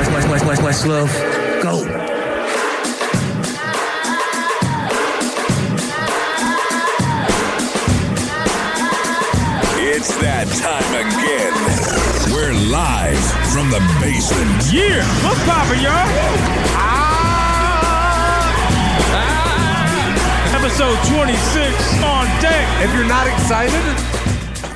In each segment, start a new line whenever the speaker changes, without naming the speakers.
Quest, Quest Love. Go.
It's that time again. We're live from the basement.
Yeah, what's poppin', y'all? Ah. Episode 26 on deck.
If you're not excited,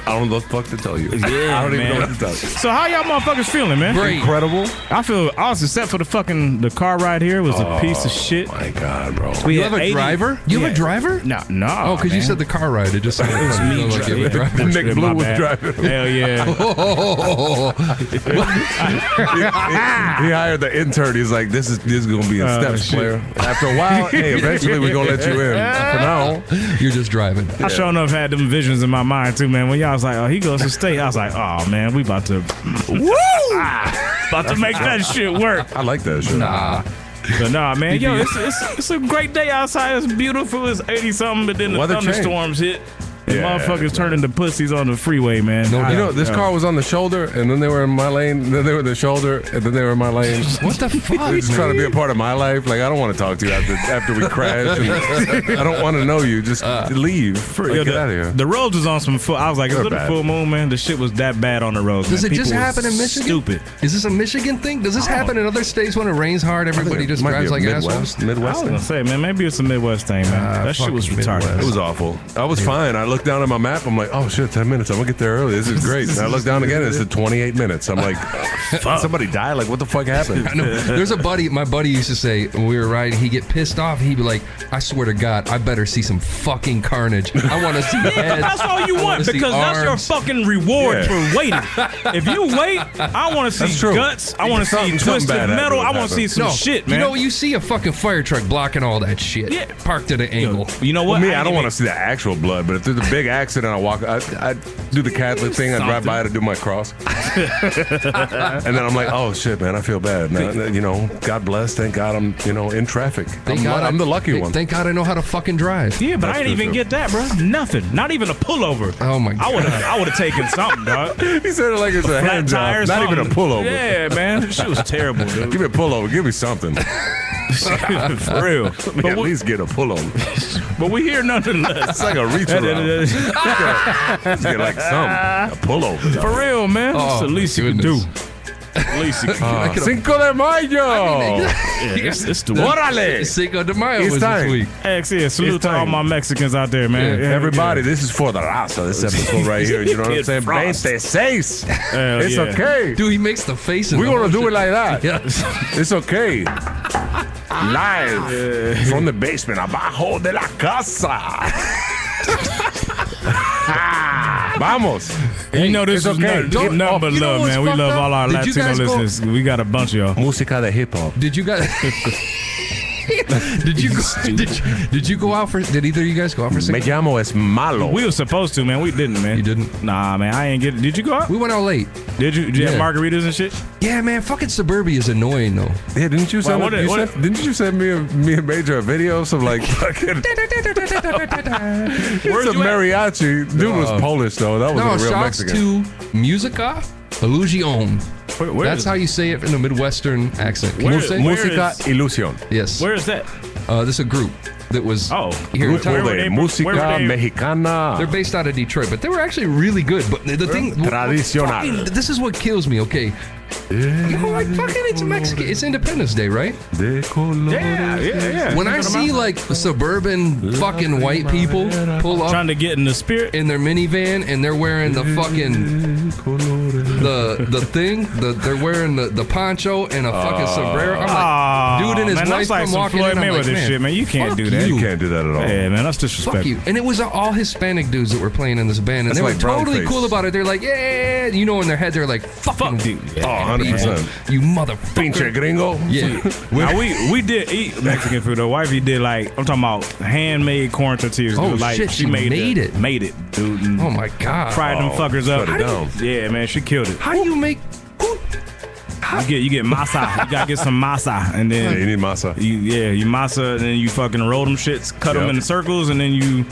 I don't know what the fuck to tell you.
Yeah,
I don't even
man.
know what to tell you.
So how y'all motherfuckers feeling, man?
Great.
Incredible.
I feel awesome, except for the fucking the car ride here was
Oh,
a piece of shit.
My God, bro.
We
You
had
have a
80
driver? You have
Yeah.
a driver?
Nah, nah.
Oh, because you
man.
said the car ride. It just sounded
It's me
like you have a driver.
driving.
Nick
My
Blue was
bad.
driving.
Hell yeah.
He hired the intern. He's like, this is this is gonna be a
Oh,
steps
shit.
player. After a while, hey, eventually we're gonna let you in. For now,
You're just driving.
I sure enough had them visions in my mind too, man. When y'all was like, "Oh, he goes to state," I was like, "Oh man, we about to, woo, Ah, about to make that shit work."
I like that shit. E.
Nah.
But nah, man, yo, it's, it's it's a great day outside. It's beautiful. It's eighty something, but then the
Weather
thunderstorms hit. And
Yeah,
motherfuckers turn into pussies on the freeway, man.
No
I-
You know, this car was on the shoulder, and then they were in my lane. Then they were in the shoulder, and then they were in my lane.
What the fuck?
He's trying to be a part of my life. Like I don't want to talk to you after after we crash. And I don't want to know you. Just leave.
Yo,
Like, get
the,
out of here.
the roads was on some full. I was like, it's
They're
a
bad.
full moon, man. The shit was that bad on the roads.
Does
man.
it just
People was
happen in Michigan?
Stupid.
Is this a Michigan thing? Does this happen in other states when it rains hard? Everybody just
Might be
drives
a
like
Midwest,
assholes.
I was
Midwest.
gonna
thing.
say, man, maybe it's a Midwest thing, man.
Ah,
that shit
fuck
was
Midwest.
retarded.
It was awful. I was fine. I looked down at my map. I'm like, oh shit, 10 minutes. I'm gonna get there early. This is great. And I looked down again. It's at 28 minutes. I'm like, somebody died. Like, what the fuck happened?
I know. There's a buddy. My buddy used to say when we were riding, he'd get pissed off. He'd be like, "I swear to God, I better see some fucking carnage. I want to see heads.
That's all you
I wanna
want
see
because that's your
arms."
fucking reward
Yeah.
for waiting. if you wait, I want to
That's
see
true.
guts. I want to see
Something- something
twisted
bad happened
metal. I
would
want to see
happen.
some shit, man.
You know, you see a fucking fire truck blocking all that shit.
Yeah.
Parked at an angle.
you know what?
me, I don't
didn't
want to see the actual blood, but if there's a big accident, I walk. I, I do the Catholic thing. I drive by to do my cross, and then I'm like, "Oh shit, man, I feel bad." Now, you know, God bless. Thank God, I'm you know in traffic. I'm,
Thank God I-
I'm the lucky
thank-
one.
Thank God I know how to fucking drive.
even- Yeah, but I
That's
didn't
true,
even
too.
get that, bro. Nothing. Not even a pullover.
Oh my
I
God.
would have. I would have taken something, dog.
he said it like it's a
Flat
hand
tire,
job, not even a
something.
pullover.
Yeah, man. She was terrible, dude.
Give me a pullover. Give me something.
For real.
Let me
But
at
we,
least get a pullover.
but we here nonetheless.
It's like a reach around. Just get like some a pullover.
For real, man. That's the
my
least you can do.
goodness.
least you can
Uh, Cinco de Mayo.
do. Yeah, it's, it's the
Órale.
Cinco de Mayo
It's
was
time.
this week.
X, yeah, salute
It's
to all
time.
my Mexicans out there, man.
Yeah,
Yeah,
Everybody, this is for the raza. This episode right here. You know what I'm
Kid
saying?
Frost.
26.
Hell
It's
yeah.
okay.
Dude, he makes the faces.
We're
the
gonna
whole
do it
shit.
like that.
Yeah.
It's okay. Live from the basement, abajo de la casa. Vamos.
You know
it's
this is
okay.
nothing,
Don't-
nothing but
you know
love,
what's
man. We
fucked
love
up?
all our
Did you
Latino
guys go-
listeners. we got a bunch of y'all.
Música de hip hop.
Did you guys? did you go? Did you, did you go out for? Did either of you guys go out for?
Me
Cinco?
llamo es malo.
We were supposed to, man. We didn't, man.
You didn't?
Nah, man. I ain't get. Did you go out?
We went out late.
Did you? Did you have
Yeah.
margaritas and shit?
Yeah, man. Fucking suburbia is annoying though.
Yeah, didn't you send,
what
you
did- what-
sent- didn't you send me a, me and Major a video of some like fucking Where's a mariachi? Dude
Uh,
was Polish though. That was
No,
a real
shouts
Mexican.
to Musica Illusion.
Where, where
That's
is-
how you say it in a Midwestern accent. Can
Where-
you say?
where-
Música
is-
Ilusión.
yes.
Where is that?
Uh, this is a group that was
Oh.
here in
Where-
town.
were
Where
they-
they?
where were
Música
they-
Mexicana.
They're based out of Detroit, but they were actually really good. But the, the thing,
Tradicional.
fucking- this is what kills me. Okay, you know, like fucking, it's Mexican. It's Independence Day, right?
De colores.
Yeah, yeah, yeah.
When I see like suburban fucking white people pull up
trying to get in the spirit,
in their minivan and they're wearing the fucking
De colores.
the the thing, the, they're wearing the, the poncho and a fucking
Ah.
sombrero. I'm
Aw,
like, dude and his
Ah, man,
wife
that's like
come
some
walking
Floyd
in. I'm like,
Mayweather
man,
shit, man. You can't
fuck
do that.
You can't do that at all.
yeah, man, that's
Fuck
disrespectful.
you. And it was all Hispanic dudes that were playing in this band, and
That's
they were
like
totally
brownface.
cool about it. They're like, yeah, you know, in their head, they're like, fucking
Fuck, dude.
Oh, 100%.
You motherfucker.
Pinche gringo.
Yeah.
Now we we did eat Mexican food. though. wifey did like I'm talking about handmade corn tortillas.
Oh,
dude. Like
shit, she made
the-
it.
made it, dude. and
Oh my god.
fried them
Oh,
fuckers up.
shut it down.
Yeah, man, she killed it.
How do you make? Who,
You get you get masa. you gotta get some masa, and
Yeah,
then
you need masa.
you yeah you masa, and then you fucking roll them shits, cut them
Yep.
in circles, and then you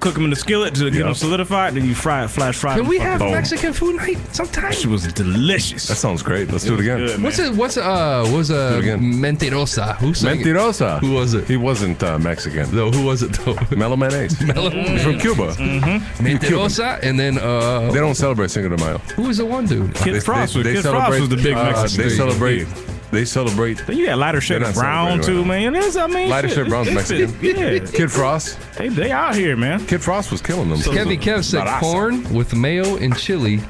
cook them in the skillet to get
Yeah.
them solidified, then you fry it, flash fry
Can
them.
we have
Oh.
Boom.
Mexican food night sometime?
She was delicious.
That sounds great. Let's do it again.
Good, man.
What's it? What's uh? What was uh?
it again.
Mentirosa. Who sang it?
Mentirosa.
Who was it?
He wasn't uh, Mexican.
No, who was it though?
Melo Mayonnaise. He's from Cuba.
Mm-hmm. Mentirosa, and then uh,
They don't celebrate Cinco de Mayo.
who was the one dude?
They,
Kid Frost, was,
they- they
Kid Frost
celebrate-
was the big
uh,
Mexican.
They
dude.
celebrate. They celebrate.
Then you got lighter shade
not
brown too,
celebrating
man. That's, I mean,
Lighter shade brown's
it's- it's- Yeah,
Kid Frost.
they, they out here, man.
Kid Frost was killing them.
Kevy Kev said
Barasa.
corn with mayo and chili.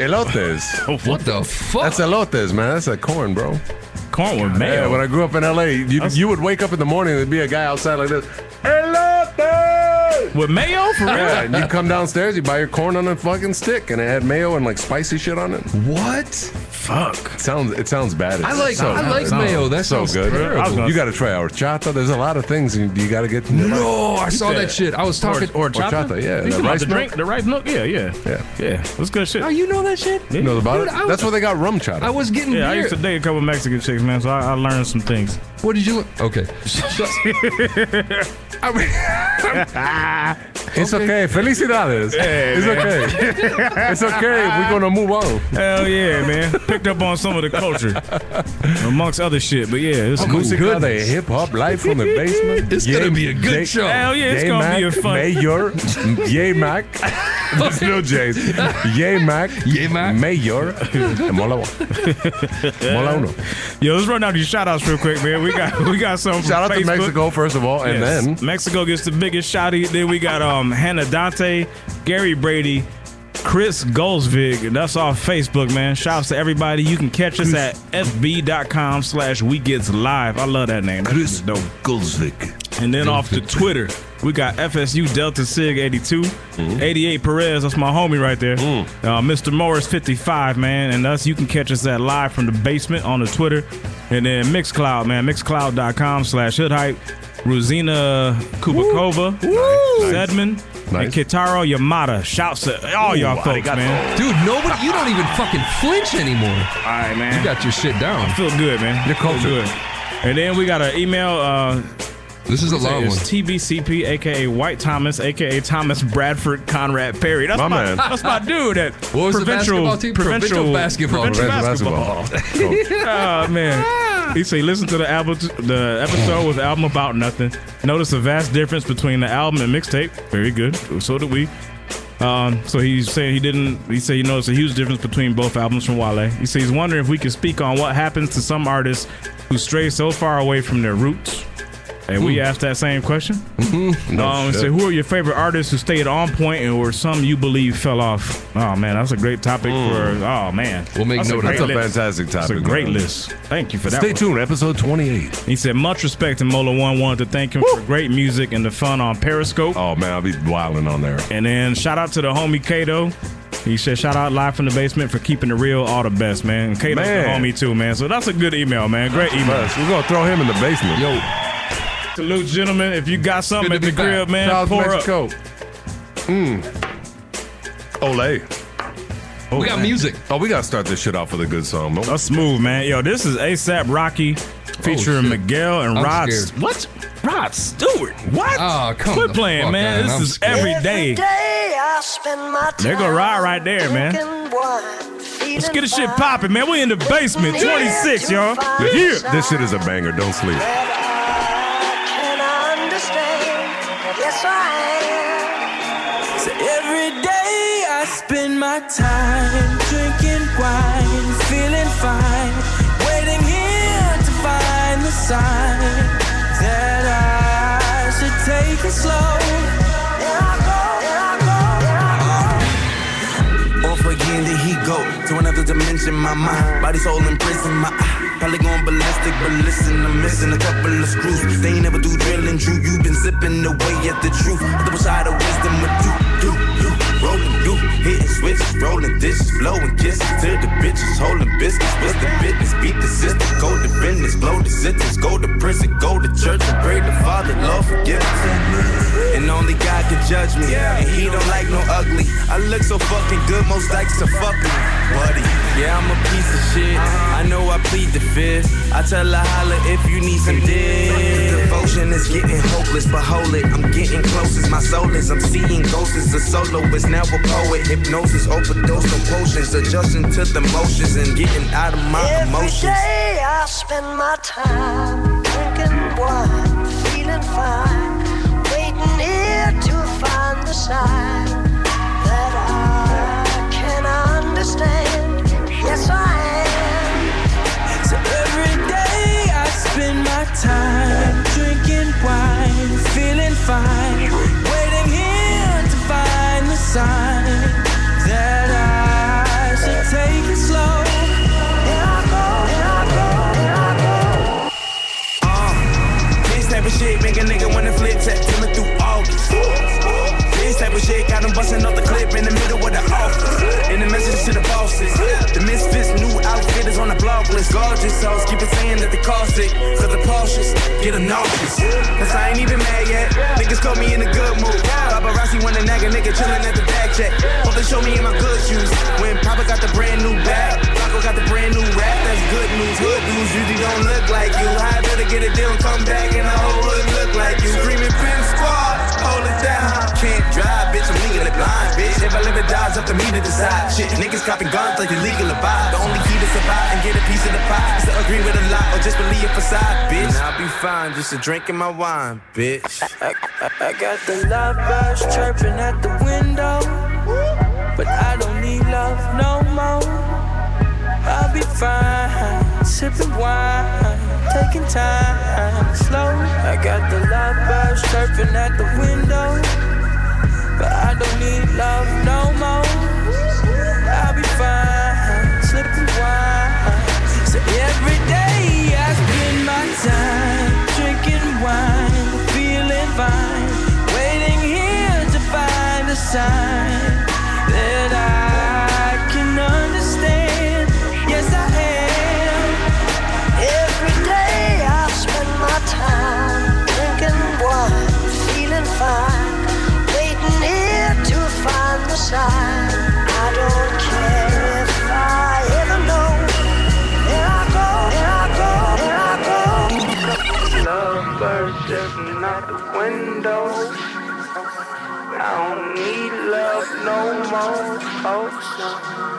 Oh,
Elotes.
What the fuck?
That's elotes, man. That's a corn, bro.
Corn with
Yeah,
mayo.
when I grew up in LA, you, you would wake up in the morning and there'd be a guy outside like this. Elotes!
with mayo for real?
Yeah, and you come downstairs, you buy your corn on a fucking stick, and it had mayo and like spicy shit on it.
what?
Fuck.
It sounds it sounds bad.
I like I like mayo. That
so
sounds
good.
terrible.
I was gonna-
You got to try horchata. There's a lot of things you, you got to get. No,
Oh, I saw
said-
that shit. I was talking.
or
Horchata, yeah, the
You talking about
rice
the drink, the rice milk. Yeah, yeah,
Yeah.
yeah. That's good shit.
oh, you know that shit?
you know about
Dude,
it.
I was-
That's where they got rum chata.
I was getting
Yeah, I
beer.
used to date a couple Mexican chicks, man, so I, I learned some things.
What did you? Okay. So- I mean-
it's okay. Felicidades. it's okay. it's okay. We're gonna move on.
Hell yeah, man. Picked up on some of the culture, amongst other shit. But yeah, it's some
Music of the hip hop life from the basement.
It's gonna be a good
Jay-
show.
Hell yeah, it's
Jay
gonna be
Mac,
a fun-
Mayor, Yay Mac. There's no J's. Yay Mac.
Yay Mac.
Mayor. and Mola one. Mola uno.
Yo, let's run down these shout outs real quick, man. We got we got some. from
Shout out
Facebook.
to Mexico first of all, and
Yes.
then
Mexico gets the biggest shouty. Then we got um Hannah Dante, Gary Brady, Chris Goldsvig. and That's off Facebook, man. Shouts to everybody. You can catch us at fb.com slash we gets live. I love that name. That's
Chris
dope.
Goldsvik.
And then off to Twitter, we got FSU Delta Sig 82, 88 Perez, that's my homie right there. Uh, Mr. Morris 55, man. And us, you can catch us at Live from the Basement on the Twitter. And then Mixcloud, man, mixcloud.com slash hood hype. Rosina Kubakova, Sedman, and
Nice.
Kitaro Yamada. Shouts to all y'all folks, man.
dude, nobody. You don't even fucking flinch anymore.
All right, man.
You got your shit down.
Feel good, man.
Your
Feel
culture.
good. And then we got an email. Uh,
This is a long
It's
one.
TBCP, aka White Thomas, aka Thomas Bradford Conrad Perry. That's my,
My man.
That's my dude. At
What was the basketball team? Provincial basketball.
Provincial basketball.
basketball. Cool.
Oh man. He said, listen to the album. The episode was the album about nothing. Notice a vast difference between the album and mixtape. Very good. So did we. Um, so he's saying he didn't. He said he noticed a huge difference between both albums from Wale. He says he's wondering if we could speak on what happens to some artists who stray so far away from their roots. And we asked that same question.
Hmm. Mm-hmm. No
Um,
shit.
so who are your favorite artists who stayed on point and or some you believe fell off? Oh man, that's a great topic
Mm.
for. Oh man,
We'll make
that's
note of
a
That's
great
a
list.
fantastic topic.
That's a great
man.
list. Thank you for that.
Stay
one.
tuned. Episode 28.
He said much respect to Mola One. Wanted to thank him for great music and the fun on Periscope.
Oh man, I'll be wilding on there.
And then shout out to the homie Kato. He said shout out live from the basement for keeping the real all the best man. And Kato's the
Man.
homie too man. So that's a good email man. Great email.
Plus, we're gonna throw him in the basement.
Yo,
Salute gentlemen. If you got something
Good to
at the
be back.
crib man,
South
pour up.
Mexico. Mm. Olay.
we got music.
Oh, we gotta start this shit off with a good song. man.
That's smooth, man. Yo, this is ASAP Rocky featuring
Oh, shit.
Miguel and
I'm
Rod.
scared.
What? Rod Stewart? What?
Oh, come
Quit
the
playing,
fuck
man.
on,
This
I'm
is
scared.
every day.
I spend my
There go Rod right there, man. Let's get the shit popping, man. We're in the basement, 26, y'all.
Yeah.
This- This shit is a banger. Don't sleep.
Yes, I am.
So every day I spend my time drinking wine, feeling fine, waiting here to find the sign that I should take it slow. There I go, there I go, there I go.
Off again, then he go to another dimension. My mind, body, soul in prison. My eye, probably going ballistic. But listen, I'm missing a couple of screws. They ain't never do drilling, Drew. You been zipping away at the truth. Double side of wisdom with you, do, do, rolling, do, hitting switch, rolling dishes, blowing kisses to the bitches, holding biscuits. What's the business? Beat the system, go to business, blow the sentence, go to prison, go to church and pray the Father, Lord forgive us. And only God can judge me. And he don't like no ugly. I look so fucking good, most likes to fuck me.
buddy. Yeah, I'm a piece of shit. I know I plead the fifth. I tell her holla if you need some dick. Devotion is getting hopeless, but hold it. I'm getting closest. My soul is. I'm seeing ghosts. As a soloist, now a poet. Hypnosis, overdose on potions. Adjusting to the motions and getting out of my
Every
emotions.
day I spend my time drinking wine, feeling fine, waiting here to find the sign that I can understand. Yes, I am.
So every day I spend my time drinking wine, feeling fine, waiting here to find the sign that I should take it slow.
Here I go, here I go, here I go.
This type of shit make a nigga wanna flip September through August. This type of shit got 'em busting off the clip in the middle of the office. In the message to the bosses. The misfits, new outfit is on the block list. Gorgeous hoes keep it saying that they cost it. Cause the Porsches get them nauseous. Cause I ain't even mad yet. Niggas caught me in a good mood. Paparazzi wanna nag a nigga chillin' at the back check. Hope they show me in my good shoes. When Papa got the brand new bag, Paco got the brand new rap. That's good news. Hood dudes usually don't look like you. How I better get a deal and come back and the whole hood look like you. Screaming pin squad, hold it down. Can't drive, bitch. I'm legally blind, bitch. If I live or die, it's up to me to decide. Shit, niggas copping guns like illegal to buy. The only key to survive and get a piece of the pie is to agree with a lie or just believe a facade, bitch. And I'll be fine, just a drink in my wine, bitch.
I got the love birds chirping at the window, but I don't need love no more. I'll be fine, sipping wine, taking time slow. I got the love birds chirping at the window, but I don't need love no more. I'll be fine, sipping wine. So every day I spend my time drinking wine, feeling fine, waiting here to find a sign that I can understand. Yes, I am.
Every day I spend my time drinking wine, feeling fine, waiting here to find the sign. I don't care if I ever know. Here I go, here I go, here I go.
Lovebirds drifting out the window. I don't need love no more. Oh, so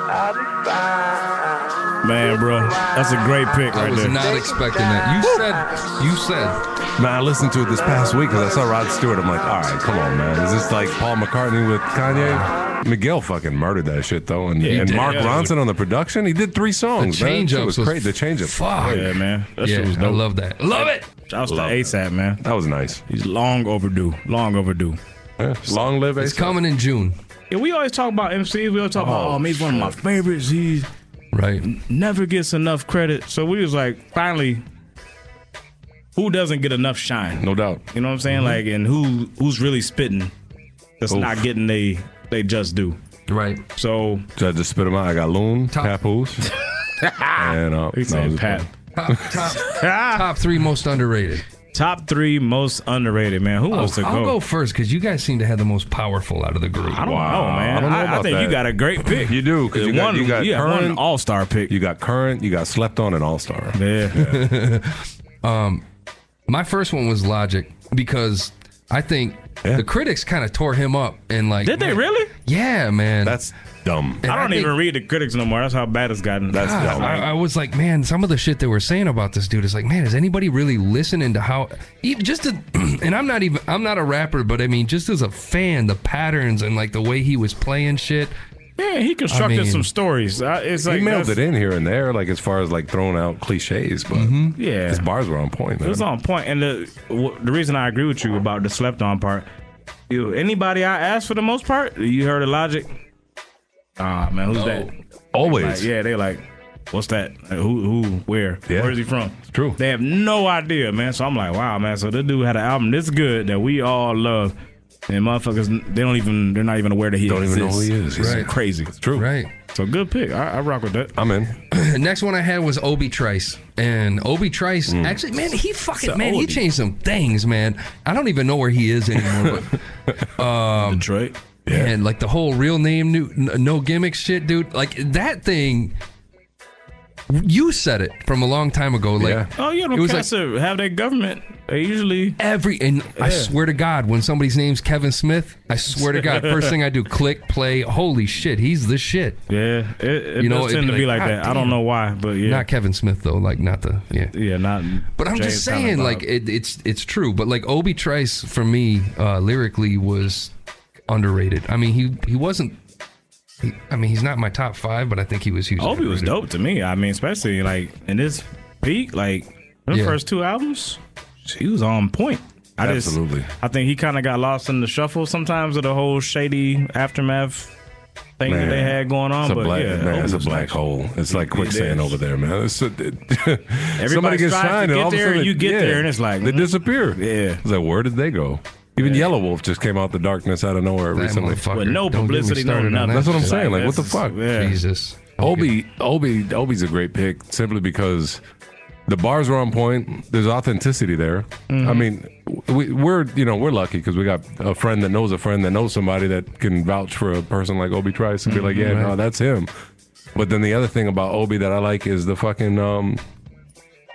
I'll be fine.
Man, bro, that's a great pick
I
right
was
there.
not expecting that. You said, you said,
Man, I listened to it this past week because I saw Rod Stewart. I'm like, all right, come on, man. Is this like Paul McCartney with Kanye? Miguel fucking murdered that shit though, and,
he
and
did.
Mark
Yeah, it was
Ronson on the production. He did three
the
songs. man.
change
That
ups
was
was
great. The change up,
Fuck.
yeah, man, that shit
Yeah,
was
I
dope.
love that. Love it.
Shouts to
Love
ASAP, man.
that was nice.
He's long overdue. Long overdue.
Yeah. Long live
It's
ASAP.
coming in June.
Yeah, we always talk about MCs. We always talk about,
Oh,
oh, man, he's one of my favorites. He
Right.
never gets enough credit. So we was like, finally, who doesn't get enough shine?
No doubt. Mm-hmm.
You know what I'm saying? Like, and who who's really spitting that's
Oof.
not getting they they just do.
Right.
So
So I just spit him out. I got Loon,
Top-
Papoose, and uh,
he's
no, it
saying
was-
Pat.
Top, top, top three most underrated. Oh,
Top three most underrated, man. Who wants to
I'll
go?
go first because you guys seem to have the most powerful out of the group.
I don't
Wow,
know, Oh, man.
I don't know about
think you
that.
got a great pick.
You do, 'cause you got-
one,
you got
yeah, one
current-
all star pick.
You got current. You got slept on and all star.
yeah.
Um, My first one was Logic because I think
Yeah.
the critics kind of tore him up and like.
Did they
man-
really?
Yeah, man.
That's dumb.
And
I don't
think-
even read the critics no more. That's how bad it's gotten.
That's
God,
dumb.
I, I was like, man, some of the shit they were saying about this dude is like, man, is anybody really listening to how? Even just to, and I'm not even, I'm not a rapper, but I mean, just as a fan, the patterns and like the way he was playing shit.
man. He constructed
I mean-
some stories. I, it's
He
like
mailed
that's-
it in here and there, like as far as like throwing out cliches, but
Mm-hmm. Yeah,
his bars were on point. Man.
It was on point, and the w- the reason I agree with you about the slept on part, you anybody I asked for the most part, you heard the logic. Ah man, who's that?
Always.
Like, yeah, they like, what's that? Like, who who where?
Yeah.
Where's he from? It's
true.
They have no idea, man. So I'm like, wow, man. So this dude had an album this good that we all love, and motherfuckers they don't even they're not even aware that he
Don't even know who
exists.
he is. He's
Right.
crazy. It's true.
Right.
So good pick. I, I rock with that.
I'm in.
The next one I had was Obi Trice, and Obi Trice
Mm.
actually, man, he fucking man, he
oldie.
changed some things, man. I don't even know where he is anymore. but
Detroit.
and like the whole real name, new, n- no gimmick shit, dude. Like that thing, you said it from a long time ago. Like
Yeah.
Oh yeah,
It
them
was
cats that have their government. They usually
every and I swear to God, when somebody's name's Kevin Smith, I swear to God, first thing I do, click play. Holy shit, he's the shit.
yeah. It, it
You know,
does
it'd
tend
be
to be
like,
like
"God
that. I don't
damn."
know why, but yeah,
Not Kevin Smith though, like not the yeah.
yeah, not.
But I'm just
James Conner
saying,
vibe.
like it, it's it's true. But like Obi Trice for me, uh, lyrically was underrated. I mean, he he wasn't. He, I mean, he's not my top five, but I think he was huge.
Obi was dope to me. I mean, especially like in this peak, like the
Yeah.
first two albums, he was on point. I just-
Absolutely.
I think he kind of got lost in the shuffle sometimes of the whole shady aftermath thing
Man.
that they had going
It's
on.
a
but
black,
yeah,
man,
Obi
it's a
was
black
nice.
hole. It's like quicksand
is.
over there, man. It's a,
Everybody
somebody gets
strives to
signed, and
get
all of a
there,
sudden
you get
yeah,
there, and it's like,
they
mm.
disappear.
Yeah.
it's like where did they go? Even Yellow Wolf just came out the darkness out of nowhere
That
recently.
motherfucker.
With no
Don't get me
publicity, no
started on
nothing.
that
That's what I'm
shit.
saying. Like, what the
that's-
fuck?
Yeah.
Jesus.
Obi, Obi, Obi's a great pick simply because the bars were on point. There's authenticity there.
Mm-hmm.
I mean, we, we're you know we're lucky because we got a friend that knows a friend that knows somebody that can vouch for a person like Obi Trice and be like,
Mm-hmm,
yeah, no, that's him. But then the other thing about Obi that I like is the fucking um,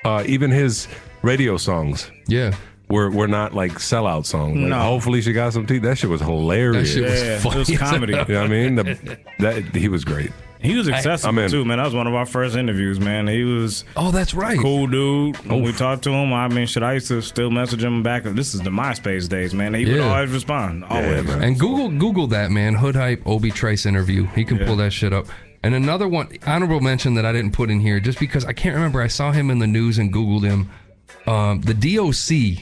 uh, even his radio songs.
Yeah.
were were not like sellout songs. Like,
No.
Hopefully she got some teeth. That shit was hilarious.
shit was-
Yeah, it was comedy.
you know what I mean? The, that he was great.
He was
I'm
accessible
in.
too, man. That was one of our first interviews, man. He was
Oh, that's right.
cool dude. When we talked to him, I mean, shit, I used to still message him back. This is the MySpace days, man. He would
Yeah.
always respond, always.
man.
And Google Google that man, Hood hype Obi Trice interview. He can pull that shit up. And another one, honorable mention that I didn't put in here, just because I can't remember. I saw him in the news and Googled him. Um, the DOC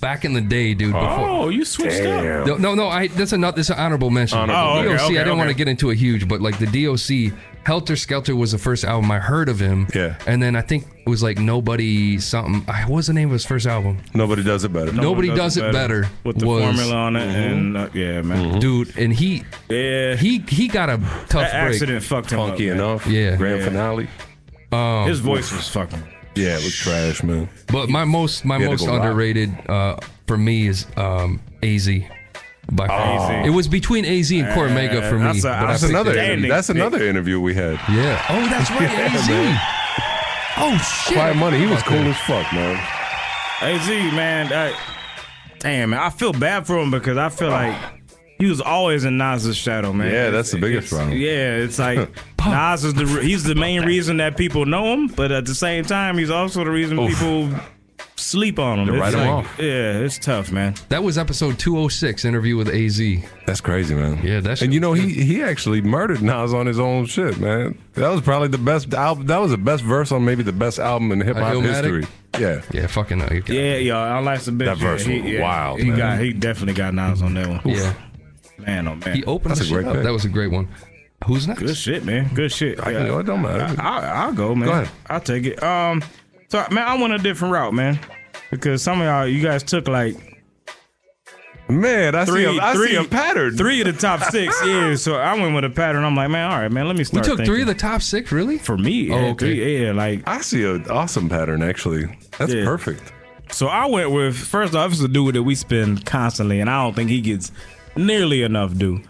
back in the day, dude. Before.
Oh, you switched up.
No, no, no. I that's another. This is an honorable mention.
Honorable
Oh, okay,
DOC. I
okay,
didn't want to
okay.
get into a huge, but like the DOC, Helter Skelter was the first album I heard of him.
Yeah.
And then I think it was like Nobody something. I what was the name of his first album,
Nobody does it better. Mm-hmm.
Nobody Does It Better
with the
was- Mhm.
formula on it, and uh, yeah, man,
dude. And he
yeah,
he he got a tough
that
break.
accident fucked him
Funky
up. man.
enough.
Yeah. Oh, Um,
Grand
Yeah.
finale.
His voice was fucking.
Yeah, it was trash, man.
But my most my
had to
most
go rock.
underrated uh, for me is um, AZ. By far.
AZ.
It was between AZ and Core Mega for me.
Oh. Uh, that's a-
but I
That's
picked
another.
it.
Outstanding
Interview. That's
pick.
another interview we had.
Yeah. Oh, that's right.
Yeah,
AZ.
man.
Oh shit.
Quiet money. He was cool as fuck, man.
AZ, man, that, damn, man, I feel bad for him because I feel like he was always in Nas's shadow, man.
Yeah, that's
It's-
the biggest
it's-
problem.
Yeah, it's like Nas is the re- he's the main reason that people know him, but at the same time, he's also the reason
Oof.
people sleep on him.
They
It's
write him
like-
off.
Yeah, it's tough, man.
That was episode 206 interview with AZ.
That's crazy, man.
Yeah, that shit
And you know
was
he he actually murdered Nas on his own shit, man. That was probably the best album. That was the best verse on maybe the best album in hip hop
Illmatic?
history. Yeah.
Yeah, fucking uh,
Yeah, y'all, I like the bitch.
That verse
yeah,
was
he, yeah,
wild,
He
man.
got, he definitely got Nas on that one.
Yeah.
Man, oh man,
He opened
That's
the
a
shit
great
up.
pick.
That was a great one. Who's next?
Good shit, man. Good shit.
I can go. It don't matter.
I, I'll go, man.
Go ahead.
I'll take it. Um, so man, I went a different route, man, because some of y'all, you guys took like
Man, I
three,
see a, I
three
see a pattern.
three of the top six. yeah, so I went with a pattern. I'm like, man, all right, man, let me
we
start.
took three
thinking.
of the top six, really?
for me. Yeah,
Oh, okay.
three, yeah, like
I see an awesome pattern actually. That's
Yeah.
perfect.
so. I went with first off, this is a dude that we spend constantly, and I don't think he gets nearly enough due.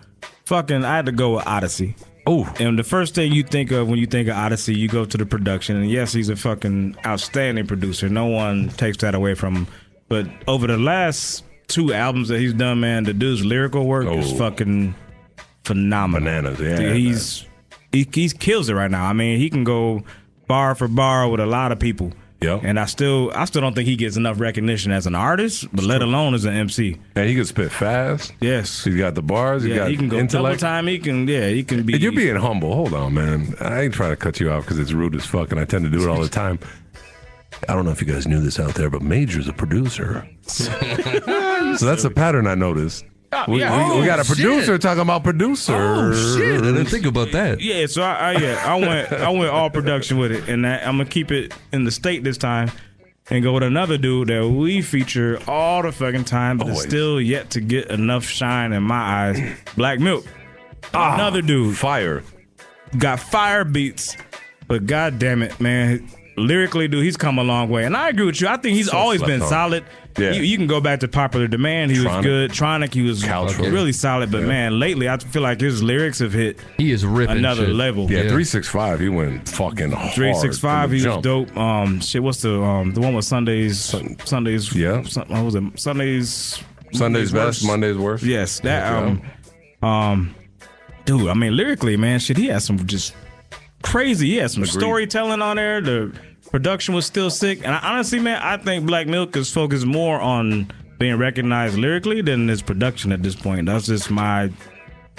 Fucking, I had to go with Odyssey.
Oh,
And the first thing you think of when you think of Odyssey, you go to the production. And yes, he's a fucking outstanding producer. No one takes that away from him. But over the last two albums that he's done, man, the dude's lyrical work is
Oh.
fucking phenomenal.
Bananas, yeah,
Dude, he's he, he's kills it right now. I mean, he can go bar for bar with a lot of people.
Yeah.
And I still I still don't think he gets enough recognition as an artist, but let alone as an MC.
and he can spit fast.
Yes.
He's got the bars. He
Yeah,
got
he can go
intellect.
double time. He can, yeah, he can be.
And you're being humble. Hold on, man. I ain't trying to cut you off because it's rude as fuck, and I tend to do it all the time. I don't know if you guys knew this out there, but Major's a producer. so that's a pattern I noticed. We,
yeah.
we- we got a
Oh, shit.
producer talking about producer.
Oh shit! I didn't think about that.
Yeah, so I, I yeah, I went I went all production with it, and I, I'm gonna keep it in the state this time, and go with another dude that we feature all the fucking time, but is
Always.
still yet to get enough shine in my eyes. Black Milk,
Ah,
another dude
Fire.
got fire beats, but god damn it, man, lyrically, dude, he's come a long way. And I agree with you. I think he's
So
always
slept
been
on.
solid.
Yeah.
You, you can go back to Popular Demand. He
Tronic.
was good. Tronic, he was
Caltrip.
really solid. But man, lately, I feel like his lyrics have hit
He is ripping
another
shit.
level.
Yeah,
Yeah.
three six five. He went fucking hard.
Three six five,
from the
he was
jump.
dope. Um, shit, what's the um the one with Sundays? Sundays,
Yeah.
Sun, what was it? Sundays.
Sunday's best,
Worst.
Monday's worst.
Yes, that
Yeah.
album. Um, dude, I mean, lyrically, man, shit, he had some just crazy. He had some storytelling on there. The production was still sick, and I, honestly, man, I think Black Milk is focused more on being recognized lyrically than his production at this point. That's just my, my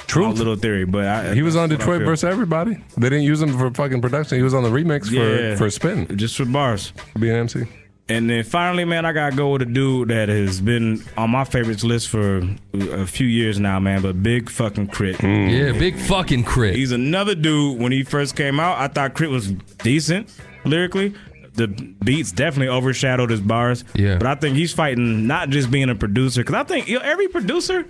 Truth.
little theory. But I,
He was on
that's what I
Detroit
feel.
versus everybody. They didn't use him for fucking production. He was on the remix
Yeah.
for for spin.
just for bars.
Being MC.
And then finally, man, I gotta go with a dude that has been on my favorites list for a few years now, man. But big fucking crit.
Mm.
Yeah, big fucking crit.
He's another dude. When he first came out, I thought Crit was decent lyrically. The beats definitely overshadowed his bars.
Yeah.
But I think he's fighting not just being a producer, because I think you know, every producer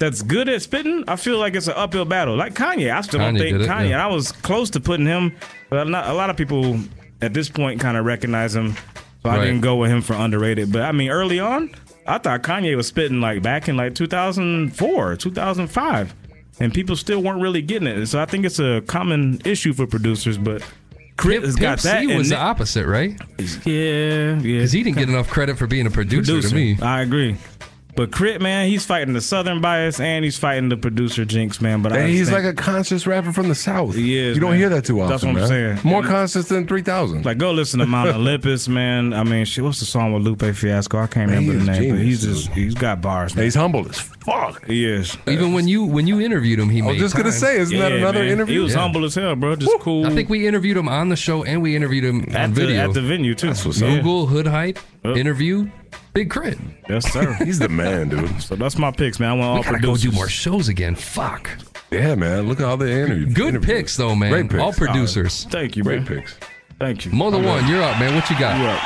that's good at spitting, I feel like it's an uphill battle. Like Kanye, I still don't
Kanye
think
did it,
Kanye.
yeah.
And I was close to putting him, but not, a lot of people at this point kind of recognize him. So I
Right.
didn't go with him for underrated. But I mean, early on, I thought Kanye was spitting like back in like 2004, 2005, and people still weren't really getting it. So I think it's a common issue for producers. But Crit
Pimp,
has
Pimp
got that.
C was the
and
opposite, right?
yeah, yeah.
Because he didn't get enough credit for being a producer,
producer.
to me.
I agree. But Crit, man, he's fighting the Southern bias and he's fighting the producer jinx, man. But I
And he's
think-
like a conscious rapper from the South.
He is,
You don't
man.
hear that too often.
That's what I'm
man.
saying.
More
And-
conscious than 3,000.
Like go listen to Mount Olympus, man. I mean, shit, what's the song with Lupe Fiasco? I can't
Man,
remember the
he is
name, but he's
genius,
just he's got bars,
And
man.
he's humble as fuck.
He is.
Even when you when you interviewed him, he
I
made
was just going to
time.
say, isn't that
Yeah,
another
man.
interview?
He was
Yeah.
humble as hell, bro. Just cool.
I think we interviewed him on the show and we interviewed him on
at the,
video.
at the venue too. That's
Google Hood Hype
Oh.
interview, big crit.
Yes, sir.
He's the man, dude.
so that's my picks, man. I want all
Gotta go
producers.
do more shows again. Fuck.
Yeah, man. Look at all the interviews.
Good
interviews.
picks though, man.
Great picks.
All producers.
Thank you,
Great
man.
picks.
Thank you.
More than
I'm
one. You're up, man. What you
You
got?
up?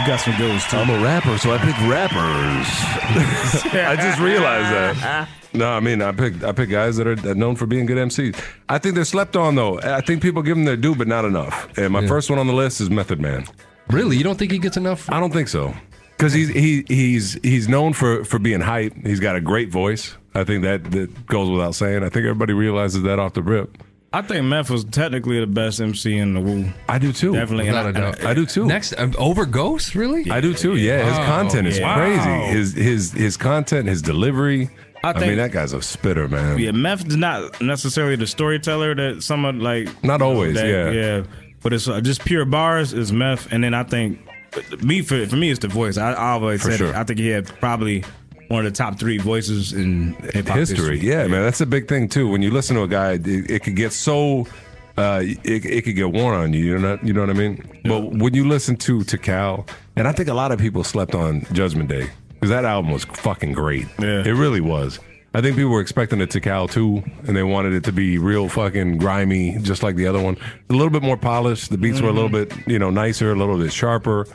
You got some goals too.
I'm a rapper, so I pick rappers. I just realized that. No, I mean I pick I pick guys that are that are known for being good MCs. I think they're slept on though. I think people give them their due, but not enough. And my first one on the list is Method Man.
Really? You don't think he gets enough?
I don't think so, because he's he he's he's known for for being hype. He's got a great voice. I think that that goes without saying. I think everybody realizes that off the rip.
I think Meth was technically the best MC in the Woo.
I do too.
Definitely.
Without
And
a
I-
doubt.
I do too.
Next, um, over Ghost? Really? Oh,
I do too. Yeah, his
Wow.
content is
Yeah. Wow.
crazy. His his his content, his delivery. I,
think-
mean, that guy's a spitter, man.
Yeah, Meth's not necessarily the storyteller that some of like.
Not
you know,
always,
that-
yeah.
yeah. But it's uh, just pure bars is Meth, and then I think me for for me it's the voice. I, I always
For
said
sure.
it. I think he had probably one of the top three voices in hip hop
history. Yeah, man, that's a big thing too. When you listen to a guy, it, it could get so uh, it, it could get worn on you. You know, you know what I mean. But when you listen to to Cal, and I think a lot of people slept on Judgment Day because that album was fucking great.
Yeah.
it really was. I think people were expecting it to Cal too, and they wanted it to be real fucking grimy, just like the other one. A little bit more polished. The beats were a little bit, you know, nicer, a little bit sharper.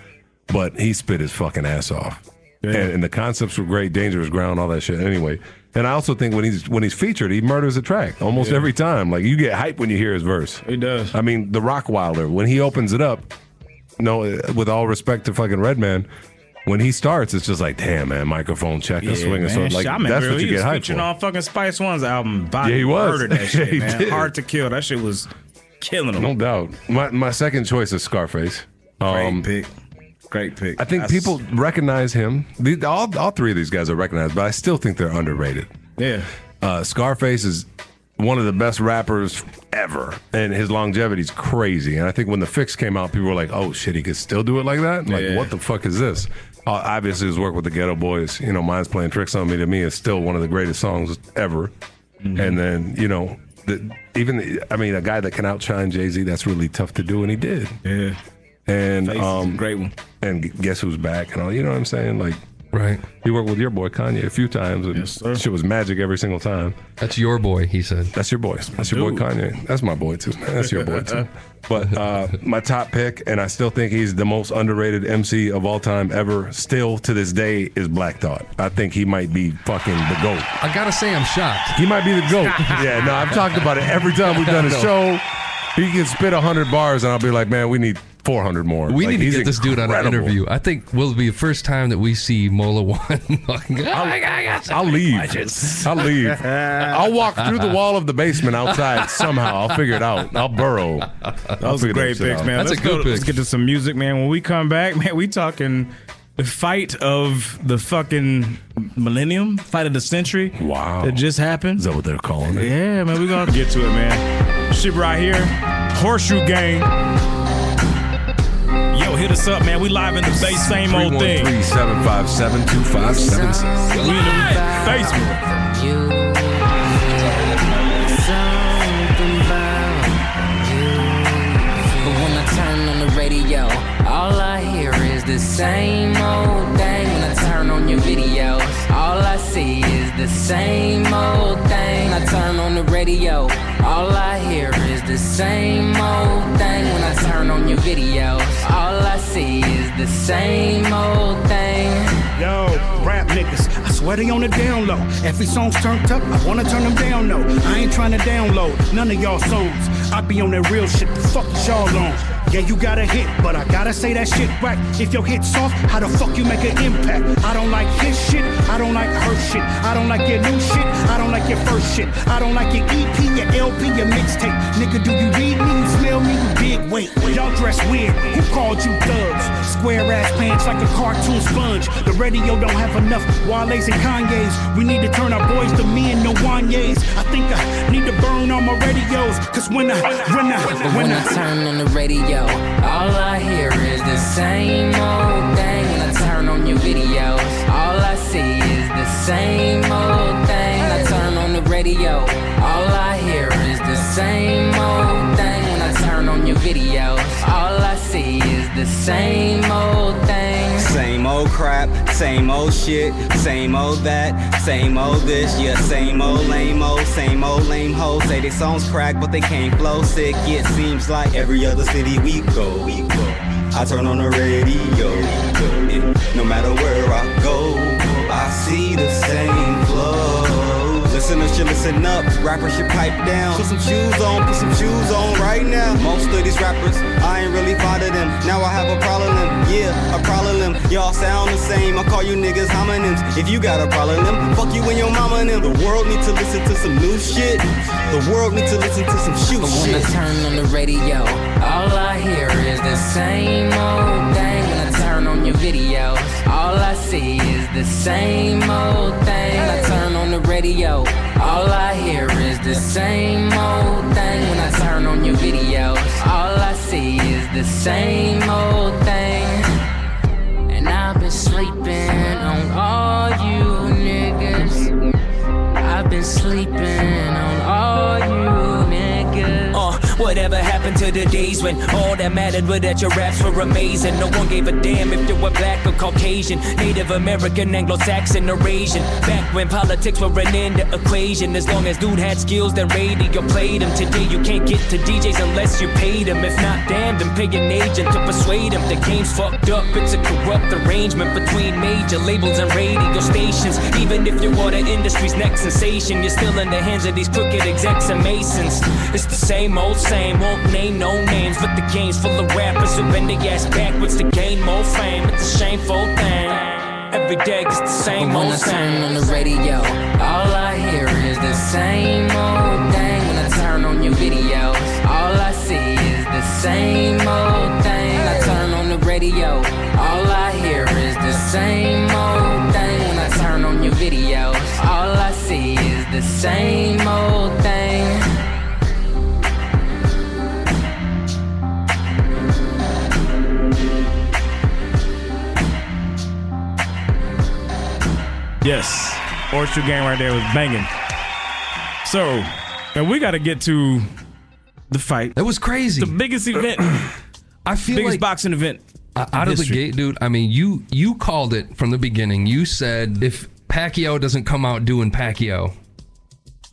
But he spit his fucking ass off. And, and the concepts were great, dangerous ground, all that shit. Anyway, and I also think when he's when he's featured, he murders a track almost every time. Like you get hype when you hear his verse.
He does.
I mean, the Rockwilder when he opens it up. No, uh, with all respect to fucking Redman, when he starts, it's just like, damn man, microphone check, yeah, swing and so like
Shit, I remember
that's
he
what you
was
get hype
featuring
for.
on fucking Spice One's album. Body
Yeah, he was.
Murdered that shit,
He
man.
did.
Hard to kill. That shit was killing him.
No doubt. My my second choice is Scarface.
Great
Um,
pick. Great pick.
I think
That's-
people recognize him. The, all all three of these guys are recognized, but I still think they're underrated.
Yeah.
Uh, Scarface is one of the best rappers ever, and his longevity's crazy. And I think when the fix came out, people were like, "Oh shit, he could still do it like that! Like,
Yeah.
what the fuck is this?" Uh, obviously, his work with the Ghetto Boys, you know, "Mine's Playing Tricks on Me" to me is still one of the greatest songs ever.
Mm-hmm.
And then, you know, the, even the, I mean, a guy that can outshine Jay Z, that's really tough to do, and he did.
Yeah.
And
Face is a
um,
great one.
and g- guess who's back and all. You know what I'm saying? Like,
Right.
he worked with your boy Kanye a few times, and
Yes, sir.
shit was magic every single time.
That's your boy, he said.
That's your boy. That's your
Dude.
boy Kanye. That's my boy too. Man. That's your boy too. But uh, my top pick, and I still think he's the most underrated MC of all time ever. Still to this day is Black Thought. I think he might be fucking the goat.
I gotta say, I'm shocked.
He might be the goat. yeah, no, I've talked about it every time we've done a
No.
show. He can spit hundred bars, and I'll be like, man, we need 400 more.
We
Like,
need
he's
to get this dude on an
incredible.
interview. I think will be the first time that we see Mola one. oh I'll,
I'll leave. I'll leave. I'll walk through the wall of the basement outside somehow. I'll figure it out. I'll burrow.
That was a great picks, man.
That's
let's
a good
go, Let's
pick.
get to some music, man. When we come back, man, we talking the fight of the fucking millennium, fight of the century.
Wow.
That just happened.
Is that what they're calling it?
Yeah, man, we gonna get to it, man. Shit right here. Horseshoe gang. Yo, hit us up, man. We live in the bay, same old thing.
313-757-2576.
We in the Facebook.
something about you. But when I turn on the radio, all I hear is the same old thing. When I turn on your videos, all I see is the same old thing. I turn on the radio, all I hear is the same old thing. When I turn on your videos, all I see is the same old thing.
Yo, rap niggas, I swear they on the down low. Every song's turned up, I wanna turn them down low. I ain't tryna download none of y'all songs. I be on that real shit, the fuck is y'all on? Yeah, you got a hit, but I gotta say that shit right. If your hit's off, how the fuck you make an impact? I don't like his shit, I don't like her shit, I don't like your new shit, I don't like your first shit, I don't like your EP, your LP, your mixtape. Nigga, do you need me? You smell me? You big weight. Y'all dress weird. Who called you thugs? Square ass pants like a cartoon sponge. The radio don't have enough Wale's and Kanye's. We need to turn our boys to men, no Wanye's. I think I need to burn all my radios. Cause when I, when I,
But
when
when
I.
I turn on the radio, all I hear is the same old thing. When I turn on your videos, all I see is the same old thing. When I turn on the radio, all I hear is the same old thing. When I turn on your videos, all I see is the same old thing.
Same old crap, same old shit, same old that, same old this, yeah, same old lame old, same old lame hoe. Say they songs crack, but they can't flow sick. It seems like every other city we go, we go. I turn on the radio, and no matter where I go, I see the same flow. Listeners should listen up, rappers should pipe down. Put some shoes on, put some shoes on right now. Most of these rappers, I ain't really fond of them. Now I have a problem, yeah, a problem. Y'all sound the same, I call you niggas homonyms. If you got a problem, fuck you and your mama and them. The world need to listen to some new shit. The world need to listen to some shoot
But when I
shit.
turn on the radio, all I hear is the same old thing. When I turn on your videos, all I see is the same old thing. When I turn on the radio, all I hear is the same old thing. When I turn on your videos, all I see is the same old thing. And I've been sleeping on all you niggas. I've been sleeping on all you niggas.
Uh, whatever happened to the days when all that mattered was that your raps were amazing? No one gave a damn if you were black or Caucasian, Native American, Anglo Saxon, Eurasian. Back when politics were an end to equation, as long as dude had skills, then radio played him. Today you can't get to DJs unless you paid him. If not, damn, then pay an agent to persuade him. The game's fucked up, it's a corrupt arrangement between major labels and radio stations. Even if you were the industry's next sensation, you're still in the hands of these crooked execs and masons. It's the same old same, won't name no names, but the game's full of rappers who bend their ass backwards to gain more fame. It's a shameful thing. Every day it's the
But
same
when
old
I turn
same.
on the radio, all I hear is the same old thing. When I turn on your videos, all I see is the same old thing. When I turn on the radio, all I hear is the same old thing. When I turn on your videos, all I see is the same old thing.
Yes. Horseshoe gang right there was banging. So, and we got to get to the fight.
That was crazy.
The biggest event,
I feel
biggest
like
boxing event.
Uh, out of the
history.
gate, dude. I mean, you you called it from the beginning. You said if Pacquiao doesn't come out doing Pacquiao,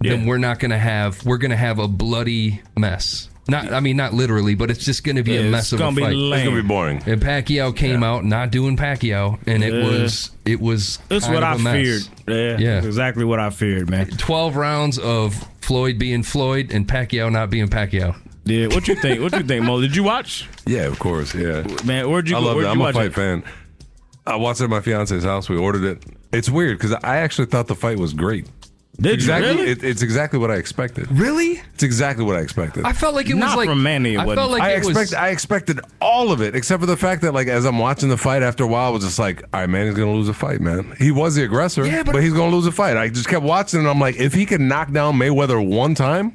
then
Yeah.
we're not gonna have we're gonna have a bloody mess. Not I mean not literally, but it's just gonna be a
It's
mess of a
gonna be
fight.
It's
lame.
going to be boring.
and Pacquiao came out not doing Pacquiao, and it
Yeah.
was it was
That's
kind
what
of
I
a mess.
feared. Yeah,
Yeah.
that's exactly what I feared, man.
Twelve rounds of Floyd being Floyd and Pacquiao not being Pacquiao.
Yeah, what you think? What you think, Mo? Did you watch?
Yeah, of course. Yeah.
Man, where'd you
I
go?
love
where'd
it.
you
I'm a
watch
fight
it?
fan. I watched it at my fiance's house. We ordered it. It's weird because I actually thought the fight was great.
Did
Exactly.
you really?
It, it's exactly what I expected.
Really?
It's exactly what I expected.
I felt like it was
Not
like
from Manny, it
I felt
wasn't.
like
I
it
expect
was.
I expected all of it, except for the fact that like as I'm watching the fight after a while, I was just like, all right, man, he's gonna lose a fight, man. He was the aggressor,
Yeah, but-
but, he's gonna lose a fight. I just kept watching and I'm like, if he can knock down Mayweather one time,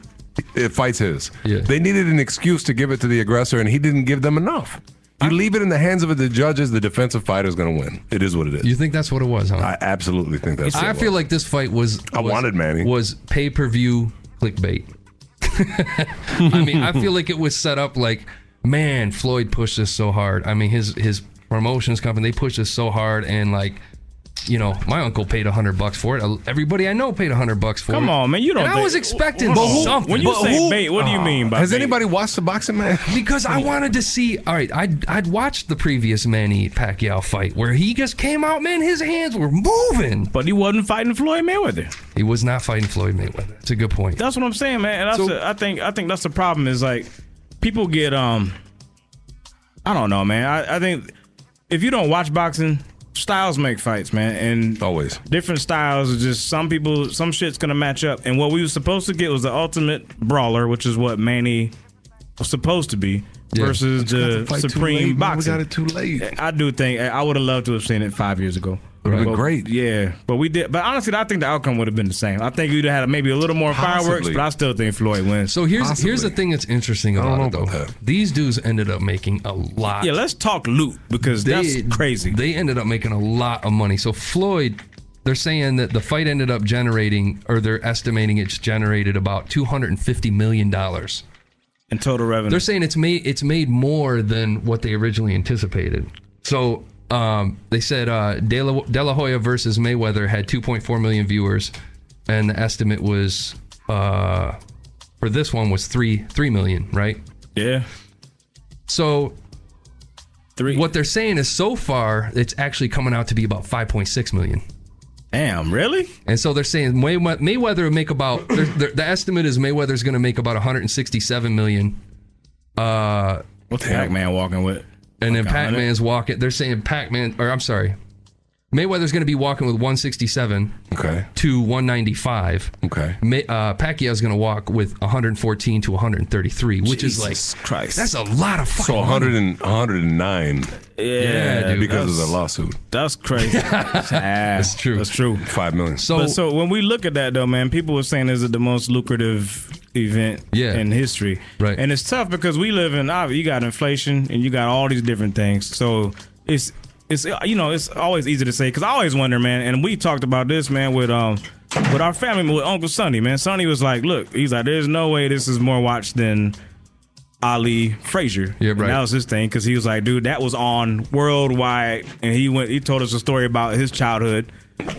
it fights his.
Yeah.
They needed an excuse to give it to the aggressor, and he didn't give them enough. You leave it in the hands of the judges, the defensive fighter's gonna win. It is what it is.
you think that's what it was, huh?
I absolutely think that's
I
what it
feel
was.
like this fight was.
I
was-
wanted Manny.
Was pay per view clickbait. I mean, I feel like it was set up like, man, Floyd pushed this so hard. I mean, his his promotions company they pushed this so hard, and like, you know, my uncle paid a hundred bucks for it. Everybody I know paid a hundred bucks for it.
Come on, man. You don't.
And I
think-
was expecting
Hold on.
something.
When you
But
say
who-
bait, what do you mean by
Has
bait?
anybody watched the boxing match?
Because I wanted to see. All right, I'd I'd watched the previous Manny Pacquiao fight where he just came out. Man, his hands were moving.
But he wasn't fighting Floyd Mayweither.
He was not fighting Floyd Mayweather. It's a good point.
That's what I'm saying, man. And that's
So-
the- I think I think that's the problem is like people get um I don't know, man. I, I think if you don't watch boxing, styles make fights, man. And
Always.
different styles are just some people some shit's gonna match up. And what we were supposed to get was the ultimate brawler, which is what Manny was supposed to be,
Yeah.
versus the
Fight too late,
supreme
man.
boxing.
We got it too late.
I do think I would have loved to have seen it five years ago.
Would've been
But-
great.
Yeah, but we did. But honestly, I think the outcome would have been the same. I think you'd have had maybe a little more fireworks,
Possibly.
but I still think Floyd wins.
So here's
Possibly.
here's the thing that's interesting about
don't
it
know
though.
about that.
These dudes ended up making a lot.
yeah, let's talk loot because that's crazy.
They ended up making a lot of money. So Floyd, they're saying that the fight ended up generating, or they're estimating it's generated about two hundred and fifty million dollars.
and total revenue.
They're saying it's made it's made more than what they originally anticipated. So um, they said uh, De, La, De La Hoya versus Mayweather had 2.4 million viewers, and the estimate was uh, for this one was three three million, right?
yeah,
So
three.
what they're saying is so far it's actually coming out to be about 5.6 million.
Damn, really?
And so they're saying Maywe- Mayweather would make about they're- they're- the estimate is Mayweather's going to make about 167 million. Uh,
What's Pac-Man walking with?
And then
Like a
Pac
hundred?
Man's walking. They're saying Pac Man, or I'm sorry, Mayweather's going to be walking with 167
Okay.
to 195.
Okay.
May, uh, Pacquiao's going to walk with 114 to 133, which
Jesus
is like
Christ.
that's a lot of fucking.
So 100 and 109
yeah,
Yeah, dude.
because of
that's-
the lawsuit.
That's crazy. that's
true.
That's true.
Five million.
So,
But so when we look at that though, man, people were saying is it the most lucrative event
Yeah.
in history,
Right.
And it's tough because we live in obvi- you got inflation and you got all these different things, so it's it's you know it's always easy to say because I always wonder, man. And we talked about this, man, with um with our family with Uncle Sonny, man. Sonny was like, look, he's like, there's no way this is more watched than. Ali Frazier.
Yeah,
And
right.
that was his thing because he was like, dude, that was on worldwide, and he went. He told us a story about his childhood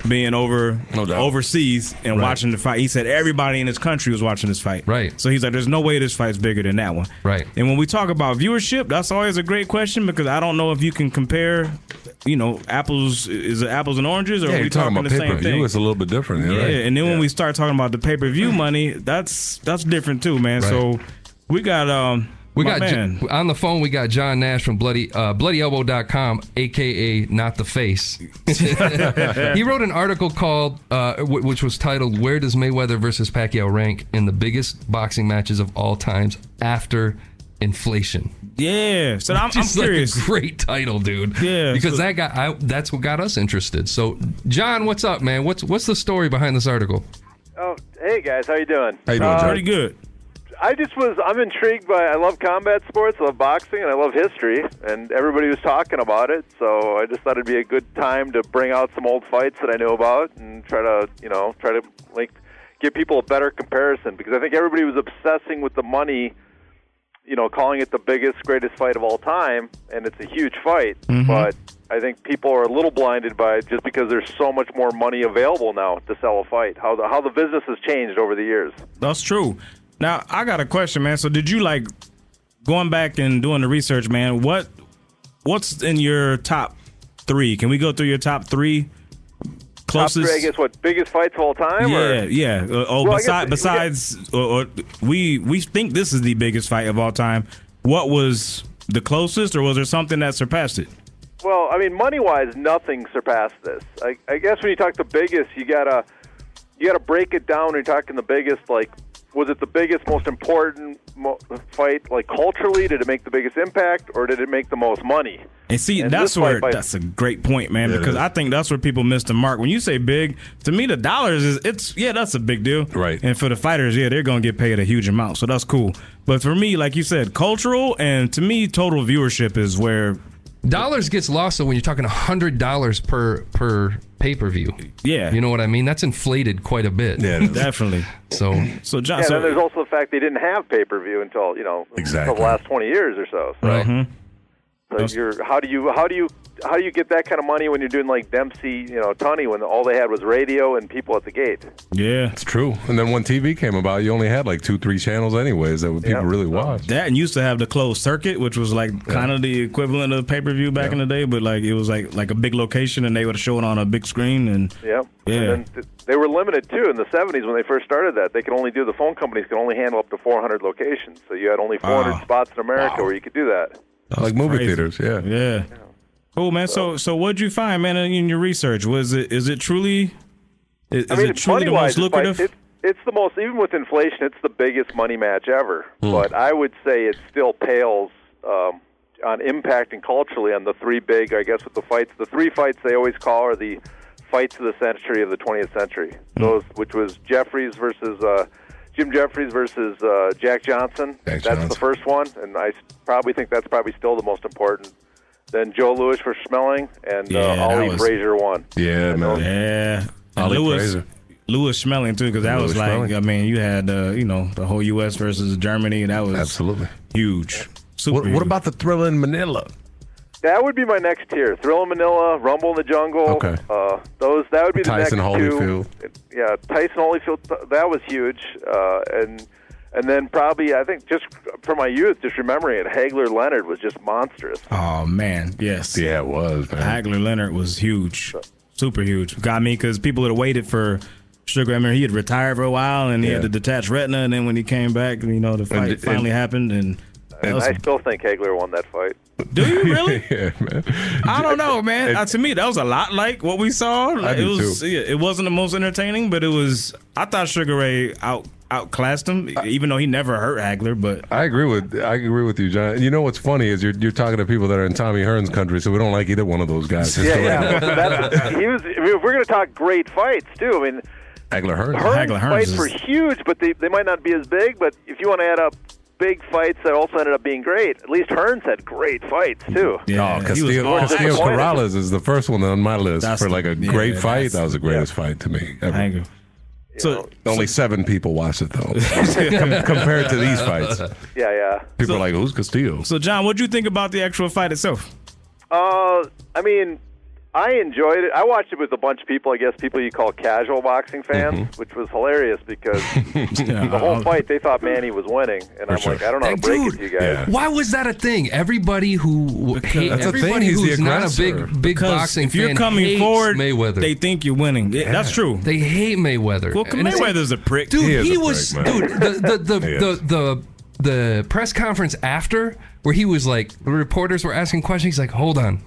being over
No doubt.
overseas and watching the fight. He said everybody in his country was watching this fight.
Right.
So he's like, there's no way this fight's bigger than that one.
Right.
And when we talk about viewership, that's always a great question because I don't know if you can compare, you know, apples is it apples and oranges or
yeah,
are we
you're talking
talking,
about
the
pay per
same thing?
view. It's a little bit different.
Yeah,
Yeah. Right?
and then when
Yeah.
we start talking about the pay per view money, that's that's different too, man.
Mm. Right.
So we got um
we
my
got
man.
Jo- on the phone. We got John Nash from bloody uh, bloodyelbow.com, aka not the face. he wrote an article called, uh, w- which was titled "Where Does Mayweather versus Pacquiao Rank in the Biggest Boxing Matches of All Times After Inflation?"
yeah. So I'm, I'm
Just like
curious.
a great title, dude.
Yeah,
because
so-
that got I, that's what got us interested. So, John, what's up, man? What's what's the story behind this article?
Oh, hey guys, how you doing?
How you doing, Jerry?
Pretty good.
I just was I'm intrigued by I love combat sports, I love boxing, and I love history, and everybody was talking about it, so I just thought it'd be a good time to bring out some old fights that I know about and try to, you know, try to like give people a better comparison because I think everybody was obsessing with the money, you know, calling it the biggest, greatest fight of all time, and it's a huge fight,
Mm-hmm.
but I think people are a little blinded by it just because there's so much more money available now to sell a fight. How the how the business has changed over the years.
That's true. Now I got a question, man. So did you like going back and doing the research, man? What what's in your top three? Can we go through your top three Closest-
Top three, I guess what biggest fights of all time?
yeah,
or?
yeah. Uh, oh,
Well, I
besi-
guess-
besides, or, or we we think this is the biggest fight of all time. What was the closest, or was there something that surpassed it?
Well, I mean, money wise, nothing surpassed this. I, I guess when you talk the biggest, you gotta you gotta break it down. When you're talking the biggest, like was it the biggest, most important mo- fight, like culturally? Did it make the biggest impact, or did it make the most money?
And see,
And
that's
this might
where
bite-
that's a great point, man,
Yeah, it
because
is.
I think that's where people miss the mark. When you say big, to me, the dollars is it's yeah, that's a big deal,
Right.
And for the fighters, yeah, they're gonna get paid a huge amount, so that's cool. But for me, like you said, cultural and to me, total viewership is where
Dollars gets lost though when you're talking hundred dollars per per pay per view.
yeah,
You know what I mean? That's inflated quite a bit.
Yeah, it is.
definitely.
So
So
Yeah,
John,
and
so
then there's also the fact they didn't have pay per view until you know
Exactly.
for the last 20 years or so. So,
right.
so you're how do you how do you how do you get that kind of money when you're doing like Dempsey, you know, Tunney, when all they had was radio and people at the gate?
yeah,
It's true. And then when TV came about, you only had like two, three channels, anyways, that people
Yeah.
really watched.
That and used to have the closed circuit, which was like kind of the equivalent of pay per view back in the day, but like it was like like a big location and they would show it on a big screen and
Yeah.
Yeah.
And then th- they were limited too in the 70s when they first started that. They could only do the phone companies could only handle up to 400 locations. So you had only 400
Ah. Wow.
spots in America where you could do that.
like movie
crazy.
theaters, yeah.
yeah. Cool man. So so what'd you find, man, in your research? Was it is it truly is, is
I mean,
it truly the
money-wise,
most
it's like-
lucrative?
It's, it's the most even with inflation, it's the biggest money match ever.
Hmm.
But I would say it still pales um, on impact and culturally on the three big, I guess, with the fights. The three fights they always call are the fights of the century of the 20th century.
Hmm.
Those, which was Jeffries versus uh, Jim Jeffries versus uh, Jack Johnson. that's
Jack
the
Johnson.
first one, and I s- probably think that's probably still the most important. Then Joe Lewis for Schmeling and
Yeah,
uh,
that
Ollie
was-
Frazier won.
Yeah, man.
yeah. And
Ollie
Lewis
Fraser.
Lewis Schmeling too, because that
Lewis
was like
Schmeling.
I mean, you had uh, you know, the whole US versus Germany, that was
Absolutely.
huge. Super
What, what
huge.
about the thrill in Manila?
That would be my next tier. Thrill in Manila, Rumble in the Jungle.
Okay.
Uh, those that would be the
Tyson
next
Holyfield.
two. Yeah, Tyson Holyfield. th- That was huge. Uh, and and then probably I think just for my youth, just remembering it, Hagler Leonard was just monstrous.
Oh man, yes.
Yeah, it was, man.
Hagler Leonard was huge, super huge. Got me because people had waited for Sugar. I mean, he had retired for a while and he had
Yeah.
the detached retina, and then when he came back, you know, the fight
and-
finally happened. And, that
And
was-
I still think Hagler won that fight.
do you really?
yeah, man.
I don't know, man.
And-
Uh, to me, that was a lot like what we saw. Like,
do
it was, yeah, it wasn't the most entertaining, but it was. I thought Sugar Ray out outclassed him, even though he never hurt Hagler. But
I agree with I agree with you, John. You know what's funny is you're you're talking to people that are in Tommy Hearn's country, so we don't like either one of those guys.
Yeah, yeah. That's, he was. I mean, if we're going to talk great fights too, I mean,
Hagler Hearn.
Hearns
Hagler Hearns
fights
is-
were huge, but they they might not be as big. But if you want to add up big fights that also ended up being great, at least Hearns had great fiights too.
yeah,
Oh,
he was
Castillo,
awesome.
Castillo
Disappointed.
Corrales is the first one on my list
That's
for
the-
like a
yeah,
great fight.
that's-
That was the greatest fight to me. ever.
Hagler. So
Only seven people watched it though, Com- compared to these fights.
Yeah, yeah.
People are like, "Who's Castillo?"
so John, what'd you think about the actual fight itself?
Uh, I mean, I enjoyed it. I watched it with a bunch of people. I guess people you call casual boxing fans,
Mm-hmm.
which was hilarious because the whole fight they thought Manny was winning, and I'm
sure.
like, I don't know how to
Hey,
break
dude.
it to you guys.
Yeah.
Why was that a thing? Everybody who hate,
That's a thing,
everybody
he's the
who's not a
aggressor.
big big
Because
boxing
if you're
fan
coming
hates
forward,
Mayweather.
they think you're winning. Yeah, That's true.
They hate Mayweather.
well,
And it's like-
Mayweather's a prick.
dude.
He
He,
is a
was
prick, man.
dude. The the the,
He
the,
is.
the the press conference after where he was like the reporters were asking questions. He's like, hold on.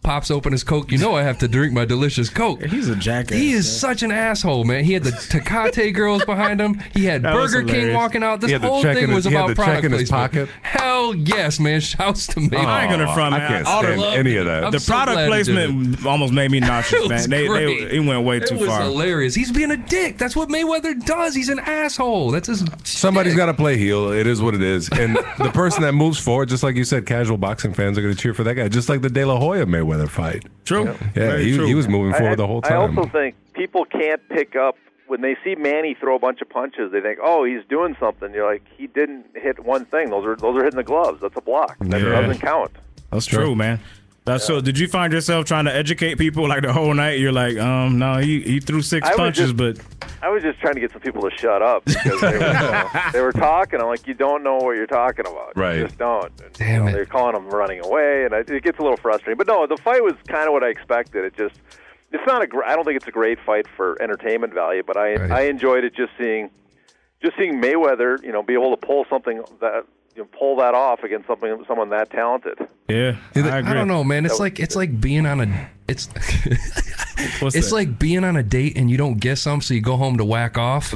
Pops open his coke. You know I have to drink my delicious coke.
He's a jackass,
He is
man.
such an asshole, man. He had the Takate girls behind him. He had
That was
Burger King
hilarious.
walking out. This
He had the
whole
check in
thing
his-
was
he had
about
the check
product
in his
placement.
pocket.
Hell yes, man. Shouts to Mayweather.
Oh, I ain't gonna front,
I
man.
can't
All the
stand
love-
any of that.
I'm
the
so
product
glad he did
placement almost made me nauseous,
It was
man. They, they,
great.
it went way
It
too
was
far.
hilarious. He's being a dick. That's what Mayweather does. He's an asshole. That's his.
Somebody's
shtick.
got to play heel. It is what it is. And the person that moves forward, just like you said, casual boxing fans are going to cheer for that guy. Just like the De La Hoya Mayweather fight.
True.
Yeah,
Very
he,
true.
he was moving
I,
forward the whole
I
time.
also think people can't pick up when they see Manny throw a bunch of punches. They think, oh, he's doing something. You're like, he didn't hit one thing. Those are those are hitting the gloves. That's a block. That
Yeah.
doesn't count.
That's true, man. That's so. Did you find yourself trying to educate people like the whole night? You're like, um, no, he he threw six
I was
punches,
just-
but
I was just trying to get some people to shut up because they were, you know, they were talking. I'm like, you don't know what you're talking about. You
Right.
just don't. And, you
Damn
know,
it.
They're calling them running away, and I, it gets a little frustrating. But no, the fight was kind of what I expected. It just it's not a. Gr- I don't think it's a great fight for entertainment value, but I I enjoyed it just seeing, just seeing Mayweather, you know, be able to pull something that you know, pull that off against something someone that talented.
Yeah, I agree.
I don't know, man. It's
That-
like it's like being on a it's
What's
it's
that?
like being on a date and you don't get some, so you go home to whack off.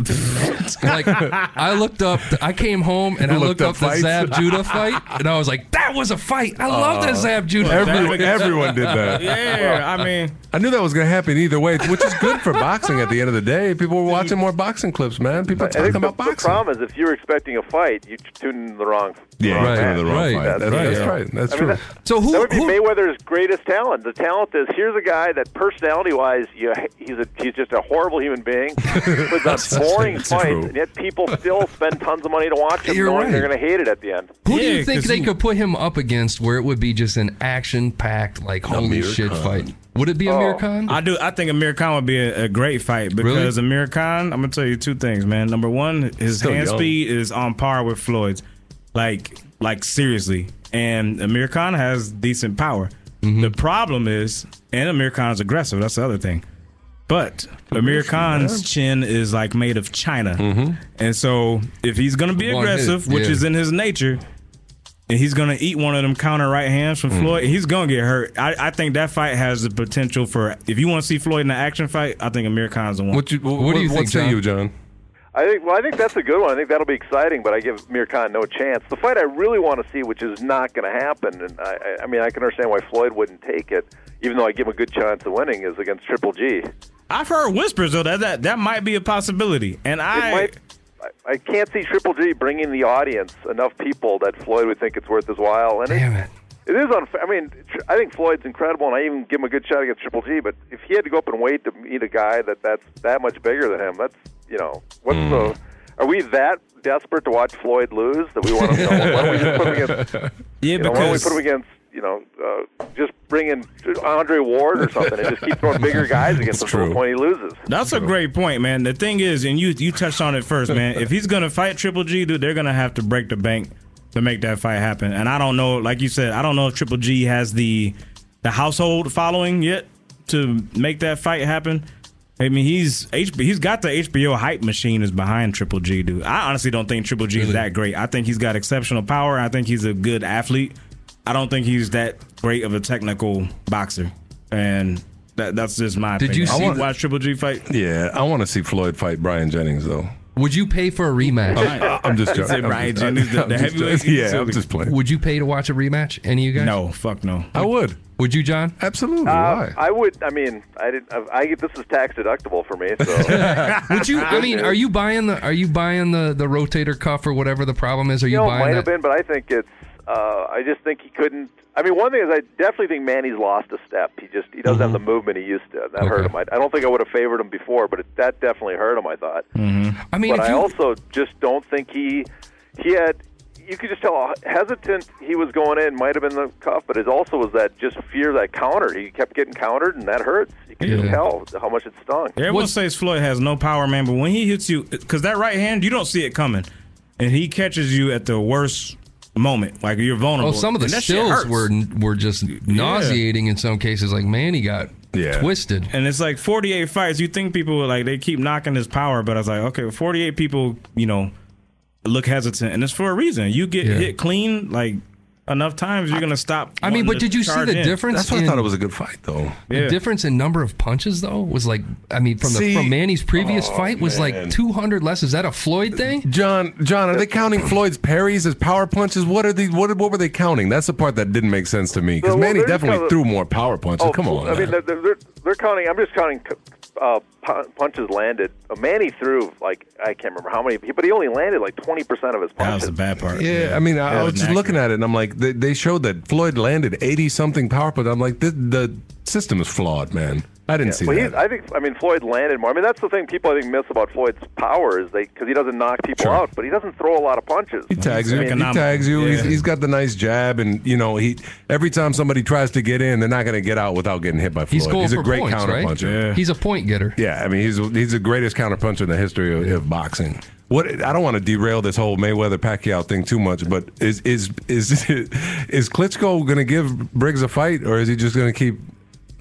like I looked up, I came home and I looked
Looked up
up the
fights.
Zab Judah fight, and I was like, that was a fight. I love that Zab Judah.
Everyone, Oh. everyone did that.
Uh, yeah, I mean,
I knew that was going to happen either way, which is good for boxing at the end of the day. People were watching more boxing clips, man. People
I
talking
think the,
about
the
boxing.
problem is if you're expecting a fight, you tune in the wrong.
Yeah,
wrong
right,
match.
the wrong
Right,
fight.
right,
That's, right.
yeah.
That's right. That's
I mean,
true.
that-
So who,
that would be
who
Mayweather's greatest talent. The talent is here's a guy that personality-wise, you, he's a, he's just a horrible human being. With a boring
that's
fight,
true.
and yet people still spend tons of money to watch him,
You're
knowing they're
right.
going to hate it at the end.
who do
Yeah,
you think
'cause
they
he-
could put him up against where it would be just an action packed like holy shit fight? Would it be
Oh.
Amir Khan?
I do. I think Amir Khan would be a, a great fight because Amir Khan. I'm gonna tell you two things, man. Number one, his
Still
hand
young.
speed is on par with Floyd's, like like seriously. And Amir Khan has decent power.
Mm-hmm.
The problem is, and Amir Khan is aggressive. That's the other thing. But Amir Khan's chin is like made of china,
Mm-hmm.
and so if he's gonna be
One hit,
aggressive, which
yeah.
is in his nature, and he's gonna eat one of them counter right hands
Mm.
from Floyd. He's gonna get hurt. I, I think that fight has the potential for. If you want to see Floyd in an action fight, I think Amir Khan's the one.
What, you, what,
What do you
what
think,
say
John?
you, John?
I think. Well, I think that's a good one. I think that'll be exciting, but I give Amir Khan no chance. The fight I really want to see, which is not going to happen, and I, I- I mean, I can understand why Floyd wouldn't take it, even though I give him a good chance of winning, is against Triple G.
I've heard whispers though that that, that might be a possibility, and
It
I
might. I- I can't see Triple G bringing the audience enough people that Floyd would think it's worth his while. And
Damn it.
It is unfair. I mean, tr- I think Floyd's incredible, and I even give him a good shot against Triple G. But if he had to go up and wait to meet a guy that that's that much bigger than him, that's you know, what's
Hmm.
the? Are we that desperate to watch Floyd lose that we want to? why don't we just put him against?
yeah
You know, why don't we
because
put him against? You know, uh, just bring in Andre Ward or something, and just keep throwing bigger guys against him to
true.
the point he loses.
that's a great point, man. The thing is, and you you touched on it first, man. if he's gonna fight Triple G, dude, they're gonna have to break the bank to make that fight happen. And I don't know, like you said, I don't know if Triple G has the the household following yet to make that fight happen. I mean, he's HB, he's got the HBO hype machine is behind Triple G, dude. I honestly don't think Triple G is that great. I think he's got exceptional power. I think he's a good athlete. I don't think he's that great of a technical boxer, and that, that's just my.
Did you
opinion.
see
I
the-
watch Triple G fight?
Yeah, I want to see Floyd fight Brian Jennings, though.
Would you pay for a rematch?
I'm just joking.
Is it
I'm
Brian
just- I'm
Jennings, the- the
just-
heavyweight?
Yeah, I'm just playing.
Would you pay to watch a rematch? Any of you guys?
No, fuck no.
I would.
Would you, John?
Absolutely.
Uh,
Why?
I would. I mean, I didn't. I, I this is tax deductible for me, so.
Would you? I mean, are you buying the are you buying the the rotator cuff or whatever the problem is? Are you
you know, it might
buying
have
that?
been, but I think it's. Uh, I just think he couldn't. I mean, one thing is, I definitely think Manny's lost a step. He just he doesn't have the movement he used to. and That hurt
Okay.
him. I, I don't think I would have favored him before, but it, that definitely hurt him. I thought,
I mean,
but
if
I
you,
also just don't think he he had. You could just tell how hesitant he was going in. Might have been the cuff, but it also was that just fear that counter. He kept getting countered, and that hurts. You could
Yeah.
just tell how much it stung.
Everyone
What-
says Floyd has no power, man, but when he hits you, because that right hand, you don't see it coming, and he catches you at the worst moment, like you're vulnerable.
oh, some of the
and that shit
stills
hurts.
were were just nauseating in some cases. Like, man, he got
Yeah.
twisted.
And it's like 48 fights. You think people would, like they keep knocking his power, but I was like, okay, 48 people, you know, look hesitant, and it's for a reason. You get
Yeah.
hit clean like enough times, you're gonna stop.
I mean,
wanting
but
to
did you see
charge
the
in.
difference?
That's why I
in-
thought it was a good fight, though.
Yeah.
The difference in number of punches though was like I mean from
See- oh,
the from Manny's previous fight was
man.
like 200 less. Is that a Floyd thing?
John, John, are they counting Floyd's parries as power punches? What are the what? What were they counting? That's the part that didn't make sense to me because
Well,
Manny
they're just
definitely
kinda-
threw more power punches. Come on,
Oh, I mean,
man.
they're, they're, they're counting. I'm just counting uh, pu- punches landed. Uh, Manny threw like I can't remember how many, but he only landed like 20 percent of his
That was
punches.
the bad part.
yeah, I mean, I, I
That
was just
inaccurate.
looking at it and I'm like, they, they showed that Floyd landed eighty something power punches. I'm like, the, the system is flawed, man. I didn't see
But he's,
that.
I think I mean Floyd landed more. I mean that's the thing people I think miss about Floyd's power is they because he doesn't knock people
Sure.
out, but he doesn't throw a lot of punches.
He tags you. He
economical.
tags you. He's,
Yeah.
he's got the nice jab, and you know he. Every time somebody tries to get in, they're not going to get out without getting hit by Floyd.
He's
He's,
going
a
for
great
points,
counter
right?
puncher.
He's a point getter.
Yeah, I mean he's he's the greatest counterpuncher in the history of, of boxing. What I don't want to derail this whole Mayweather Pacquiao thing too much, but is is is is Klitschko going to give Briggs a fight, or is he just going to keep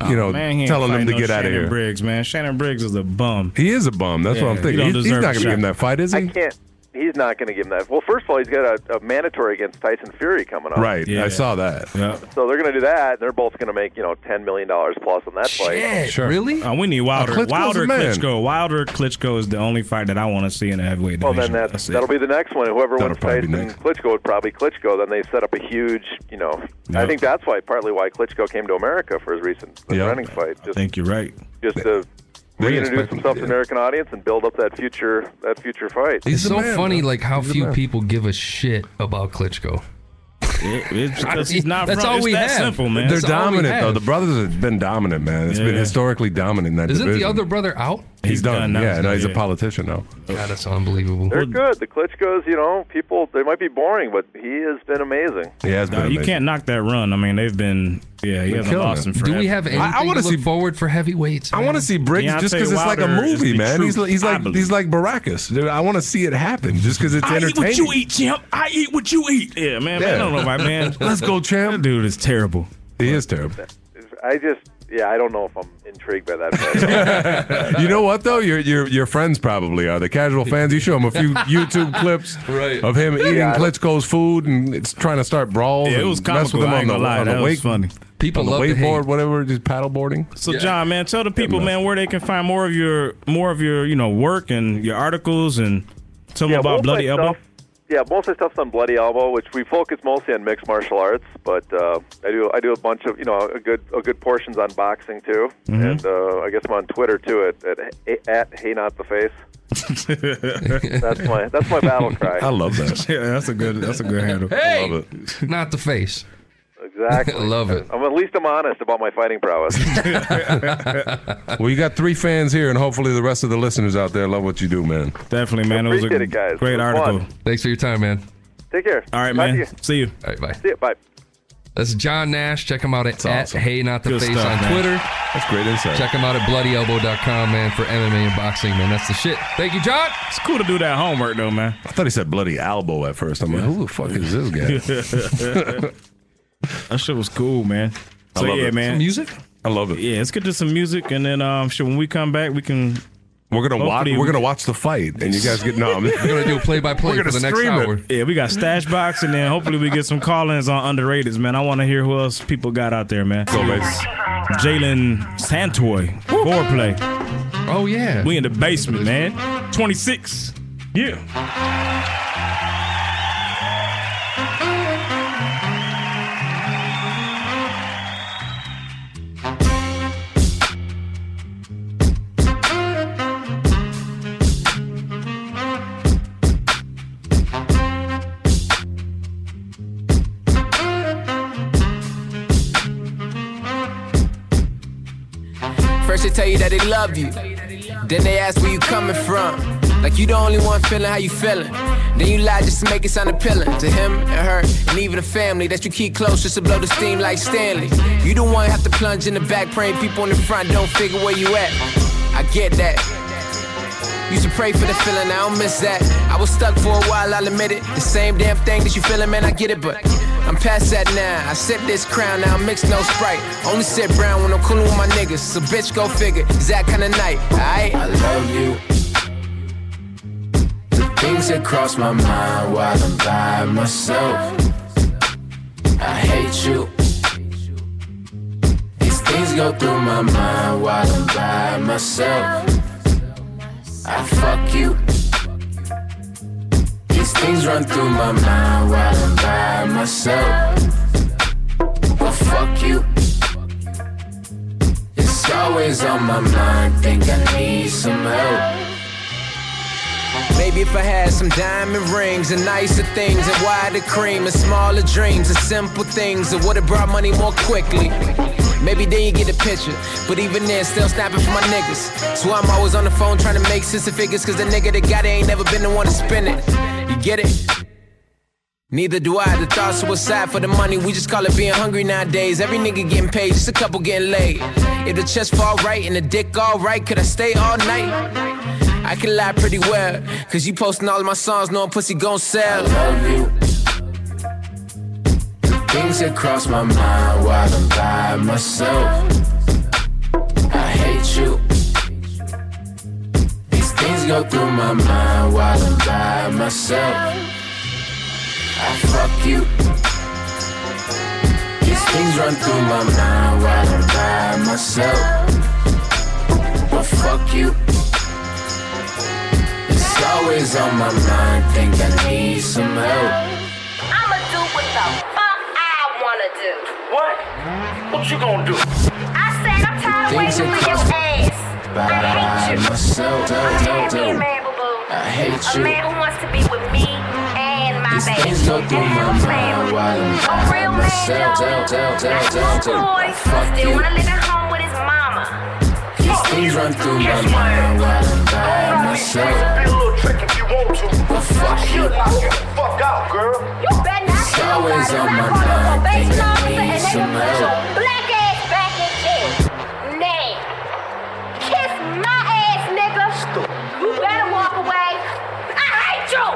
you know,
Oh, man, he ain't
telling them
fighting
Oh, to
no
get out of
Shannon
here.
Briggs, man. Shannon Briggs is a bum.
He is a bum. That's what I'm
Yeah,
thinking.
he don't
He- he's
deserve
not
a
going to give him
shot.
that fight, is he?
I can't. He's not going to give him that. Well, first of all, he's got a, a mandatory against Tyson Fury coming up.
Right.
Yeah.
I saw that.
Yeah.
So they're going to do that. They're both going to make you know ten million dollars plus on that fight.
Shit, really?
Uh, we need Wilder.
Uh, Klitschko's
Wilder
the man.
Klitschko. Wilder Klitschko is the only fight that I want to see in a heavyweight
Oh,
Well,
division.
then that
That's it.
that'll be the next one. Whoever
That'll
wins
probably be
Tyson
next.
Klitschko would probably Klitschko. Then they set up a huge, you know. I
Yep.
think that's why partly why Klitschko came to America for his recent
Yep.
running fight,
I
just
think you're right.
just to
They didn't
reintroduce
expect him to
himself to
do that.
the American audience and build up that future that future fight.
He's
It's
the
so
man,
funny,
though.
like how
He's the
few
man.
people give a shit about Klitschko.
It- it's because he's not
That's
from-
all
it's
we
that
have.
simple, man.
They're
That's all we
dominant, though.
have.
The brothers have been dominant, man. It's been
Yeah.
historically dominant in that
Isn't the
division.
other brother out?
He's,
He's
done.
done now.
yeah, no, he's a
Yeah.
politician now.
God, that's unbelievable.
They're good. The Klitschko's, you know, people they might be boring, but he has been amazing.
He has been.
Uh, you
amazing.
can't knock that run. I mean, they've been yeah, he hasn't
killing it.
lost in forever.
Do we have anything
I- I
to
wanna
look
see-
forward for heavyweights?
I want to see Briggs
Deontay
just because it's like a
Wilder is
movie,
the
man. He's,
truth,
he's
I
like
believe.
he's like Baracus. Dude, I want to see it happen just because it's
I eat
entertaining.
what you eat, champ. I eat what you eat. Yeah, man. man
Yeah.
I don't know, my man.
Let's go,
That
champ.
dude is terrible.
He is terrible.
I just, yeah, I don't know if I'm intrigued by that. fight.
You know what though? Your your your friends probably are the casual fans. You show them a few YouTube clips
Right.
of him eating
Yeah.
Klitschko's food and it's trying to start brawls.
Yeah, it
and
was
mess
comical.
with him
I
on
ain't
the,
gonna lie,
on the
that was
wake-
funny.
People
on the
love to
wakeboard,
hate.
whatever, just paddleboarding.
So
Yeah.
John, man, tell the people, man, where they can find more of your more of your you know work and your articles and tell them about
most of my
Bloody Elbow.
stuff- yeah, most of the stuff's on Bloody Elbow, which we focus mostly on mixed martial arts, but uh, I do I do a bunch of you know a good a good portions on boxing too, and uh, I guess I'm on Twitter too at at, at Hey Not the Face. that's my that's my battle
I
cry.
love that.
Yeah, that's a good that's a good handle.
Hey!
Love it.
Not the face.
Exactly,
Love it.
I'm at least I'm honest about my fighting prowess.
Well, you got three fans here, and hopefully the rest of the listeners out there love what you do, man.
Definitely, man. It was a
Appreciate it, guys.
great
It was
article.
fun.
Thanks for your time, man.
Take care.
Oh. All right,
Talk to
man.
you.
See you.
All right, bye.
See you. Bye.
That's John Nash. Check him out at, at
awesome.
Hey Not the
Good
Face
stuff,
on
man.
Twitter.
That's great insight.
Check him out at bloodyelbow.com, man, for MMA and boxing, man. That's the shit. Thank you, John.
It's cool to do that homework though, man.
I thought he said bloody elbow at first. I'm like, who the fuck is this guy?
That shit was cool, man. So
love
yeah,
it.
man.
Music?
I love it.
Yeah, let's get to some music and then um, shit. When we come back, we can
We're gonna watch.
Hopefully-
We're gonna watch the fight, and you guys get no. I'm-
We're going to do a play by play
We're
for the
gonna
next
stream it.
hour.
Yeah, we got stash box, and then hopefully we get some call-ins on underrateds, man. I want to hear who else people got out there, man.
Go, baby.
Jalen Santoy, foreplay.
Oh, yeah.
We in the basement, man. 26. Yeah.
First they tell you that they love you. Then they ask where you coming from. Like you the only one feeling how you feeling. Then you lie just to make it sound appealing to him and her and even the family that you keep close just to blow the steam like Stanley. You the one have to plunge in the back, praying people in the front don't figure where you at. I get that. Used to pray for the feeling, I don't miss that. I was stuck for a while, I'll admit it. The same damn thing that you feeling, man, I get it, but I'm past that now. I sip this crown, now I mix no sprite. Only sip brown when I'm coolin' with my niggas. So bitch, go figure. It's that kind of night, alright? I love you. The things that cross my mind while I'm by myself. I hate you. These things go through my mind while I'm by myself. I fuck you. These things run through my mind while I'm by myself. But fuck you. It's always on my mind, think I need some help. Maybe if I had some diamond rings and nicer things and wider cream and smaller dreams and simple things, it would've brought money more quickly. Maybe then you get the picture, but even then, still snapping for my niggas. So I'm always on the phone trying to make sense of figures, cause the nigga that got it ain't never been the one to spend it. You get it? Neither do I. The thought suicide for the money. We just call it being hungry nowadays. Every nigga getting paid, just a couple getting laid. If the chest fall right and the dick all right, could I stay all night? I can lie pretty well, cause you posting all of my songs, knowing pussy gon' sell. I love you. The things that cross my mind while I'm by myself.
go through my mind while I'm by myself. I fuck you. These things run through my mind while I'm by myself. But fuck you. It's always on my mind, think I need some help.
I'ma do what the fuck I wanna do. What? What you gonna do? I said I'm tired of
Things
waiting
that
on your
cost-
ass.
By myself,
Can't be a man, boo boo.
I hate
A
you.
man who wants to be with me and my
These
baby.
things go
And
through my
have a plan.
mind while I'm by
A real man
myself. Tell, tell, tell, tell, tell.
boy still wanna live at home with his mama.
These things run through my mind while I'm by myself. But fuck you.
You better not
It's always on my
a
mind.
basement officer
Need
and they
some
can put your
help.
black ass back in jail. Nay. Kiss my ass, nigga. You better walk away. I hate you.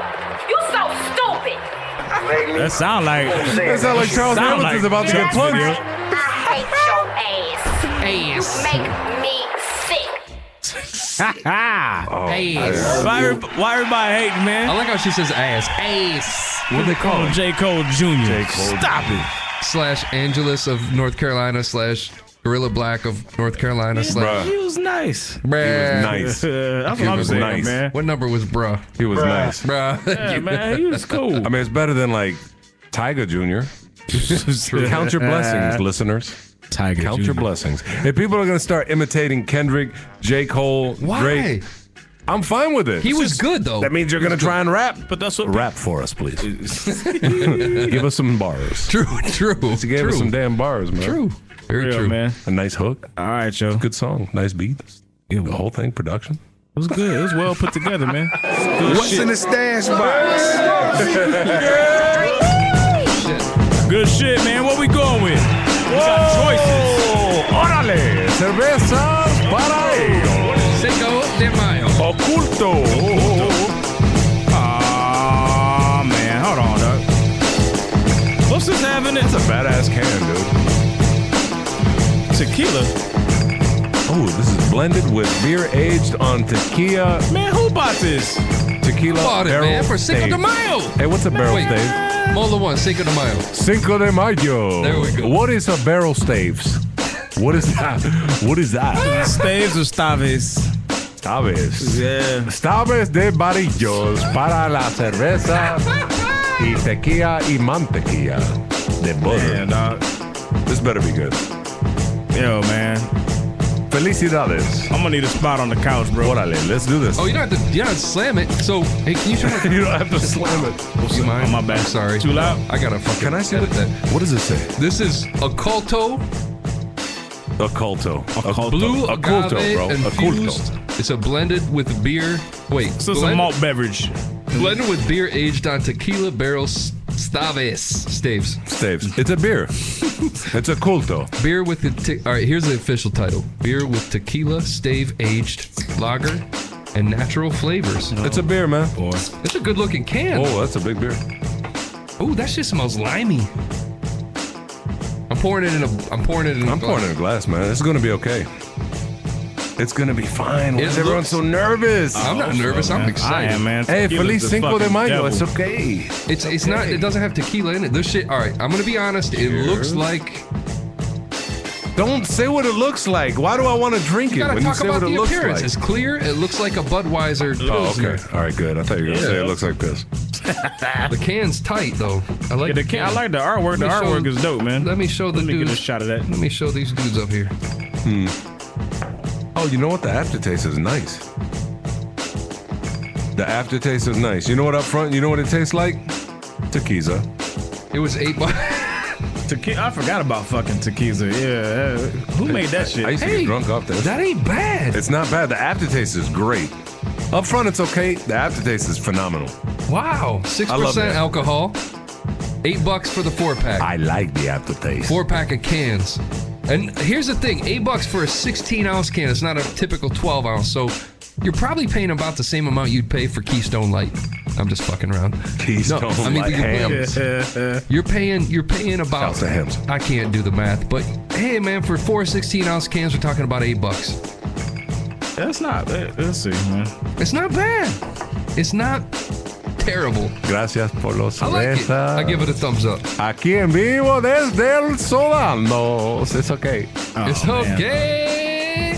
You so stupid.
That sound like
That sound like Charles
sound
Hamilton's about to get
Jackson,
plugged.
yo.
I hate your ass. Ass. You make me sick.
oh,
Ass.
Why, every- why everybody hating, man? I
like how she says ass. Ass.
What they call him? J. Cole Jr. Stop it.
Slash Angelus of North Carolina slash Gorilla Black of North Carolina slash.
He was nice.
Bruh.
nice.
That's
He
what I'm
was
saying,
nice.
man.
What number was bruh?
He was
Bruh.
nice.
Bruh.
Yeah, man, he was cool.
I mean, it's better than like Tiger Jr. Count your blessings, listeners.
Tiger
Count your blessings. If people are going to start imitating Kendrick, J. Cole,
Why?
Drake, I'm fine with it.
He was good though.
That means you're going to try and rap.
But that's what
Rap for us, please. Give us some bars.
True, true.
He gave
true.
us some damn bars, man.
True. Very
real,
true.
man.
A nice hook.
All right, yo.
Good song. Nice beat.
Yeah,
The whole thing, production.
It was good. It was well put together, man.
What's in the stash box?
Good shit, man. What we going with? We got choices.
Órale, cerveza para ellos.
Cinco de Mayo.
Oculto.
Aw, man. Hold on, dog. What's this having? It's
That's a badass can, dude.
tequila.
Oh, this is blended with beer aged on tequila,
Man, who bought this?
tequila
Bought it,
barrel
man, for Cinco de
stage.
Mayo.
Hey, what's a barrel
Wait.
stave?
Mola one, Cinco de Mayo.
Cinco de Mayo.
There we go.
What is a barrel staves? What is that? What is that?
Staves or Staves?
Staves.
Yeah.
Staves de barrillos para la cerveza y tequila y mantequilla de butter.
Man,
uh,
dog.
This better be good.
Yo, man.
Felicidades.
I'm gonna need a spot on the couch, bro.
Órale, let's do this.
Oh, you don't have to. You don't have to slam it. So, hey, can you turn my
You don't have to slam it.
Do you mind?
Oh, my bad.
I'm sorry.
Too loud?
I gotta fucking.
Can I see
edit
that? What does it say?
This is Occulto
Occulto. Occulto.
Blue
Occulto,
Agave
bro.
infused.
Occulto.
It's a blended with beer. Wait,
This is a
blend-
malt beverage.
blended with beer aged on tequila barrels. Staves, staves,
Staves. It's a beer. it's a culto.
beer with the. Te- All right, here's the official title: beer with tequila, stave aged lager, and natural flavors.
It's a beer, man.
It's a good-looking can.
Oh, that's a big beer.
Ooh, that shit smells limey. I'm pouring it in a. I'm pouring it in. a
I'm pouring
glass.
in a glass, man. It's gonna be okay. It's gonna be fine. Why
It
is everyone
looks-
so nervous?
I'm not nervous. I'm
Oh, Man,
excited.
I am, man.
hey,
Tequila's
Feliz
the
Cinco de
fucking
Mayo.
devil.
It's okay.
It's it's not. It doesn't have tequila in it. This shit. All right. I'm gonna be honest. It looks like.
Don't say what it looks like. Why do I want to drink
You
it
gotta
when you
talk
say
about
what it
the
looks
appearance.
like?
It's clear. It looks like a Budweiser
Oh,
Pilsner.
okay. All right, good. I thought you were gonna say
Yeah.
it looks like this.
The can's tight though. I like.
Yeah, the can, I like the artwork. The
Let me show-
artwork is dope, man.
Let me show the
Let me get a
dudes.
shot of that.
Let me show these dudes up here.
Hmm. Oh, you know what? The aftertaste is nice. The aftertaste is nice. You know what up front? You know what it tastes like? Tequila.
It was eight bucks.
Tequila. I forgot about fucking tequila. Yeah. Who made that shit?
I used to
Hey,
get drunk off this.
that ain't bad.
It's not bad. The aftertaste is great. Up front, it's okay. The aftertaste is phenomenal.
Wow. Six
I love
percent
that.
alcohol. Eight bucks for the four pack.
I like the aftertaste.
four pack of cans. And here's the thing: eight bucks for a 16 ounce can. It's not a typical 12 ounce, so you're probably paying about the same amount you'd pay for Keystone Light. I'm just fucking around.
Keystone
No, I mean,
Light
you put-
hams.
Uh,
You're paying. You're paying about.
Shouts to Hams.
I can't do the math, but hey, man, for four 16 ounce cans, we're talking about eight bucks.
That's not bad. Let's see, man.
It's not bad. It's not terrible.
Gracias por los
I like it.
cerveza.
I give it a thumbs up.
Aquí en vivo desde el Solano. It's okay.
it's
Oh,
okay.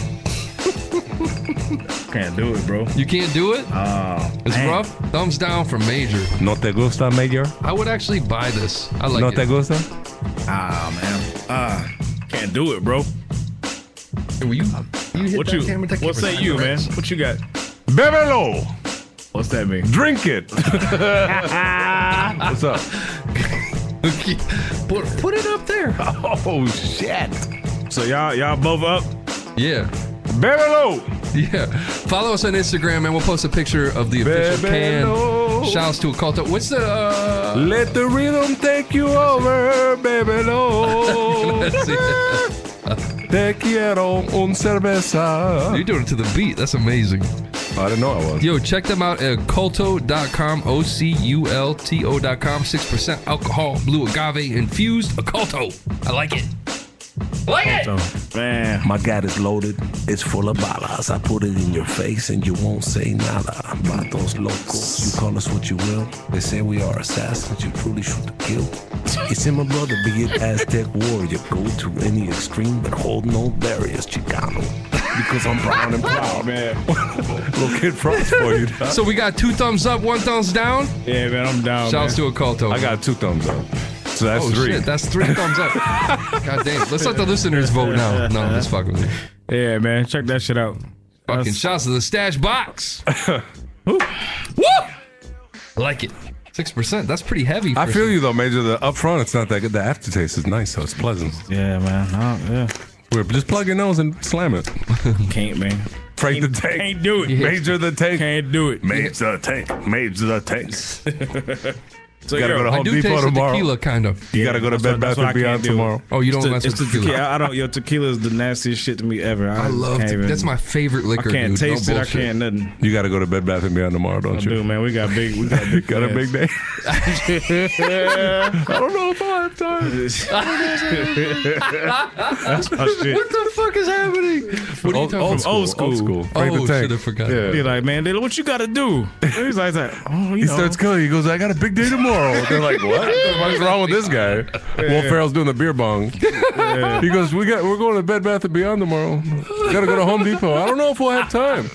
Can't do it, bro.
You can't do it?
Oh,
It's rough. Thumbs down for Major.
No te gusta, Major?
I would actually buy this. I like
no
it.
te gusta?
Ah, man. Ah, can't do it, bro.
Will you? you hit
what
that
you?
camera, that camera.
what say you, man? What you got?
Bebelo.
What's that mean?
Drink it. What's up?
put, put it up there.
Oh shit.
So y'all, y'all both up?
Yeah.
Bebelo.
Yeah. Follow us on Instagram and we'll post a picture of the official
Bebelo.
can. Shouts to Occulto. What's the. Uh,
Let the rhythm take you over, Bebelo.
let's see.
Te quiero un cerveza.
You're doing it to the beat. That's amazing.
I didn't know I was.
Yo, check them out at culto.com, O C U L T O.com. 6% alcohol, blue agave infused. Occulto. I like it. Like it.
Man,
My gat is loaded, it's full of balas. I put it in your face and you won't say nada. Vatos locos, you call us what you will. They say we are assassins, you truly shoot to kill. It's in my brother, be it Aztec warrior. Go to any extreme, but hold no barriers, Chicano. Because I'm proud and proud.
Oh, man.
Little kid props for you. dog.
So we got two thumbs up, one thumbs down.
Yeah, man. I'm down.
Shouts
man.
to Occulto.
I got two thumbs up. So that's
Oh
three.
shit, that's three thumbs up. God damn. Let's let the listeners vote now. No, I'm just fucking with you.
Yeah, man. Check that shit out.
Fucking
That's-
shouts to the stash box. Woo! I like it. Six percent. That's pretty heavy.
I
for-
feel you though, Major. The up front, it's not that good. The aftertaste is nice, so it's pleasant.
Yeah, man. Oh, yeah.
We're just plug your nose and slam it.
Can't, man.
Frank the
Can't,
tank.
can't do it.
Major the tank.
Can't do it.
Major the tank. Major the tank.
So
gotta
yo,
go to
I
Home
do
Depot
taste the
tomorrow.
tequila kind of.
You gotta go to
That's what-
Bed
that's
Bath
what I
and Beyond
can't do.
tomorrow.
Oh, you don't
It's
mess
the- it's
with
the
tequila.
I don't. Yo, tequila is the nastiest shit to me ever. I,
I love
can't
it.
even-
That's my favorite
I
liquor.
can't
dude. No
taste it. I
bullshit.
can't nothing.
You gotta go to Bed Bath and Beyond tomorrow, don't you?
Dude, man, we got big. We got big.
Got a big day. I don't know if I have time.
That's my shit.
What the fuck is happening? What are you
Old-
talking
old
about?
school,
Old school.
Old school. Frank
Oh,
the tank.
should have forgot.
Yeah.
Be like, man, Dilla, what you gotta do? He's like, oh, you
He
know.
starts killing. He goes, "I got a big day tomorrow." They're like, "What? What's wrong with this guy?" Will Ferrell's doing the beer bong. He goes, "We got. We're going to Bed Bath and Beyond tomorrow. Got to go to Home Depot. I don't know if we'll have time."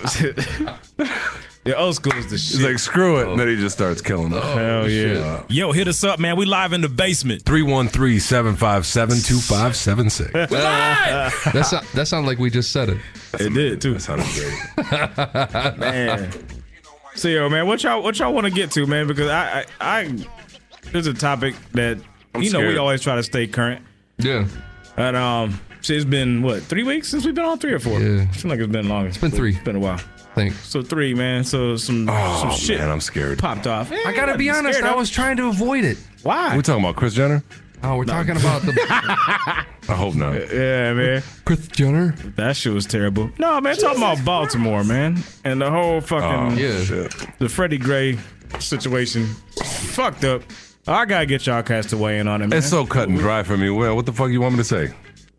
yeah, old school is the shit. Oh.
He's like, "Screw it," and then he just starts killing them.
Oh,
Hell Oh, yeah. Yo, hit us up, man. We live in the basement.
Three one three seven five seven two five seven six.
That's not, that sounds like we just said it.
It did too.
That's how they do it.
Man. So yo, man, what y'all what y'all want to get to, man? Because I I, I there's a topic that you know we
scared.
always try to stay current,
Yeah.
and um, shit, it's been what three weeks since we've been on three or four.
Yeah.
Seems like it's been longer. It's
been three.
It's been a while.
Thanks.
So three, man. So some some
Oh
shit
man, I'm scared.
popped off. Eh,
I gotta be
nothing
honest.
scared
I
of.
was trying to avoid it.
why?
We talking about Chris Jenner?
Oh, we're talking about the
I hope not.
yeah, man.
Chris Jenner.
That shit was terrible. No, man, talking about Baltimore, man, and the whole
Oh,
fucking
Yeah.
Shit.
the Freddie Gray situation. Fucked up. I gotta get y'all cast to weigh in on it, man.
It's so cut and dry for me. Well, what the fuck you want me to say?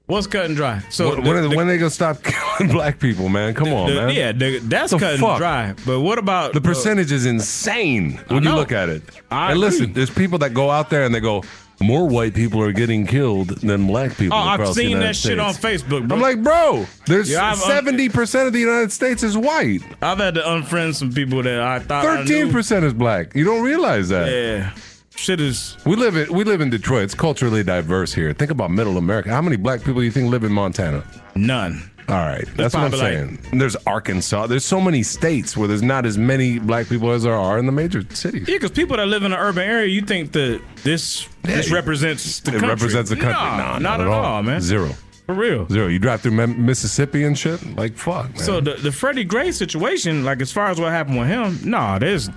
What's cut and dry? So
What-
the-
when, are-
the-
when they gonna stop killing black people, man? Come on,
the-
man.
yeah, the, that's
The
cut
fuck?
and dry. But what about uh,
The percentage is insane when you
know.
look at it.
I
and listen,
agree.
there's people that go out there and they go, more white people are getting killed than black people.
Oh, I've
across the
seen
United
that shit on
States."
Facebook. Bro.
I'm like, bro, there's
Yeah, I've-
seventy percent of the United States is white.
I've had to unfriend some people that I thought I knew.
Thirteen percent is black. You don't realize that.
Yeah, shit is
We live in we live in Detroit. It's culturally diverse here. Think about Middle America. How many black people do you think live in Montana?
none.
All right, that's what I'm
probably like-
saying. there's Arkansas. There's so many states where there's not as many black people as there are in the major cities.
Yeah, because people that live in an urban area, you think that this this represents the
it
country.
represents the country.
No,
Nah,
not, at, all. man.
Zero.
for real.
Zero. You drive through Mem- Mississippi and shit. Like fuck, man.
So the the Freddie Gray situation, like as far as what happened with him, nah, there's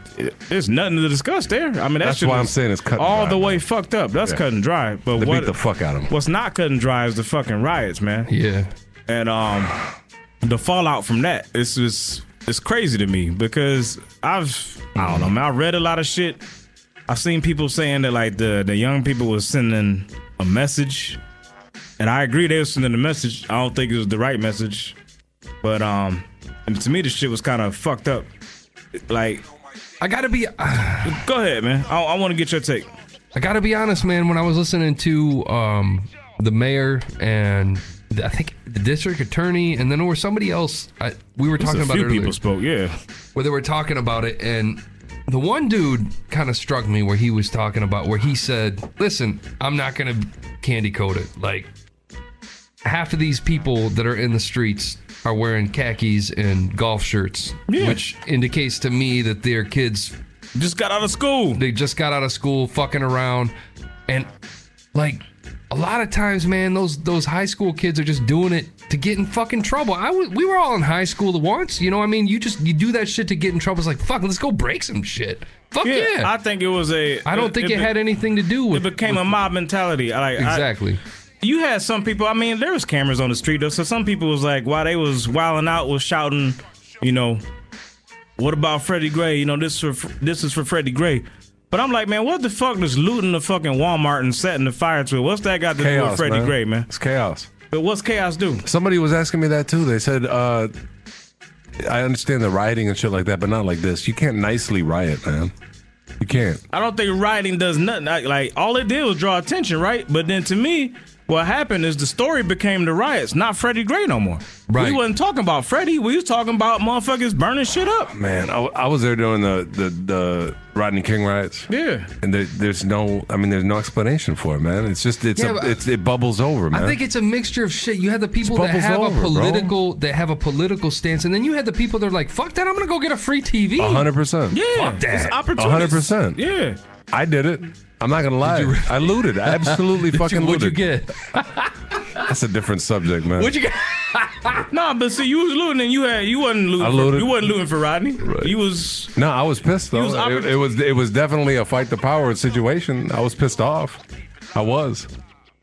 there's nothing to discuss there. I mean, that
That's
shit
why I'm
is
saying it's cut and
all
dry,
the
man.
way fucked up. That's
Yeah.
cut and dry. But
they
what
beat the fuck out of him.
what's not cut and dry is the fucking riots, man.
Yeah.
and um the fallout from that it's just it's crazy to me because I've I don't know man I read a lot of shit I've seen people saying that like the the young people was sending a message and I agree they were sending a message I don't think it was the right message but um And to me, the shit was kind of fucked up. Like, I gotta be.
uh,
go ahead, man. I, I want to get your take.
I gotta be honest, man. When I was listening to um, the mayor and the, I think the district attorney, and then there was somebody else I, we were
There's
talking
a
about
few
earlier.
people spoke, yeah.
Where they were talking about it, and the one dude kind of struck me where he was talking about where he said, "Listen, I'm not gonna candy coat it. Like half of these people that are in the streets are wearing khakis and golf shirts, which indicates to me that their kids
just got out of school.
They just got out of school, fucking around, and like a lot of times, man, those those high school kids are just doing it to get in fucking trouble. I was, we were all in high school at once, you know. what I mean, you just you do that shit to get in trouble. It's like fuck, let's go break some shit. Fuck yeah.
I think it was a.
I don't think it had anything to do with.
It became a mob mentality. I Like I-
Exactly.
you had some people. I mean, there was cameras on the street though, so some people was like, while they was wilding out, was shouting, you know, what about Freddie Gray? You know, this for this is for Freddie Gray. But I'm like, man, what the fuck does looting the fucking Walmart and setting the fire to it? What's that got to do with
Chaos,
Freddie
man.
Gray, man?
It's chaos.
But what's chaos do?
Somebody was asking me that too. They said, uh, I understand the rioting and shit like that, but not like this. You can't nicely riot, man. You can't.
I don't think rioting does nothing. I- like all it did was draw attention, right? But then to me, what happened is the story became the riots, not Freddie Gray no more. Right. We wasn't talking about Freddie. We was talking about motherfuckers burning shit up.
Man, I, I was there during the, the, the Rodney King riots.
Yeah.
And there, there's no, I mean, there's no explanation for it, man. It's just, it's,
Yeah,
a,
but-
it's it bubbles over, man.
I think it's a mixture of shit. You had the people that
bubbles
have
over,
a
bro.
political that have a political stance, and then you had the people that are like, "Fuck that! I'm gonna go get a free TV."
A hundred percent.
Fuck that.
A hundred percent.
Yeah.
I did it. I'm not gonna lie. I looted. I absolutely
Did you-
fucking
what'd you
looted.
get?
That's a different subject, man.
What you got? nah, but see, you was looting and you had you wasn't looting.
I
For,
looted.
you wasn't looting for Rodney. You was
No, I was pissed though.
was
it, it was it was definitely a fight the power situation. I was pissed off. I was.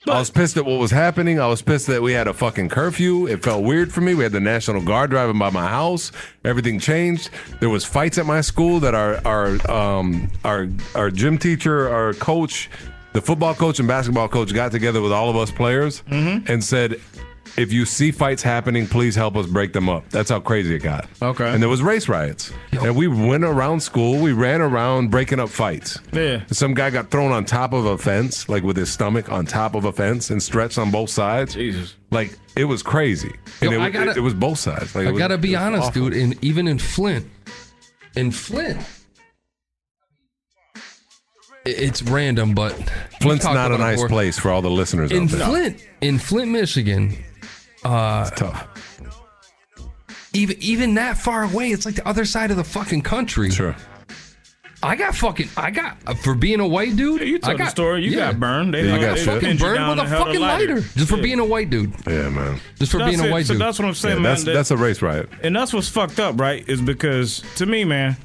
I was pissed at what was happening. I was pissed that we had a fucking curfew. It felt weird for me. We had the National Guard driving by my house. Everything changed. There was fights at my school that our our um our our gym teacher, our coach, the football coach and basketball coach got together with all of us players
Mm-hmm.
and said, "If you see fights happening, please help us break them up." That's how crazy it got.
Okay.
And there was race riots. And we went around school. We ran around breaking up fights.
Yeah.
Some guy got thrown on top of a fence, like with his stomach on top of a fence and stretched on both sides.
Jesus.
Like it was crazy.
Yo,
and it,
I
it-
gotta-
it was both sides. Like, it
I
was-
gotta be
it was
honest,
awful.
dude. And even in Flint, in Flint, i- it's random, but
Flint's not a
an
nice place for all the listeners
In
out there.
Flint, in Flint, Michigan, uh, it's
tough.
Even even that far away, it's like the other side of the fucking country.
Sure.
I got fucking I got uh, for being a white dude.
you
I
told
got,
the story. You
yeah.
got burned. They,
I
they,
got
they
fucking
pinned you
burned
down
with a
and held
fucking lighter just for
Yeah.
being a white dude.
Yeah, man.
Just for
That's
being a
it.
white
So
dude.
that's what I'm saying,
Yeah, that's,
man. that-
that's a race riot.
and that's what's fucked up, right? Is because to me, man,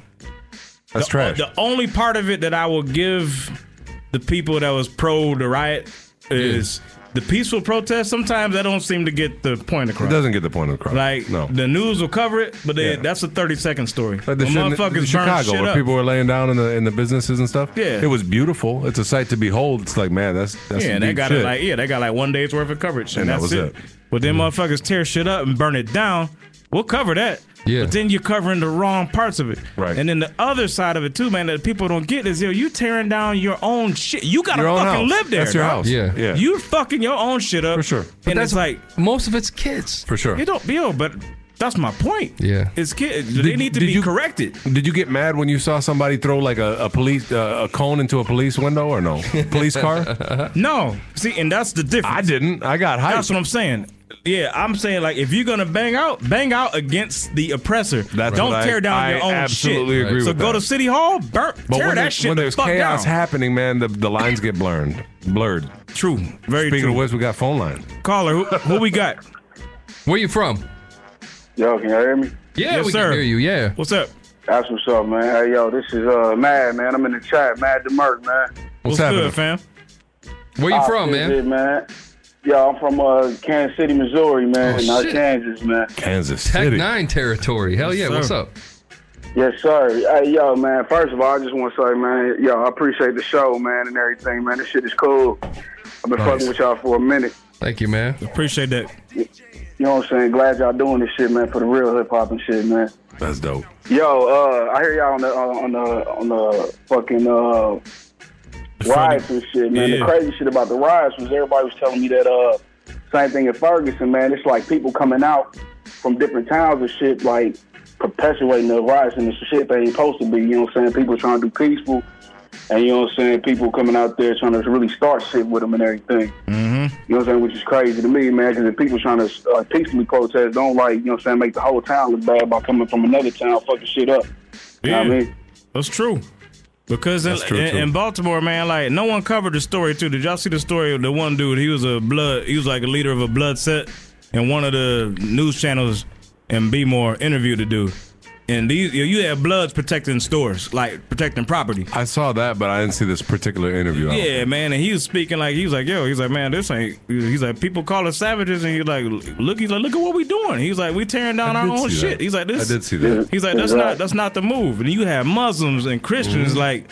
That's
the,
trash.
The only part of it that I will give the people that was pro the riot is the peaceful protest. Sometimes that don't seem to get the point across.
It doesn't get the point across.
Like
no.
the news will cover it, but they,
Yeah.
that's a thirty second story.
Like the
When
shit in-
motherfuckers burn
in Chicago,
shit
where
up.
people were laying down in the in the businesses and stuff.
Yeah.
it was beautiful. It's a sight to behold. It's like, man, that's that's
yeah,
some
they
deep
got
shit.
it like yeah, they got like one day's worth of coverage, and,
And that
that's
was it.
it. But then motherfuckers tear shit up and burn it down. We'll cover that. Yeah. But then you're covering the wrong parts of it. Right. And then the other side of it too, man, that people don't get is yo, you tearing down your own shit. You gotta
Your own
fucking
house.
live there.
That's your
dog.
house. Yeah. Yeah.
You fucking your own shit up. For sure.
But
and
that's
it's like
most of it's kids.
For sure.
it don't yo, but that's my point.
Yeah.
It's kids. They need to be corrected.
Did you get mad when you saw somebody throw like a, a police uh, a cone into a police window or no police car?
no. See, and that's the difference. I
didn't. I got hyped.
That's what I'm saying. Yeah, I'm saying like if you're gonna bang out, bang out against the oppressor.
That's
Don't
what I-
tear down
I
your own
absolutely
shit.
agree
so
with
go
that.
to city hall,
But
burn, tear
when,
that
there's-
shit
when
the
there's
fuck
chaos
down.
happening, man, the, the lines get blurred. Blurred.
True. Very
Speaking
true.
of which, we got phone line.
Caller, who, who we got?
Where you from?
Yo, can you hear me?
Yeah, we can hear you. Yeah.
What's up?
That's what's up, man. Hey, yo, this is uh Mad, man. I'm in the chat, Mad DeMerc, man.
What's,
happening?
good, fam?
Where you
Ah,
from,
shit,
man?
shit, man? Yo, I'm from uh Kansas City, Missouri, man.
Oh,
not
shit.
Kansas, man.
Kansas
Tech Nine territory. Hell yeah.
Yes,
What's
sir.
up?
Yes, sir. Hey, yo, man. First of all, I just want to say, man, yo, I appreciate the show, man, and everything, man. This shit is cool. I've been
Nice.
fucking with y'all for a minute.
Thank you, man.
Appreciate that.
You know what I'm saying? Glad y'all doing this shit, man, for the real hip hop and shit, man.
That's dope.
Yo, uh, I hear y'all on the on the on the fucking uh riots and shit, man.
Yeah.
The crazy shit about the riots was everybody was telling me that uh same thing in Ferguson, man. It's like people coming out from different towns and shit, like perpetuating the riots and the shit they ain't supposed to be. You know what I'm saying? People trying to be peaceful, and you know what I'm saying. People coming out there trying to really start shit with them and everything.
Mm-hmm.
You know what I'm saying? Which is crazy to me, man, because if people trying to uh, peacefully protest, don't like, you know what I'm saying, make the whole town look bad by coming from another town fucking shit up. You know
Yeah,
what I mean?
that's true. Because in,
That's true,
in,
too.
in Baltimore, man, like no one covered the story too. Did y'all see the story of the one dude? He was a blood. He was like a leader of a blood set, and one of the news channels and B more interviewed the dude. And these, you- you had bloods protecting stores, like protecting property.
I saw that, but I didn't see this particular interview.
Yeah, man, and he was speaking like he was like, yo, he's like, man, this ain't. He's like, people call us savages, and he's like, look, he's like, look at what we doing. He's like, we tearing down
I
our
did
own
see
shit.
that.
He's like, this.
I did see that.
He's like, that's
Right.
not that's not the move. And you have Muslims and Christians like,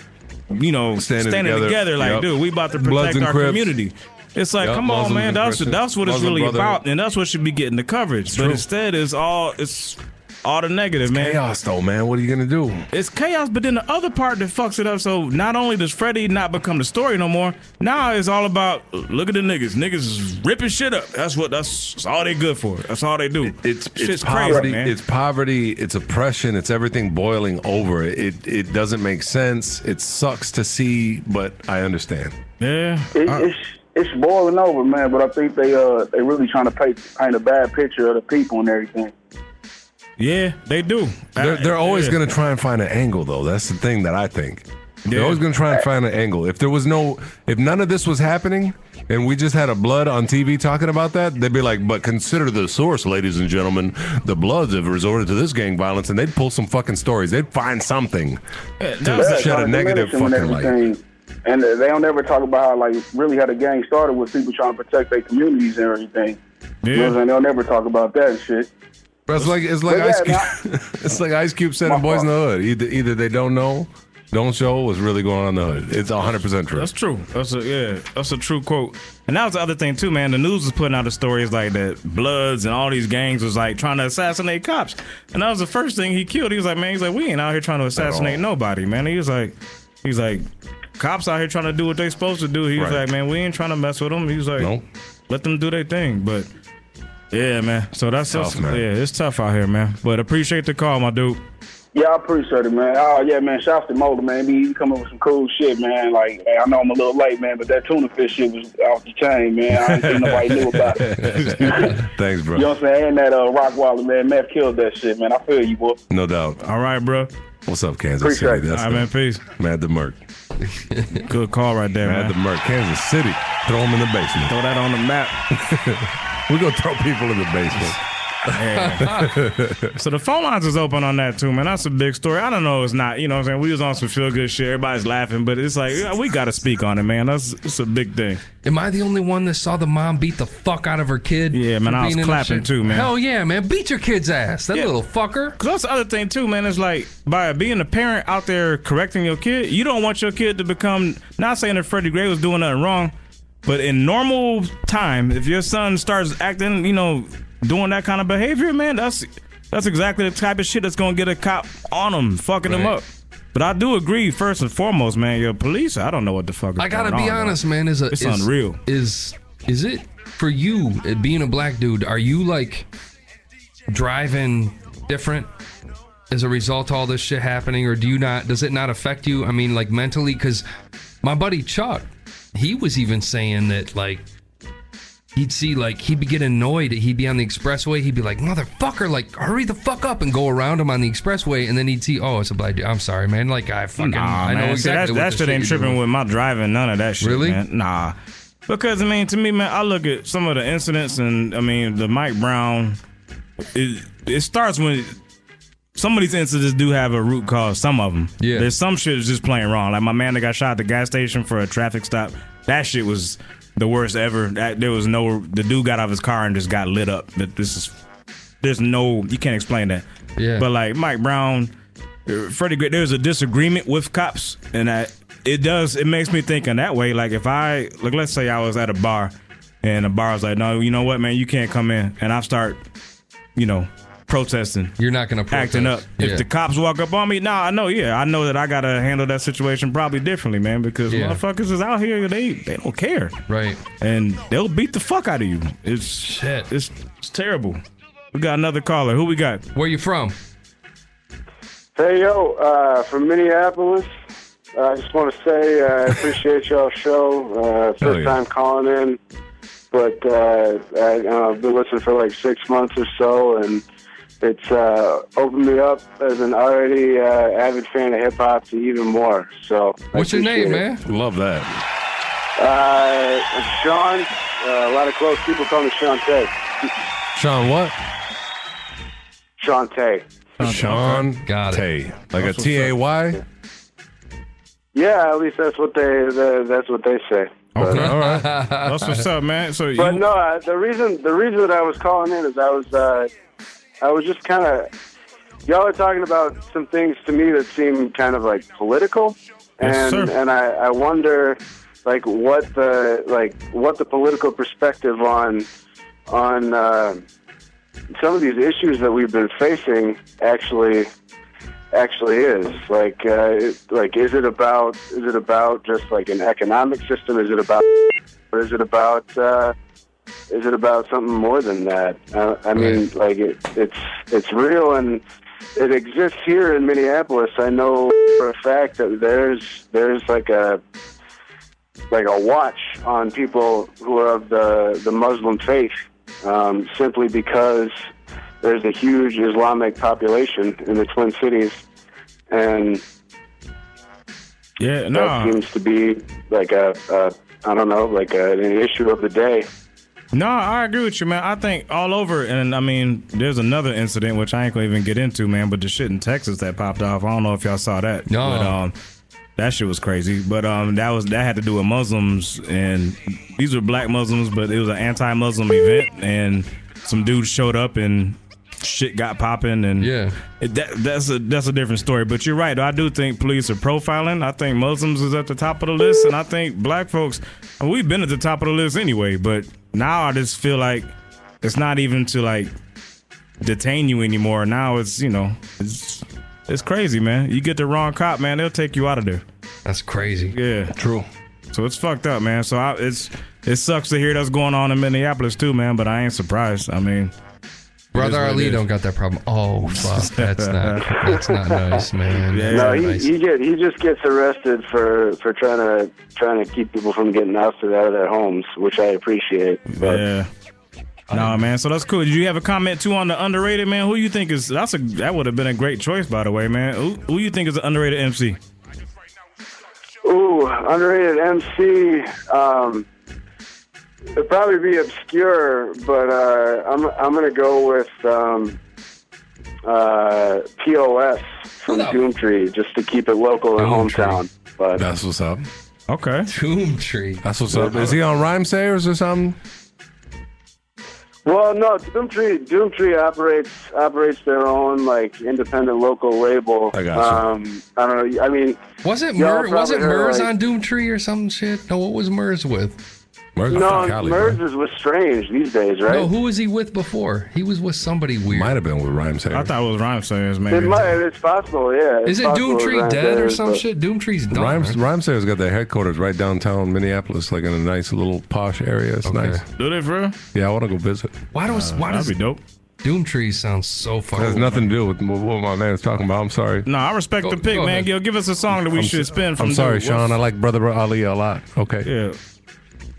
you know, standing, together. like,
Mm-hmm. Yup.
dude, we about to
Bloods
protect
and
our
Crips.
community. It's like,
Yup,
come on,
Muslims
man,
and
that's
Christians.
that's what it's
Muslim
really
Brotherhood.
about, and that's what should be getting the coverage. but
true.
instead, it's all it's all the negative, man.
Chaos, though, man. What are you gonna do?
It's chaos, but then the other part that fucks it up. So not only does Freddie not become the story no more, now it's all about look at the niggas. Niggas is ripping shit up. That's what. That's, that's all they good for. That's all they do. It's
it's poverty. it's poverty. It's oppression. It's everything boiling over. It it doesn't make sense. It sucks to see, but I understand.
Yeah,
It, it's it's boiling over, man. But I think they uh they really trying to paint paint a bad picture of the people and everything.
Yeah, they do.
They're, they're always
yeah.
going to try and find an angle, though. That's the thing that I think. They're always going to try and find an angle. If there was no, if none of this was happening, and we just had a blood on TV talking about that, they'd be like, "But consider the source, ladies and gentlemen. The Bloods have resorted to this gang violence, and they'd pull some fucking stories. They'd find something to
Yeah,
shed
trying
a
to
negative
diminish
fucking
them and
light."
everything. And uh, they don't ever talk about how like really how the gang started with people trying to protect their communities and everything. You know what
Yeah.
I'm saying? They'll never talk about that and shit.
But it's like it's like
But
Ice
yeah,
Cube. it's like Ice Cube said in Boys in the Hood. Either either they don't know, don't show what's really going on in the hood. It's hundred percent true.
That's true. That's a yeah. That's a true quote. And that was the other thing too, man. The news was putting out the stories like that Bloods and all these gangs was like trying to assassinate cops. And that was the first thing he killed. He was like, man, he's like, we ain't out here trying to assassinate nobody, man. He was like, he's like, cops out here trying to do what they supposed to do. He was
Right.
like, man, we ain't trying to mess with them. He was like, let them do their thing. But yeah, man. So that's
Tough,
that's-
man.
yeah, it's tough out here, man. But appreciate the call, my dude.
Yeah, I appreciate it, man. Oh yeah, man. Shouts to Motor, man. He he come up with some cool shit, man. Like man, I know I'm a little late, man, but that tuna fish shit was off the chain, man. I didn't think nobody knew about it.
Thanks,
You know
bro.
what I'm saying? And that uh, Rock Waller, man. Meth killed that shit, man. I feel you, boy.
No doubt.
All right, bro.
What's up, Kansas City?
Appreciate it.
That's
All
right,
the-
man, peace.
Mad the Merc.
Good call right there,
Mad
man.
the Merc. Kansas City. Throw him in the basement.
Throw that on the map.
We're gonna throw people in the basement.
Yeah. so the phone lines is open on that too, man. That's a big story. I don't know, it's not. You know what I'm saying? We was on some feel good shit. Everybody's laughing, but it's like yeah, we got to speak on it, man. That's it's a big thing.
Am I the only one that saw the mom beat the fuck out of her kid? Yeah,
man, I was clapping too, man.
Hell yeah, man. Beat your kid's ass. That little fucker.
Cause that's the other thing too, man. It's like by being a parent out there correcting your kid, you don't want your kid to become. Not saying that Freddie Gray was doing nothing wrong, but in normal time, if your son starts acting, you know, doing that kind of behavior, man, that's that's exactly the type of shit that's gonna get a cop on him, fucking him up. But I do agree, first and foremost, man. Your police, I don't know what the fuck. Is
I gotta
going
be
on, though.
honest, man. Is a
it's
is-
unreal.
Is is it for you uh, being a black dude? Are you like driving different as a result of all this shit happening, or do you not? Does it not affect you? I mean, like mentally, because my buddy Chuck, he was even saying that like. He'd see like he'd be get annoyed. He'd be on the expressway. He'd be like, "Motherfucker! Like, hurry the fuck up and go around him on the expressway." And then he'd see, "Oh, it's a black dude. I'm sorry, man. Like, I fucking
Nah,
I know
man. See,
exactly what
that, that
the
shit ain't
you're
tripping
doing.
with my driving. None of that shit.
Really?
man. Nah. Because I mean, to me, man, I look at some of the incidents, and I mean, the Mike Brown. It, it starts when some of these incidents do have a root cause. Some of them. Yeah. There's some shit is just plain wrong. Like my man that got shot at the gas station for a traffic stop. That shit was the worst ever. That there was no. The dude got out of his car and just got lit up. That this is. There's no. You can't explain that.
Yeah.
But like Mike Brown, uh, Freddie Gray, there's a disagreement with cops, and I, it does. It makes me think in that way. Like if I like, let's say I was at a bar And the bar's like, no, you know what, man, you can't come in. And I start, you know, protesting.
You're not gonna protest.
acting up.
Yeah.
If the cops walk up on me, nah, I know, yeah, I know that I gotta handle that situation probably differently, man, because
Yeah.
motherfuckers is out here, they they don't care,
right?
And they'll beat the fuck out of you. It's shit. It's, it's terrible. We got another caller. Who we got?
Where you from?
Hey yo, uh, from Minneapolis. Uh, I just want to say uh, I appreciate y'all's show. Uh, first time calling in, but uh, I, uh, I've been listening for like six months or so, and it's uh, opened me up as an already uh, avid fan of hip hop to even more. So, I
What's your name,
appreciate
man?
it.
Love that.
Uh, I'm Sean. Uh, a lot of close people call me Sean Tay.
Sean, what?
Sean Tay.
Sean
Got
Tay. Like a T A Y?
Yeah, at least that's what they the, that's what they say.
Okay, all right.
That's what's up, man. So
uh, but
you
no, uh, the reason the reason that I was calling in is I was uh, I was just kind of y'all are talking about some things to me that seem kind of like political,
Yes,
and
sir.
and I, I wonder like what the like what the political perspective on on uh, some of these issues that we've been facing actually actually is like uh, it- like is it about is it about just like an economic system is it about or is it about uh, is it about something more than that uh, I mean like it, it's it's real and it exists here in Minneapolis I know for a fact that there's there's like a like a watch on people who are of the the Muslim faith um, simply because there's a huge Islamic population in the Twin Cities, and
yeah,
that seems to be like a, a I don't know, like a, an issue of the day.
No, I agree with you, man. I think all over, and I mean, there's another incident which I ain't gonna even get into, man. But the shit in Texas that popped off, I don't know if y'all saw that.
No.
but, um, that shit was crazy. But um, that was that had to do with Muslims, and these were black Muslims, but it was an anti-Muslim event, and some dudes showed up and shit got popping, and yeah, it, that, that's a that's a different story. But you're right, I do think police are profiling. I think Muslims is at the top of the list, and I think black folks, and we've been at the top of the list anyway. But now I just feel like it's not even to like detain you anymore. Now it's you know it's it's crazy, man. You get the wrong cop, man, they'll take you out of there.
That's crazy.
Yeah, true. So it's fucked up, man. So I, it's it sucks to hear that's going on in Minneapolis too, man. But I ain't surprised. I mean,
Brother Ali don't got that problem. Oh fuck, that's not that's not nice, man. That's
no,
not
he,
nice.
he get he just gets arrested for for trying to trying to keep people from getting ousted out of their homes, which I appreciate. But
yeah. Nah, man. So that's cool. Did you have a comment too on the underrated man? Who you think is that's a that would have been a great choice, by the way, man. Who, who you think is an underrated MC?
Ooh, underrated MC. Um, it'd probably be obscure, but uh, I'm I'm gonna go with um, uh, POS from Doomtree just to keep it local and hometown. But
that's what's up.
Okay.
Doom tree.
That's what's up. Is he on Rhyme Sayers or something?
Well, no, Doomtree Doomtree operates operates their own like independent local label. I
gotcha.
Um, I don't know. I mean,
Was it
y'all
Mur- was
probably
it
heard,
Murs
like-
on Doom Tree or some shit? No, what was Murs with?
No, Merz is with Strange these days, right?
No, who was he with before? He was with somebody weird.
Might have been with Rhyme Sayers.
I thought it was Rhyme Sayers,
It might, it's possible, yeah. it's
Is it
possible
Doomtree
Ryan
dead or
Sayers,
some
but-
shit? Doomtree's done.
Rhyme,
right?
Rhyme Sayers got their headquarters right downtown Minneapolis, like in a nice little posh area. It's nice.
Do that, bro.
Yeah, I want to go visit.
Why does why does
dope.
Doomtree sounds so
It
far?
has nothing to do with what my man is talking about. I'm sorry.
No, I respect
Go-
the pick,
go
man.
ahead.
Yo, give us a song that we
I'm
should
so-
spin from.
I'm sorry,
dude.
Sean. I like Brother Ali a lot. Okay.
Yeah.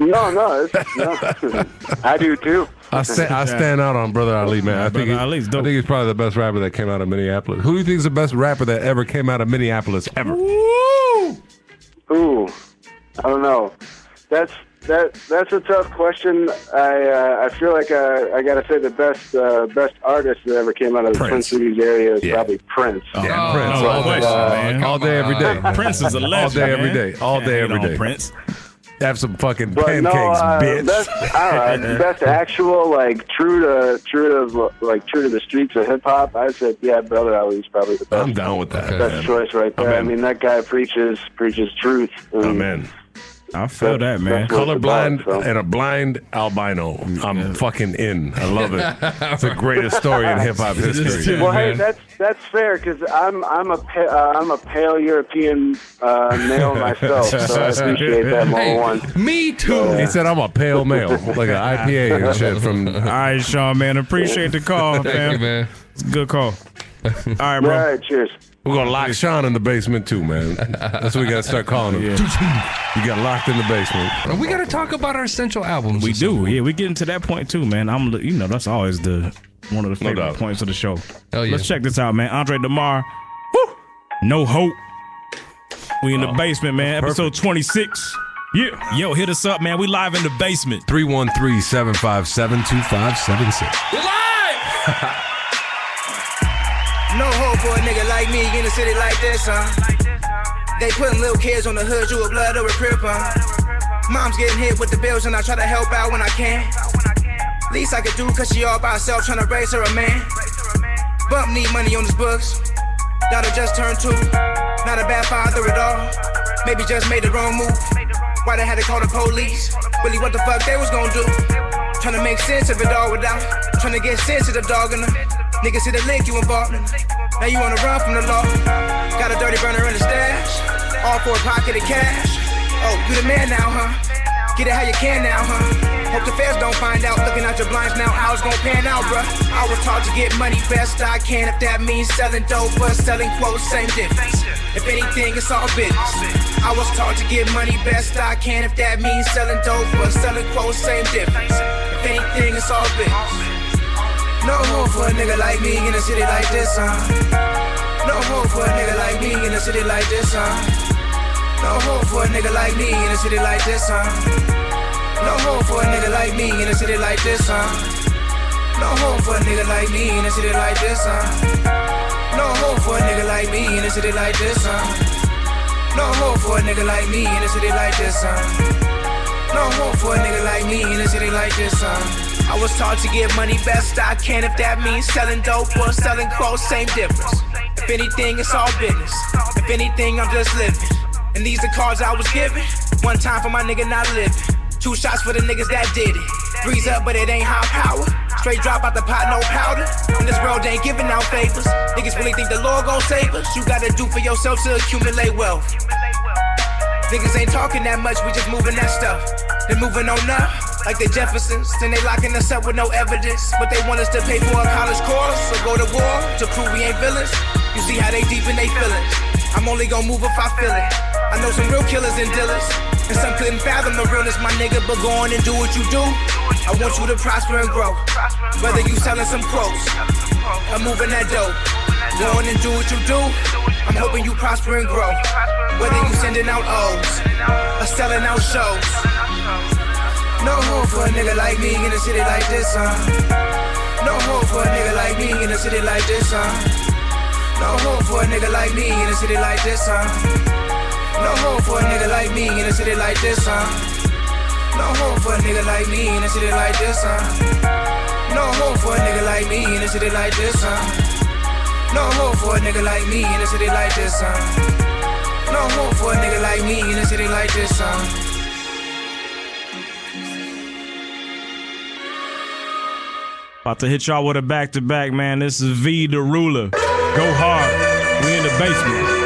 No, no, it's, no. I do too.
I, sta- I stand out on Brother Ali, man. I think, he- I think he's probably the best rapper that came out of Minneapolis. Who do you think is the best rapper that ever came out of Minneapolis ever?
Ooh. Ooh. I don't know. That's that. That's a tough question. I uh, I feel like I, I gotta say the best uh, best artist that ever came out of the Twin Cities area is probably Prince.
Oh,
Yeah, Prince.
no
all, day,
question, man.
all day, every day.
Uh, Prince is a
All
legend,
day, every
man.
day. All day, every day.
Prince.
Have some fucking
But no,
pancakes,
uh,
bitch.
best, all right, best actual like true to true to like true to the streets of hip hop. I said, yeah, brother Ali's probably the best.
I'm down with that.
Best choice right there. I mean, that guy preaches preaches truth. And,
I feel that, man.
Colorblind and a blind albino. I'm fucking in. I love it. It's the greatest story in hip hop history.
Well, hey, that's that's fair because I'm I'm a pa- uh, I'm a pale European uh, male myself, so I appreciate that more
Hey,
one.
Me too.
He said, "I'm a pale male, like an IPA and shit." From
All right, Sean, man. Appreciate the call, man.
Thank you, man.
It's a good call. All right, bro.
cheers.
We're gonna lock Sean in the basement too, man. That's what we gotta start calling him. You got locked in the basement.
We got to talk about our essential albums.
We do, yeah. We getting to that point too, man. I'm, you know, that's always the one of the favorite points of the show.
Oh, yeah.
Let's check this out, man. Andre Demar, woo, no hope. We in the basement, man. Episode 26. Yeah, yo, hit us up, man. We live in the basement.
313-757-2576.
We're live! no hope for a nigga like me in a city like this, huh? They putting little kids on the hood, you a blood or a crip, huh? Mom's getting hit with the bills and I try to help out when I can. Least I could do cause she all by herself trying to raise her a man. Bump need money on his books. Daughter just turned two. Not a bad father at all. Maybe just made the wrong move. Why they had to call the police? Really, what the fuck they was gonna do? Trying to make sense of it all without trying to get sense of the dog in them. Niggas see the link you involved in. Now you on the run from the law. Got a dirty burner in the stash. All for a pocket of cash. Oh, you the man now, huh? Get it how you can now, huh? Hope the feds don't find out. Looking out your blinds now, I was gonna pan out, bruh. I was taught to get money best I can. If that means selling dope or selling quotes, same difference. If anything, it's all business. I was taught to get money best I can. If that means selling dope or selling quotes, same difference. If anything, it's all business. No hope for a nigga like me in a city like this, huh? No hope for a nigga like me in a city like this, huh? No hope for a nigga like me in a city like this, huh? No hope for a nigga like me in a city like this, huh? No hope for a nigga like me in a city like this, huh? No hope for a nigga like me in a city like this, huh? No hope for a nigga like me in a city like this, huh? No hope for a nigga like me in a city like this, huh? I was taught to get money best I can if that means selling dope or selling clothes, same difference. If anything, it's all business. If anything, I'm just living. And these the cards I was given. One time for my nigga not living. Two shots for the niggas that did it. Breeze up, but it ain't high power. Straight drop out the pot, no powder. In this world, they ain't giving out favors. Niggas really think the Lord gon' save us. You gotta do for yourself to accumulate wealth. Niggas ain't talking that much, we just moving that stuff. They moving on up, like the Jeffersons. Then they locking us up with no evidence. But they want us to pay for a college course or go to war to prove we ain't villains. You see how they deep in they feelings. I'm only gonna move if I feel it. I know some real killers and dealers, and some couldn't fathom the realness, my nigga. But go on and do what you do. I want you to prosper and grow. Whether you selling some clothes or moving that dope, go on and do what you do. I'm hoping you prosper and grow. Whether you sending out O's or selling out shows. No hope for a nigga like me in a city like this, huh? No hope for a nigga like me in a city like this, huh? No hope for a nigga like me in a city like this, huh? No hope for a nigga like me in a city like this, huh? No hope for a nigga like me in a city like this, huh? No hope for a nigga like me in a city like this, huh? No hope for a nigga like me in a city like this, huh? No hope for a nigga like me in a city like this, huh?
About to hit y'all with a back to back, man. This is V the Ruler. Go hard. We in the basement.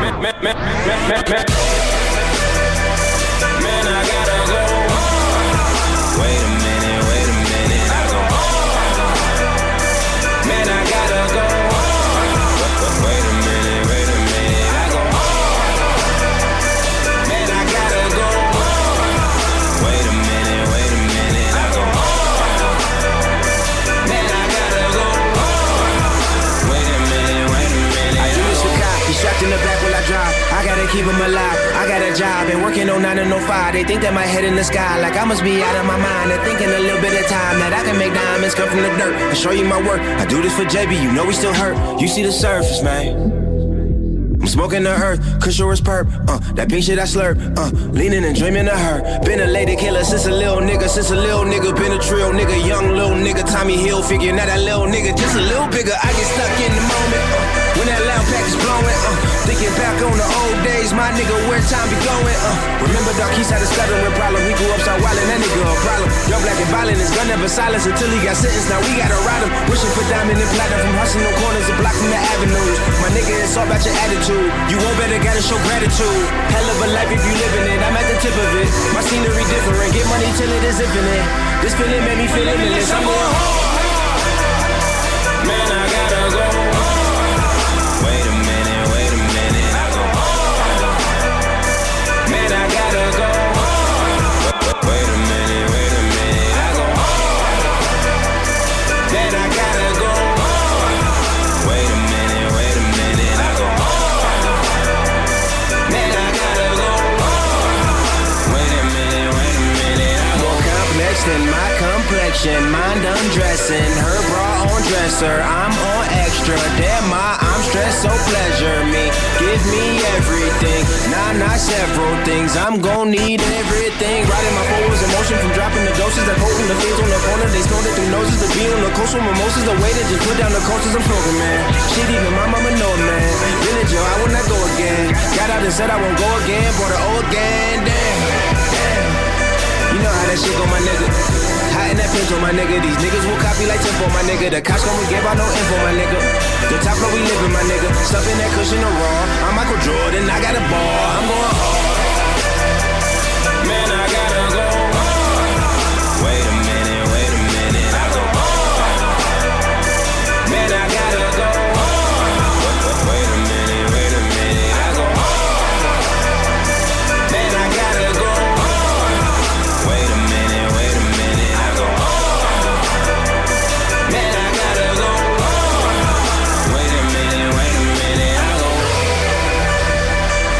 Man, man, man, man, man. Man, I gotta go hard. Wait a minute, wait a minute. I go hard. Man, I gotta go hard. Wait, wait, wait a minute, wait a minute. I go hard. Man, I gotta go hard. Wait a minute, wait a minute. I go hard. Man, I gotta go hard. Wait a minute, wait a minute. I
Trapped in the back while I drive. I gotta keep 'em alive. I got a job and working on 9 and no 5. They think that my head in the sky, like I must be out of my mind. I think in a little bit of time that I can make diamonds come from the dirt. I show you my work. I do this for JB, you know we still hurt. You see the surface, man. I'm smoking the earth, Kushner is perp. Uh, that pink shit I slurp. Uh, leaning and dreaming of her. Been a lady killer since a little nigga, since a little nigga. Been a trill nigga, young little nigga. Tommy Hill figure, now that little nigga just a little bigger. I get stuck in the moment. Uh, when that loud pack is blowing. Uh, thinking back on the old days, my nigga, where time be going? Uh, remember Dark East had a stuttering problem. We grew up, start wildin', that nigga a problem. Young black and violent, his gun never silenced until he got sentenced. Now we gotta ride him. Wishing for diamond and platinum from hustling on corners and blocking the avenues. My nigga, it's all about your attitude. You won't better gotta show gratitude. Hell of a life if you living it. I'm at the tip of it. My scenery different. Get money till it is infinite. This feeling made me feel limitless. I'm going home. Man, I gotta go home. Wait a minute, wait a minute. I go home. Man, I gotta go home. Wait- Wait a minute, wait a minute. I go home. Man, I gotta go home. Wait a minute, wait a minute. I go home. Man, I gotta go home. Wait a minute, wait a minute. I'm more complex than my complexion. Mind undressing, her bra on dresser. I'm on extra. Damn, I, I'm stressed, so pleasure me. Give me everything. Nah, not several things. I'm gon' need everything. Riding my forwards in motion from dropping the doses. That holding the things on the corner. They snowed it through noses. The beat on the coastal mimosas. The way that just put down the coasters. I'm smoking, man. Shit, even my mama know, man. Been in jail, I will not go again. Got out and said I won't go again. Bought an old gang, damn. damn. You know how that shit go, my nigga. Hot in that pinch on my nigga. These niggas will copy like tempo, my nigga. The cops gon' give out no info, my nigga. The top floor we livin', my nigga. Stuff in that cushion or raw. I'm Michael Jordan, I got a ball. I'm going hard. Man, I gotta go hard. Wait a minute, wait a minute. I go hard. Man, I gotta go hard. Wait, wait, wait a minute, wait a minute. I go hard. Man, I gotta go hard. Wait a minute, wait a minute, I go hard. Man, I gotta go hard. Wait a minute, wait a minute,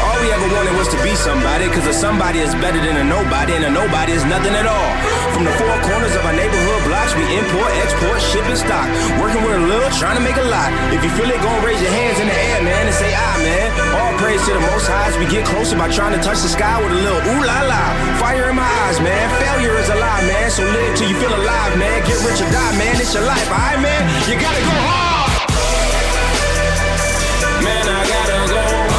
I go all we ever wanted was to be somebody, cause a somebody is better than a nobody, and a nobody is nothing at all. From the four corners of our neighborhood blocks, we import, export, ship, and stock. Working with a little, trying to make a lot. If you feel it, gon' raise your hands in the air, man, and say, ah, man. All praise to the most high as we get closer by trying to touch the sky with a little ooh la la. Fire in my eyes, man. Failure is a lie, man. So live till you feel alive, man. Get rich or die, man. It's your life, alright, man? You gotta go hard. Man, I gotta go hard.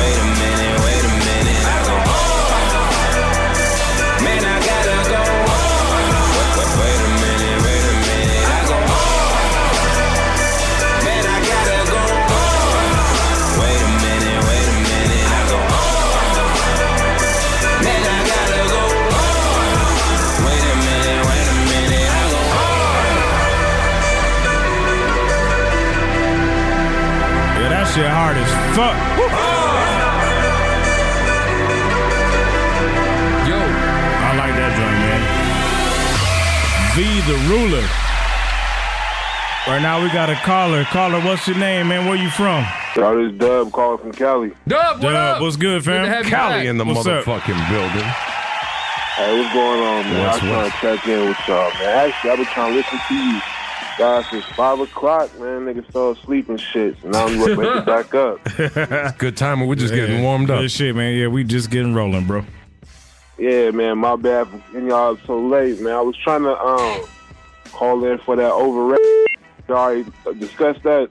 Wait a minute, wait a minute, I go hard. Man, I gotta go hard. Wait, wait, wait a minute, wait a minute, I go hard. Man, I gotta go hard. Wait a minute, wait a minute, I go hard. Man, I gotta go hard. Wait a minute, wait a minute, I go hard.
Yeah, that shit hard as fuck. Woo. Yo, I like that joint, man. V the ruler. Right now we got a caller. Caller, what's your name, man? Where you from?
Y'all, this Dub calling from Cali.
Dub,
what up? What's good, fam?
Cali in the
What's up?
motherfucking building.
Hey, what's going on, man?
What's
I'm trying to check in with y'all, man. Actually, I've been trying to listen to you guys since 5 o'clock, man. Niggas fell asleep and shit. So now I'm waking it back up.
Good timing. We're just getting warmed up.
Good shit, man. Yeah, we just getting rolling, bro.
Yeah, man, my bad for getting y'all up so late, man. I was trying to um call in for that overrated. Y'all already discussed that.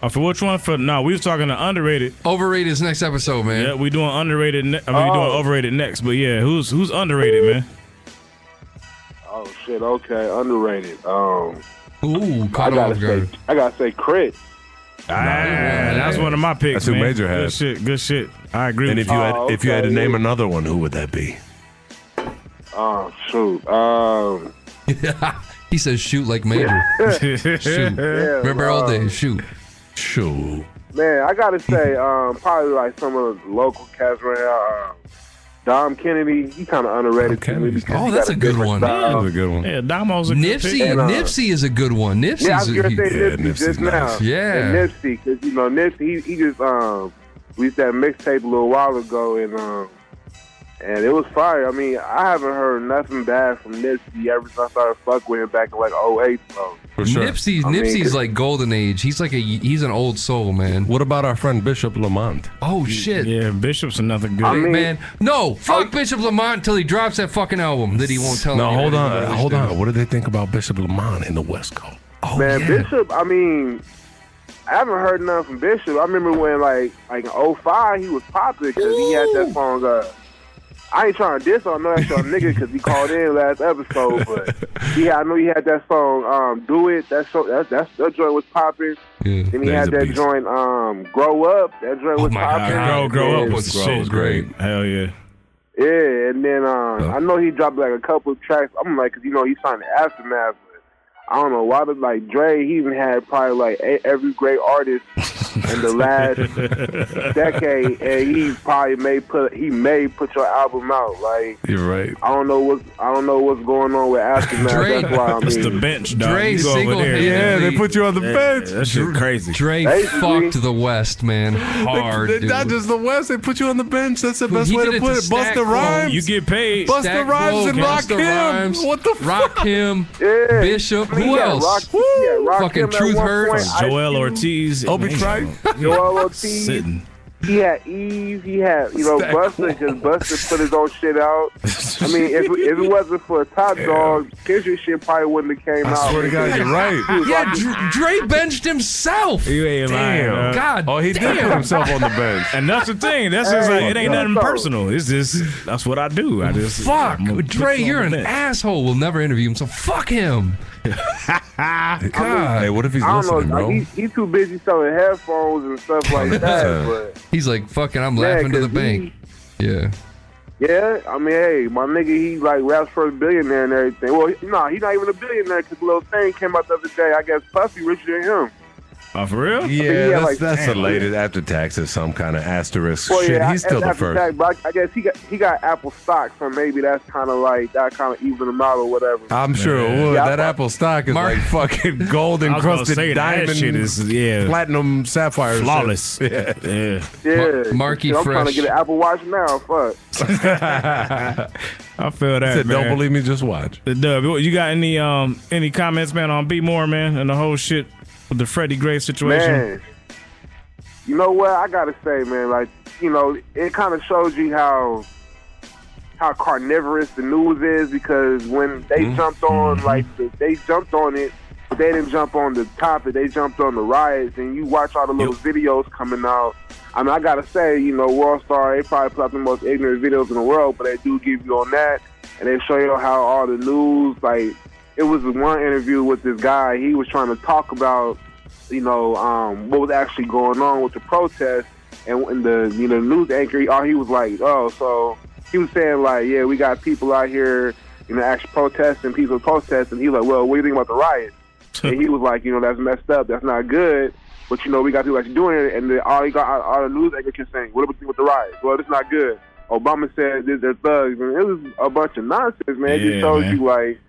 Uh, for which one? For no, we was talking to underrated.
Overrated is next episode, man.
Yeah, we doing underrated. Ne- I mean, we doing
Oh.
overrated next. But yeah, who's who's underrated, man?
Oh shit, okay, underrated. Um,
Ooh,
I gotta say, I gotta say, crit.
Yeah, Ah, that's one of my picks.
That's who
man.
Major
Good
has.
shit. Good shit. I agree.
And
with
if you
you.
had if you had to name another one, who would that be?
Oh shoot. Um,
he says shoot like major. shoot.
Yeah,
Remember all
wow.
day. Shoot. Shoot.
man, I gotta say, um, probably like some of the local cats right now. Um, Dom Kennedy, he kind of underrated. to me because
Oh,
he
that's
got
a good
different
one.
style.
Yeah, Damo's a
Nipsey.
good pick.
Nipsey is a good one. Nipsey's
yeah, I was gonna
a,
say
he-
Nipsey just now.
Yeah.
and Nipsey, because you know Nipsey, he, he just um, we used to have mixtape a little while ago, and um, and it was fire. I mean, I haven't heard nothing bad from Nipsey ever since I started fuck with him back in like 08. So.
Nipsey,
I mean,
Nipsey's like golden age. He's like a he's an old soul, man. What about our friend Bishop Lamont? Oh shit!
Yeah, Bishop's another good
Hey, man. No, fuck Bishop Lamont until he drops that fucking album that he won't tell.
No,
anybody
hold on,
about.
hold on. What do they think about Bishop Lamont in the West Coast?
Oh,
man, Bishop, I mean, I haven't heard nothing from Bishop. I remember when, like, like in 05, he was popping because he had that song, uh, I ain't trying to diss on no extra nigga because he called in last episode, but yeah, I know he had that song, um, Do It. That, so, that, that, that joint was popping. then he
that
had
is a
that
beast. Oh
joint, um, Grow Up. That joint was popping.
Grow, grow up
Yeah.
was shit. Great. Hell yeah.
Yeah, and then um, I know he dropped like a couple of tracks. I'm like, 'cause, you know, he signed to Aftermath. But I don't know why, but like Dre, he even had probably like e every great artist in the last decade, and he probably may put he may put your album out. Like
You're right.
I don't know what's I don't know what's going on with Aftermath. That's why I mean,
It's the bench, dog. You go over there. Yeah, That shit crazy.
Dre fucked the West, man, hard.
They- they-
dude.
not just the West. They put you on the bench. That's the
Dude,
best
he
way
did
to
it
put
to
it. Busta
Stack
Rhymes.
You get
paid.
Busta
Stack
Rhymes
Low,
and Rock
Busta
Him.
Rhymes,
What the fuck?
Rock Him, Bishop. Who
Yeah,
else?
Rock-
Fucking Truth Hurt.
Joel Ortiz.
Obi
Man,
Trice.
Joel Ortiz.
Sitting.
He had Eve. He had you know
Stack
Buster because Buster put his own shit out. I mean, if, if it wasn't for Top Dog, Kendrick shit probably wouldn't have came out. He was
yeah,
rocking-
Dr- Dre benched himself.
You ain't
Damn.
lying.
God
Oh, he did
damn.
put himself on the bench.
And that's the thing. That's just
Hey,
like it ain't
that's
nothing
all.
personal. It's just that's what I do. I just
Fuck,
I'm gonna put
Dre,
you on
you're
the
an
bench.
asshole. We'll never interview him, so fuck him. God.
Hey, what if he's
I don't
listening,
know.
bro?
Like, he's he too busy selling headphones and stuff like that. but
He's like, fucking, I'm
Yeah,
laughing to the
'cause
bank. Yeah.
yeah, I mean, hey, my nigga, he like raps for a billionaire and everything. Well, nah, he's not even a billionaire because little thing came out the other day. I guess Puffy richer than him.
Oh, for real?
Yeah,
Yeah, that's,
like,
that's
damn.
related after taxes, some kind of asterisk.
Well,
Shit,
yeah,
he's
I-
still the
after
first.
that, but I I guess he got he got Apple stock, so maybe that's kind of like that kind of even them out or whatever.
I'm sure it would.
Yeah, I
that
thought-
Apple stock is
Mark-
like fucking gold
I was gonna
encrusted
say, that
diamond.
shit is- yeah.
platinum sapphire. shit.
Flawless.
Yeah.
Yeah.
Yeah,
Marky
shit, I'm trying to
Fresh.
get an Apple Watch now. Fuck.
I feel that.
Said,
man.
"Don't believe me, just watch."
The dub. You got any um any comments, man, on B Moore, man, and the whole shit with the Freddie Gray situation?
Man, you know what? I gotta say, man, like you know, it kind of shows you how how carnivorous the news is because when they jumped on, like the, they jumped on it, but they didn't jump on the topic. They jumped on the riots, and you watch all the little videos coming out. I mean, I gotta say, you know, World Star, they probably put out the most ignorant videos in the world, but they do give you on that, and they show you how all the news, like, it was one interview with this guy. He was trying to talk about you know, um, what was actually going on with the protest. And when the you know news anchor, all he was like, oh, so he was saying like, yeah, we got people out here, you know, actually protesting, people protesting. He was like, well, what do you think about the riots? and he was like, you know, that's messed up, that's not good. But you know, we got people actually doing it. And then all he got, all the news anchor kept saying, what do we think with the riots? Well, it's not good. Obama said that they're thugs, and it was a bunch of nonsense, man. it
Yeah,
just shows
man.
you like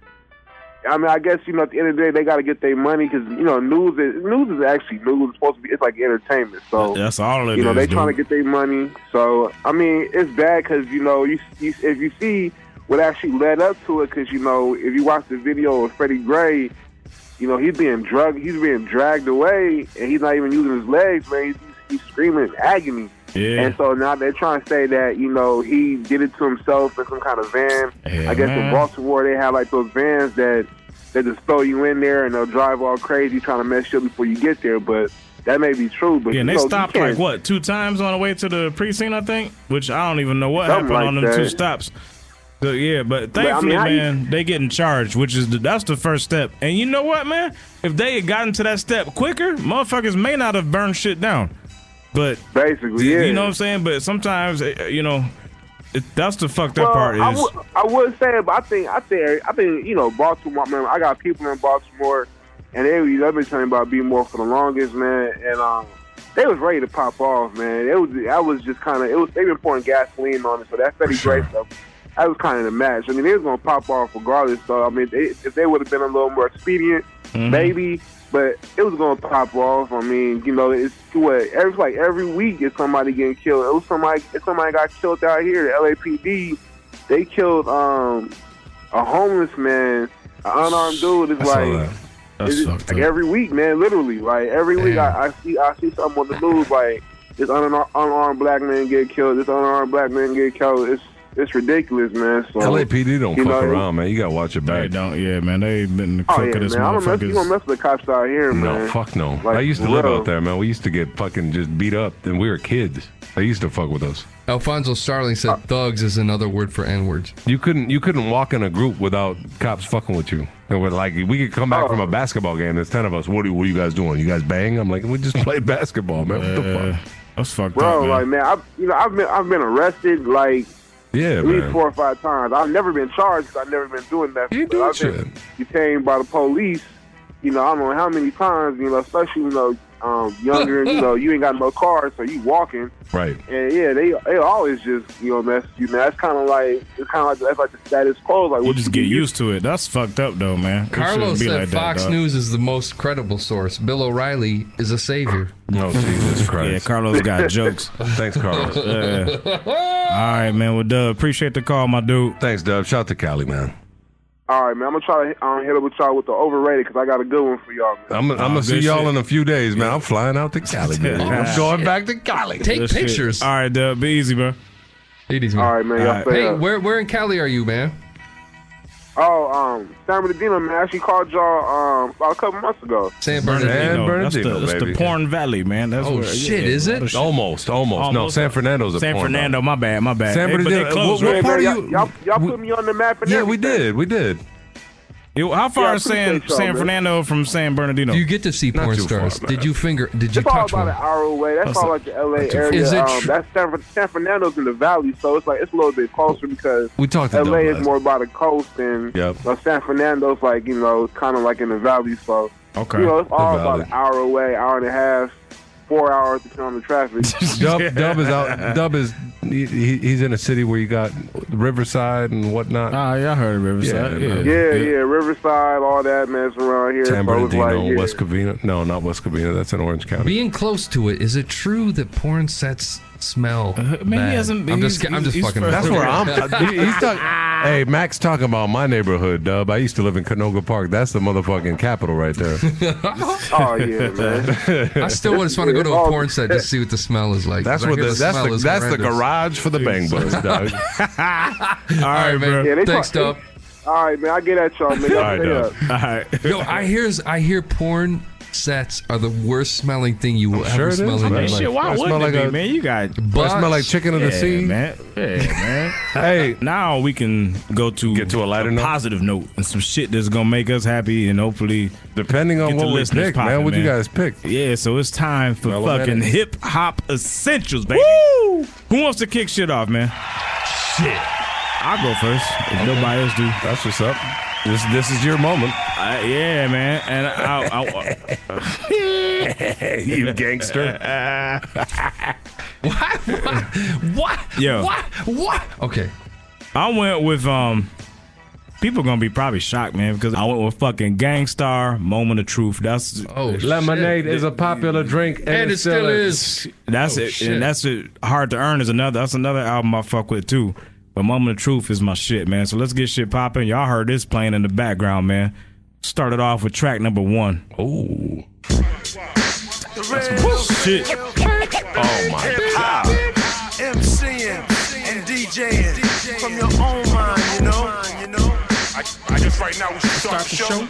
I mean, I guess you know at the end of the day they got to get their money because you know news is news is actually news. It's supposed to be it's like entertainment. So
That's all it
you know
is,
they
dude.
trying to get their money. So I mean it's bad because you know you, you if you see what actually led up to it because you know if you watch the video of Freddie Gray, you know he's being drugged, he's being dragged away, and he's not even using his legs, man. He's, he's screaming in agony.
Yeah.
And so now they're trying to say that you know he did it to himself in some kind of van. I guess in
man.
Baltimore they have like those vans that they just throw you in there and they'll drive all crazy trying to mess you up before you get there. But that may be true. But
Yeah, and
you
they
know, you
stopped
can't-
like what two times on the way to the precinct, I think. Which I don't even know what
Something
happened on
like
them two
that.
stops. So yeah, but
But, I mean,
thankfully,
how you-
man, they getting charged, which is the, that's the first step. And you know what, man? If they had gotten to that step quicker, motherfuckers may not have burned shit down. But
basically,
you
yeah.
know what I'm saying. But sometimes, eh, eh, you know, it, that's the fucked up part. Is
I would- I would say, but I think I think I think you know Baltimore. Man, I got people in Baltimore, and they they've been telling me about being more for the longest, man. And um, they was ready to pop off, man. It was I was just kind of it was they been pouring gasoline on it. So that Freddie Gray stuff. that was kind of the match. I mean, it was going to pop off regardless. So, I mean, they, if they would have been a little more expedient,
Mm-hmm.
Mhm.
maybe, but it was going to pop off. I mean, you know, it's what every like every week is somebody getting killed. It was somebody, it's somebody got killed out here. The LAPD, they killed um a homeless man, an unarmed dude. It's
I saw
like.
that. That's
it's
fucked
like
up.
every week, man, literally. Like every week, I, I see I see something on the news like this unar- unarmed black man get killed, this unarmed black man get killed. It's it's ridiculous, man. So
LAPD don't
you
fuck
know,
around, man. You gotta watch your back.
They don't. Yeah, man. They been
Oh yeah, man. I don't mess. You don't mess with the cops out here, man.
No, fuck no.
Like,
I used to live
bro.
out there, man. We used to get fucking just beat up, and we were kids. They used to fuck with us.
Alfonso Starling
Uh,
said thugs is another word for N words.
You couldn't you couldn't walk in a group without cops fucking with you. And we're like, we could come back
Oh.
from a basketball game. There's ten of us. What are, what are you guys doing? You guys bang? I'm like, we just play basketball, man. What the fuck?
That's fucked
Bro, like man, I've you know I've been I've been arrested like
yeah,
at least
man.
four or five times. I've never been charged. 'cause I've never been doing that.
You ain't
But
doing
I've been detained by the police. You know, I don't know how many times. You know, especially you know um, younger. you know, you ain't got no car, so you walking.
Right.
And yeah, they they always just you know mess with you man. That's kind of like it's kind of like that's like the status quo. Like
You
what
just get used to it. That's fucked up though, man. It
Carlos
shouldn't be
said
like that,
Fox
dog.
News is the most credible source. Bill O'Reilly is a savior.
No, Jesus Christ.
Yeah, Carlos got jokes.
Thanks, Carlos.
Yeah. All right, man. Well, Dub, appreciate the call, my dude.
Thanks, Dub. Shout out to Cali, man.
All right, man. I'm gonna try to um, hit up with y'all with the overrated because I got a good one for y'all. Man.
I'm, I'm gonna see y'all in a few days, man. I'm flying out to Cali, man. I'm going back to Cali.
Good shit. All right, Dub. Be easy, bro.
All right,
man. y'all stay
Hey,
up.
where where in Cali are you, man?
Oh, um, San Bernardino, man. I actually called y'all um about a couple months ago.
San
San
That's the,
Bernardino,
that's the
baby.
Porn Valley, man. That's
Oh,
where,
shit,
yeah,
is it?
oh, shit.
Almost, almost. No, San Fernando's a
San
porn
Fernando.
valley.
My bad, my bad.
San
Hey, but they
Bernardino,
closed,
what-
right?
what part
Y'all,
are you-
y'all, y'all put me on the map and
Yeah,
everything.
we did. We did.
Yo, how far
Yeah, I
is San
appreciate y'all,
San
man.
Fernando from San Bernardino?
Do you get to see
Not
porn
too far,
stars?
man.
did you finger? Did you
It's all
touch
about
one?
an hour away. That's,
That's
all
a-
like the LA
that's a-
area.
Is it
um,
tr-
that's San, Fern- San Fernando's in the valley, so it's like it's a little bit closer because
We talked to
LA
Doug
is
last-
more by the coast and
Yep.
you know, San Fernando's like you know kind of like in the valley. So
Okay.
you know it's
The
all about
valley.
an hour away, hour and a half, four hours depending on the traffic.
Dub, Dub is out. Dub is he, he- he's in a city where you got Riverside and whatnot.
Ah, yeah, I heard
yeah, yeah, Riverside, all that man, it's around here.
San
so it's like,
Bernardino,
yeah.
West Covina. No, not West Covina. That's in Orange County.
Being close to it, is it true that porn sets smell?
Uh, he
bad?
hasn't-
I'm
he's-
just, ki- I'm
he's-
just
he's
fucking. with
from-
That's
you.
where I'm. he- he's talk- hey, Max, talking about my neighborhood, Dub. I used to live in Canoga Park. That's the motherfucking capital right there.
Oh yeah, man.
I still just want to go to
Oh,
a porn set to see what the smell is like.
That's
'cause I
what
hear
the, that's
smell
the
is
that's the
horrendous.
garage for the bang bus, Doug.
All right, man.
Yeah, they
Thanks,
talk-
Dub.
All right, man. I get at y'all, man. Y'all
All right,
stay
Dub.
up.
All right.
Yo, I hears I hear porn sets are the worst smelling thing you will
sure
ever
it is,
smell in
man.
your
Hey,
life.
shit, why I wouldn't smell it like be, a- man?
You got.
Butts.
I smell like chicken in the
Yeah,
sea.
man. Yeah, man.
hey,
now we can go to get to a lighter note, positive note, and some shit that's gonna make us happy, and hopefully,
depending on
get the
what we
listeners
pick, man,
popping,
what you guys pick?
Yeah, so it's time for
Well,
fucking
man.
hip hop essentials, baby. Who wants to kick shit off, man? Shit, I'll go first. If nobody else do,
that's what's up. This this is your moment.
Uh, yeah, man, and I, I,
you gangster.
What?
Yo.
What? What? Okay.
I went with um. People gonna be probably shocked, man, because I went with fucking Gangstar Moment of Truth. That's oh,
Lemonade is a popular drink, and, it still is.
That's
Oh,
it,
shit.
and that's it. Hard to earn is another. That's another album I fuck with too. But Moment of Truth is my shit, man. So let's get shit popping. Y'all heard this playing in the background, man. Started off with track number one.
Oh,
shit.
Oh my god.
MCing and DJing from your own mind, you know. I, I guess right now we should start, the show.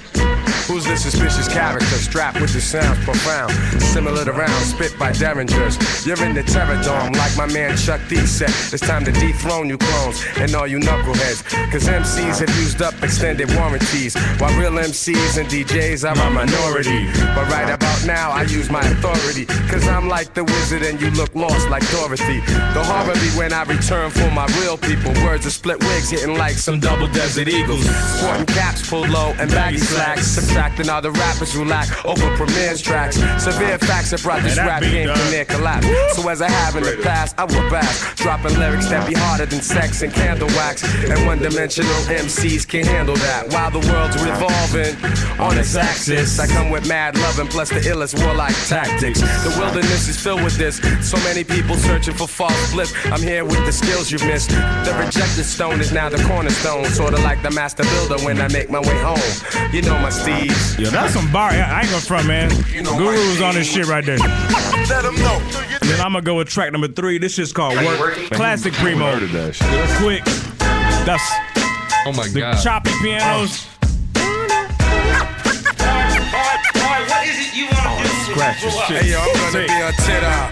Who's this suspicious character strapped with the sounds profound? Similar to rounds spit by derringers. You're in the terror dome, like my man Chuck D said. It's time to dethrone you clones and all you knuckleheads. Cause MCs have used up extended warranties, while real MCs and DJs are a minority. But right about now, I use my authority. Cause I'm like the wizard and you look lost like Dorothy. The horror be when I return for my real people. Words of split wigs hitting like some double desert eagles. Sporting caps pulled low and baggy slacks. Subtract track than other rappers who lack over premieres tracks. Severe facts have brought this
Man, that
rap
beat,
game to
dog.
near collapse. So as I have in the past, I will bask, dropping lyrics that be harder than sex and candle wax. And one-dimensional MCs can handle that. While the world's revolving on its axis, I come with mad loving plus the illest warlike tactics. The wilderness is filled with this. So many people searching for false bliss. I'm here with the skills you've missed. The rejected stone is now the cornerstone, sorta like the master builder when I make my way home. You know my steeds.
Yeah, that's some bar. I ain't gonna front, man. Guru was on this shit right there.
Let 'em know.
And then I'm gonna go with track number three. This shit's called
Are you
Work.
working?
Classic Primo. Quick. That's.
Oh my
the
God.
Choppy pianos.
Scratch
your shit.
Hey yo, I'm gonna be on tit out.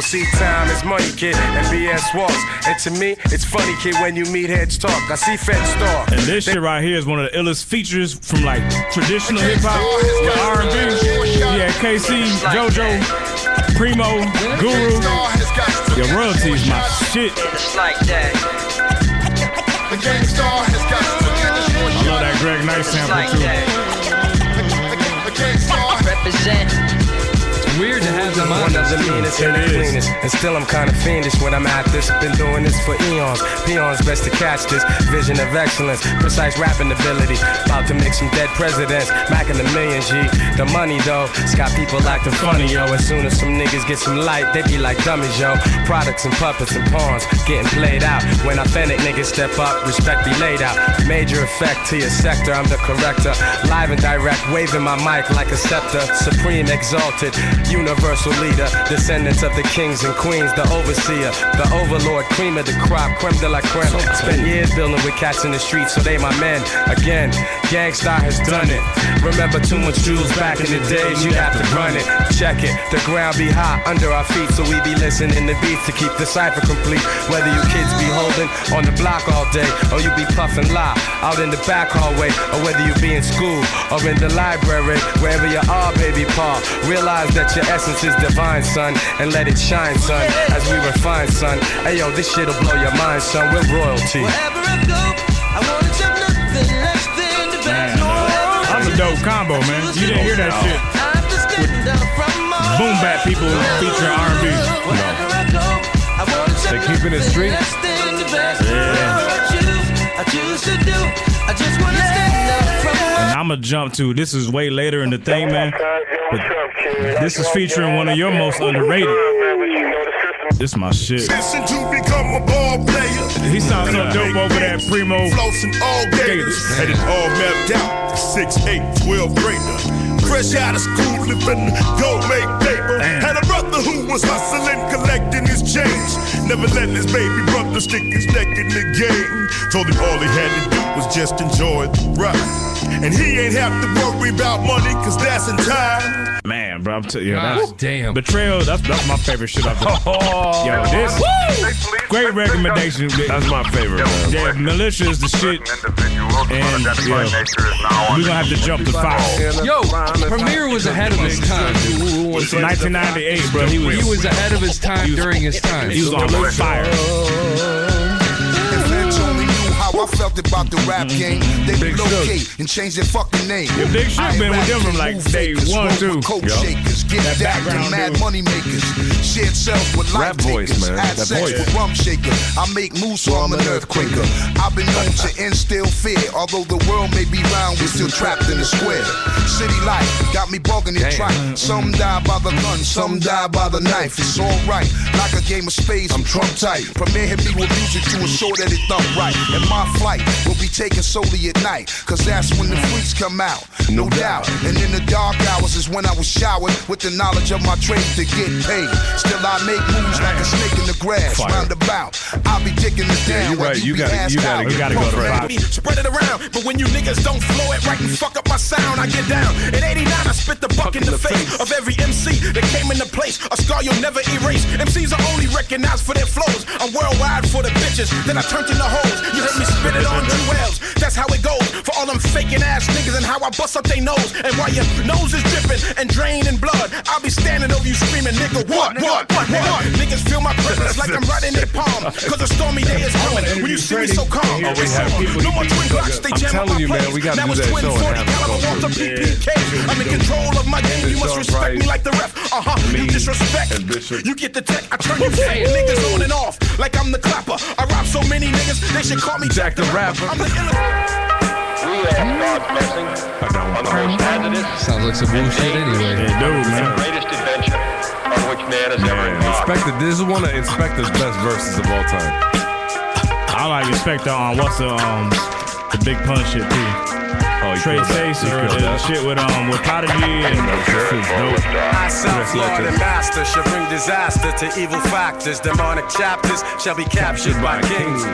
See, time is money, kid, and BS walks. And to me, it's funny, kid, when you meet heads talk. I see feds talk.
And this shit right here is one of the illest features from like traditional hip hop, R&B. Yeah, KC, JoJo, Primo, Guru. Your royalties, my shit.
It's like that. The game star has got to get this one
I love that Greg Knight sample too.
Represent.
It's weird to have them on. One of the meanest and the cleanest. And still I'm kinda fiendish when I'm at this. Been doing this for eons. Peons best to catch this. Vision of excellence. Precise rapping ability. About to make some dead presidents. Back in the million G. The money though. It's got people acting funny, yo. As soon as some niggas get some light, they be like dummies, yo. Products and puppets and pawns getting played out. When authentic niggas step up, respect be laid out. Major effect to your sector, I'm the corrector. Live and direct, waving my mic like a scepter. Supreme, exalted, universal leader. Descendants of the kings and queens, the overseer, the overlord, cream of the crop, creme de la creme. Spent years building with cats in the streets, so they my men. Again, Gangstar has done it. Remember too much jewels back in the days, you have to run it. Check it, the ground be hot under our feet, so we be listening to beats to keep the cipher complete. Whether you kids be holding on the block all day, or you be puffing lie out in the back hallway, or whether you be in school or in the library, wherever you are, baby Paul, realize that your essence is divine, son, and let it shine, son, as we refine, son. Hey yo, this shit'll blow your mind, son. We're royalty.
Wherever I go, I wanna jump nothing less than the best.
That's a dope combo, man. You didn't hear that shit.
I'm just getting down from my
Boom bap people featuring R&B.
Wherever I go, I wanna jump
They keeping it street?
Less than the best.
Yeah.
What I choose, I choose to do. I just wanna stand up from my
And I'ma jump to this is way later in the thing, man. But this is featuring one of your most underrated. This my shit.
Listen to become a ball player.
He sounds so dope over that primo.
Floats and all gators. And it's all mapped out. 6'8, 12 grader. Fresh out of school, living don't make paper. Had a brother who was hustling, collecting his change. Never let his baby brother stick his neck in the game. Told him all he had to do was just enjoy the ride. And he ain't have to worry about money, cause that's in time.
Man, bro, I'm telling you,
God
that's
damn
betrayal. That's that's my favorite shit I've done. Yo, this great recommendation. That's
my favorite. Man.
Yeah, militia is the shit. And yeah, we're gonna have to jump to five.
Yo, Premier was ahead of his time.
It's 1998, bro. He was
He was ahead of his time during his time.
He was on fire.
If Lynch only knew how I felt about the rap
Mm-hmm.
game, they would locate and change their fucking name.
Big Shook
I ain't
been with them from, like,
rapping, move
day
fakers,
one,
roll
too.
with Coke
Yup.
shakers, get
That
that
background,
to mad
dude.
money makers. Shared self with
Rap
life
voice,
takers.
man.
Had
That
sex
voice.
with rum shaker. I make moves, so I'm an earthquaker. I've been known to instill fear, although the world may be round, we're still trapped in the square. City life got me bugging it tripe. Some die by the gun, some die by the knife. It's alright, like a game of spades, I'm Trump tight. Premier hit me with music to ensure that it done right. And my flight will be taken solely at night, cause that's when the freaks come out, no doubt. And in the dark hours is when I was showered with the knowledge of my trade to get paid. Still, I make moves like a snake in the grass,
Fire.
roundabout. I'll be kicking us
Yeah,
down.
you right.
Like
You
we
gotta-
passed
you gotta
out.
get- You gotta go to the
Punk
box.
me,
me, spread it around. But when you niggas don't flow it right, you fuck up my sound. I get down. In 89, I spit the buck in the face of every MC that came into place. A scar you'll never erase. MCs are only recognized for their flows. I'm worldwide for the bitches that I turned into hoes. You heard me spit it on Jewels. That's how it goes for all them faking ass niggas and how I bust up they nose. And while your nose is dripping and draining blood, I'll be standing over you screaming, nigga, what, what, what, what? Niggas feel my presence like I'm riding their palm. Cause a stormy day is coming. When you see me so calm,
Oh, we
it's
have
on.
people
No
who
more
beat
twin
us
blocks,
up.
they
I'm
jam up
telling
my
you, man,
place.
we gotta
Now
do
it's
that
twin
show and
forty
have it
caliber
go
off the
through.
PPK. I'm in control of my game. You
It's
must
all
respect me
right.
like the ref. Uh huh. You
Me.
disrespect.
And Bishop.
You get the tech. I turn you fat niggas on and off like I'm the clapper. I rob so many niggas they should call me Jack the Rapper. I'm the
on the most hazardous
Sounds like some bullshit anyway.
and greatest adventure on which man has ever embarked.
Inspector, this is one of Inspector's best verses of all time.
I like respect on what's the um the big punch shit too.
Oh,
Trey
killed that.
Chase
You
or
killed
the
that.
shit with um with Prodigy and this is dope.
I, South
Rest in
Florida
peace.
master, shall bring disaster to evil factors. Demonic chapters shall be captured by kings.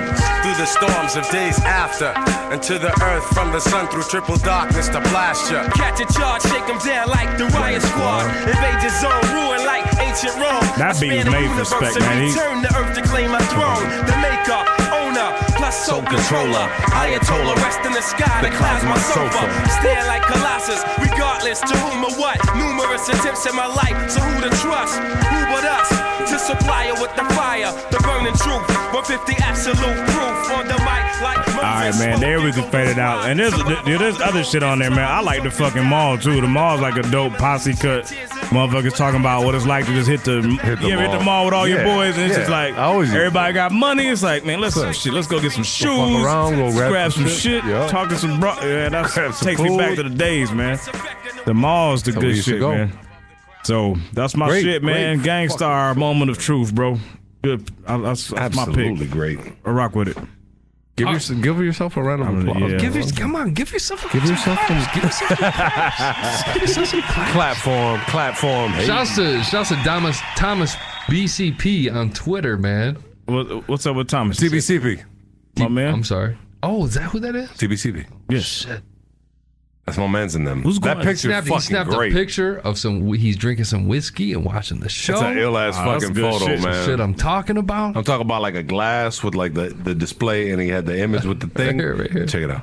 Through the storms of days after, and to the earth from the sun through triple darkness to plaster.
Catch a charge, shake them down like the riot squad. Invade your zone, ruin like ancient Rome.
That beat was
Expand the
made for
universe
Spec,
and
man. He-
Return the earth to claim my throne. The maker, owner, plus soul controller. Ayatollah, rest in the sky that clouds my sofa. Stand like Colossus, regardless to whom or what. Numerous attempts in my life, so who to trust? Who but us? To supply her with the fire, the burning truth. 150 absolute proof on the mic like
All right, man. There we can fade it out. And there's there- there's other shit on there, man. I like the fucking mall too. The mall's like a dope posse cut. Motherfuckers talking about what it's like to just hit the,
the
you ever hit
mall.
the mall with all your
Yeah,
boys, and it's
yeah.
just like
I always-
everybody got money. It's like, man, let's some shit. Let's go get some shoes.
fuck around, go grab
grab
some
some
shit.
shit.
Yeah.
Talk to some bro. Yeah, that takes me
food.
back to the days, man. The mall's the
That's where
good
you should
shit,
go.
man. So that's my
Great,
shit, man.
great
Gangstar moment of truth, bro. Good. I, that's, that's my pick.
Absolutely great.
I rock with it. Uh,
Give, your, give yourself a round of applause.
Give your, come on, give yourself a
Give yourself
some
a-
give yourself some claps. Give yourself some claps.
Platform, platform. Hey.
Shouts to shouts to Thomas Thomas BCP on Twitter, man.
What, what's up with Thomas?
TBCP.
My man.
I'm sorry. Oh, is that who that is?
TBCP.
Yes.
That's my man's in them.
Who's
that
going-
picture
He snapped,
fucking
he snapped
great.
a picture of some. He's drinking some whiskey and watching the show.
That's an ill ass
Ah, that's
fucking
good
photo,
shit.
man.
Shit, I'm talking about.
I'm talking about like a glass with like the, the display, and he had the image with the thing. Check it out.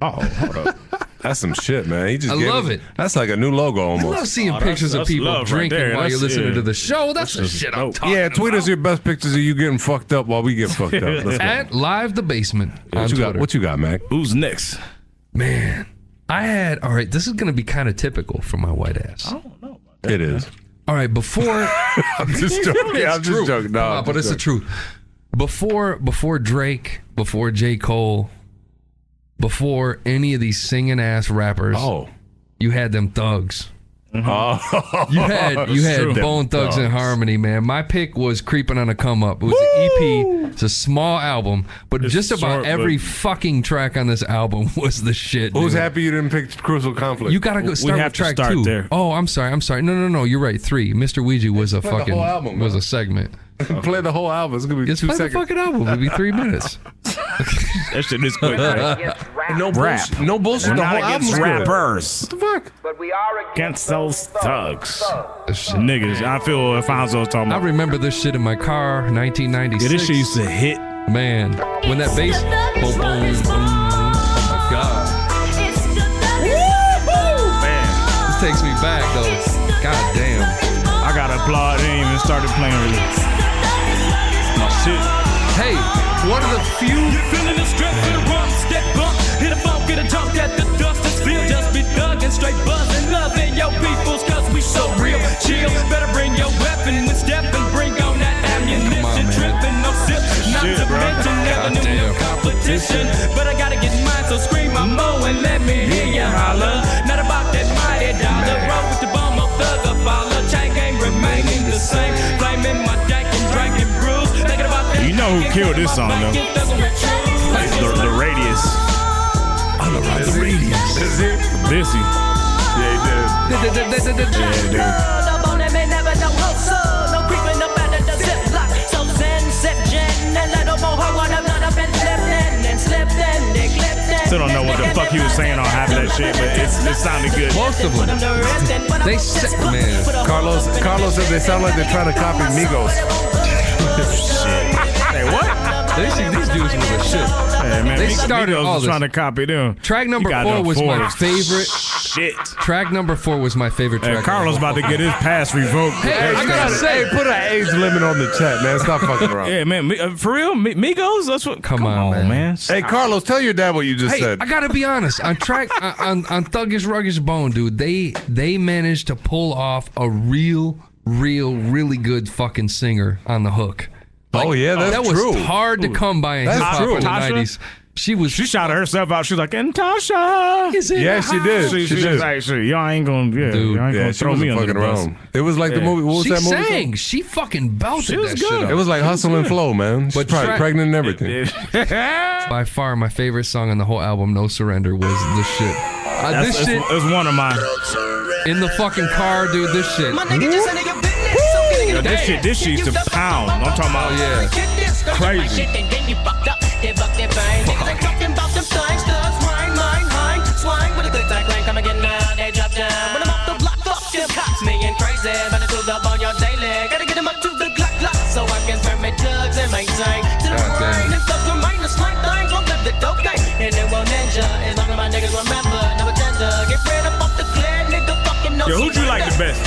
Oh, hold up. That's some shit, man. He just
I
gave
love
us-
it.
That's like a new logo almost.
love seeing Oh, that's- pictures of that's people love right drinking there. while That's- you're listening yeah. to the show. That's the shit I'm talking
Yeah, tweet us your best pictures of you getting fucked up while we get fucked up. Let's go.
At live the basement. on
What you got?
Twitter.
What you got, Mac?
Who's next?
Man, I had. All right, this is gonna be kind of typical for my white ass. I don't know.
It is.
All right, before
I'm just joking.
It's
I'm just
true.
joking. No,
Nah,
I'm
but
just
it's the truth. Before before Drake, before J Cole, before any of these singing ass rappers, oh, you had them thugs.
Oh.
You had you
It's
had
true. Oh.
Bone Thugs and
Thugs.
Harmony, man. My pick was Creeping on a Come Up. It was an EP. It's a small album, but
It's
just about
short,
every
but-
fucking track on this album was the shit.
Who's
dude.
happy you didn't pick Crucial Conflict?
You gotta go start with track two. Oh, I'm sorry. I'm sorry. No, no, no. You're right. Three. Mr. Ouija was a
play the
fucking
whole album,
was
man.
a segment.
play the whole album. It's gonna be
Just
two
play
seconds.
the fucking album. It'll be three minutes.
That shit is
quick, man. No bullshit. No bullshit.
We're
The
not
whole
against
album's good.
rappers.
What the fuck?
But we are against those thugs. Niggas. I feel Alfonso's talking
I
about.
remember this shit in my car, 1996.
Yeah, this shit used to hit.
Man, when that bass. Boom, boom, boom. My God.
Man.
This takes me back, though. God damn.
I got applaud. They ain't even started playing really. My shit.
Hey, one of the few.
You're feeling the stress for the rump, step up. Hit a funk, get a dunk at the dust. This feel just be thugging, straight buzzing. Loving your peoples, cause we so real. Chill, better bring your weapon and step and bring on that ammunition. Tripping, no sip, not
Shit,
to
bro.
mention never
God
knew no
damn.
competition. But I gotta get mine, so scream my mo and let me hear ya holler. Not about that mighty dollar. Roll with the bomb, a thug, a follow. Chain game remaining the same. Flaming my dank and drinking brews. Thinking about that.
You know who killed this song though? The, the radius. On the right, the radius. Is it? Busy. Yeah,
he did.
Yeah, he did.
Ziploc, so Zen, Zip, Jen, and let 'em all hug on
he was saying on half of that shit, but it, it sounded good.
Most of them.
They man. Carlos, Carlos said they sound like they're trying to copy Migos.
shit. Hey, what?
These, these dudes were the shit.
Hey, man,
They
Mig-
started
Migos
all
was
this.
trying to copy them.
Track number
You got
four
them
was my
fours.
favorite.
Shit.
Track number four was my favorite
Hey,
track.
Carlos about to get his pass revoked.
Hey, I gotta say,
put an age limit on the chat, man. Stop fucking around.
Yeah, man. Mi- uh, For real, Mi- Migos. That's what. Come, on, man.
Hey, Carlos, tell your dad what you just
Hey,
said.
I gotta be honest. On track on, on on Thuggish Ruggish Bone, dude, they they managed to pull off a real, real, really good fucking singer on the hook.
oh yeah, that's
that
true.
was hard to come by in hip
That's
hop
true.
in the
Tasha?
nineties. She was.
She shouted herself out. She was like, "And Tasha
is in
Yeah,
the
she
house."
did.
She,
She
was
did.
like, "Shit, "Y'all ain't gonna, yeah, y'all ain't
yeah,
gonna
she
throw me
wasn't
under the
fucking
bus."
around. It was like the movie. What was
she
that movie?
sang. She fucking belted
She was
that
good.
shit.
It was like Hustle and Flow, man. She's probably pregnant and everything.
By far, my favorite song on the whole album, "No Surrender," was this shit. Uh,
That's-
this
it's-
shit
it's one of mine.
in the fucking car, dude. This shit.
Yo, this shit, this shit used to pound. I'm talking about yeah, crazy. Yo, who'd you like the best?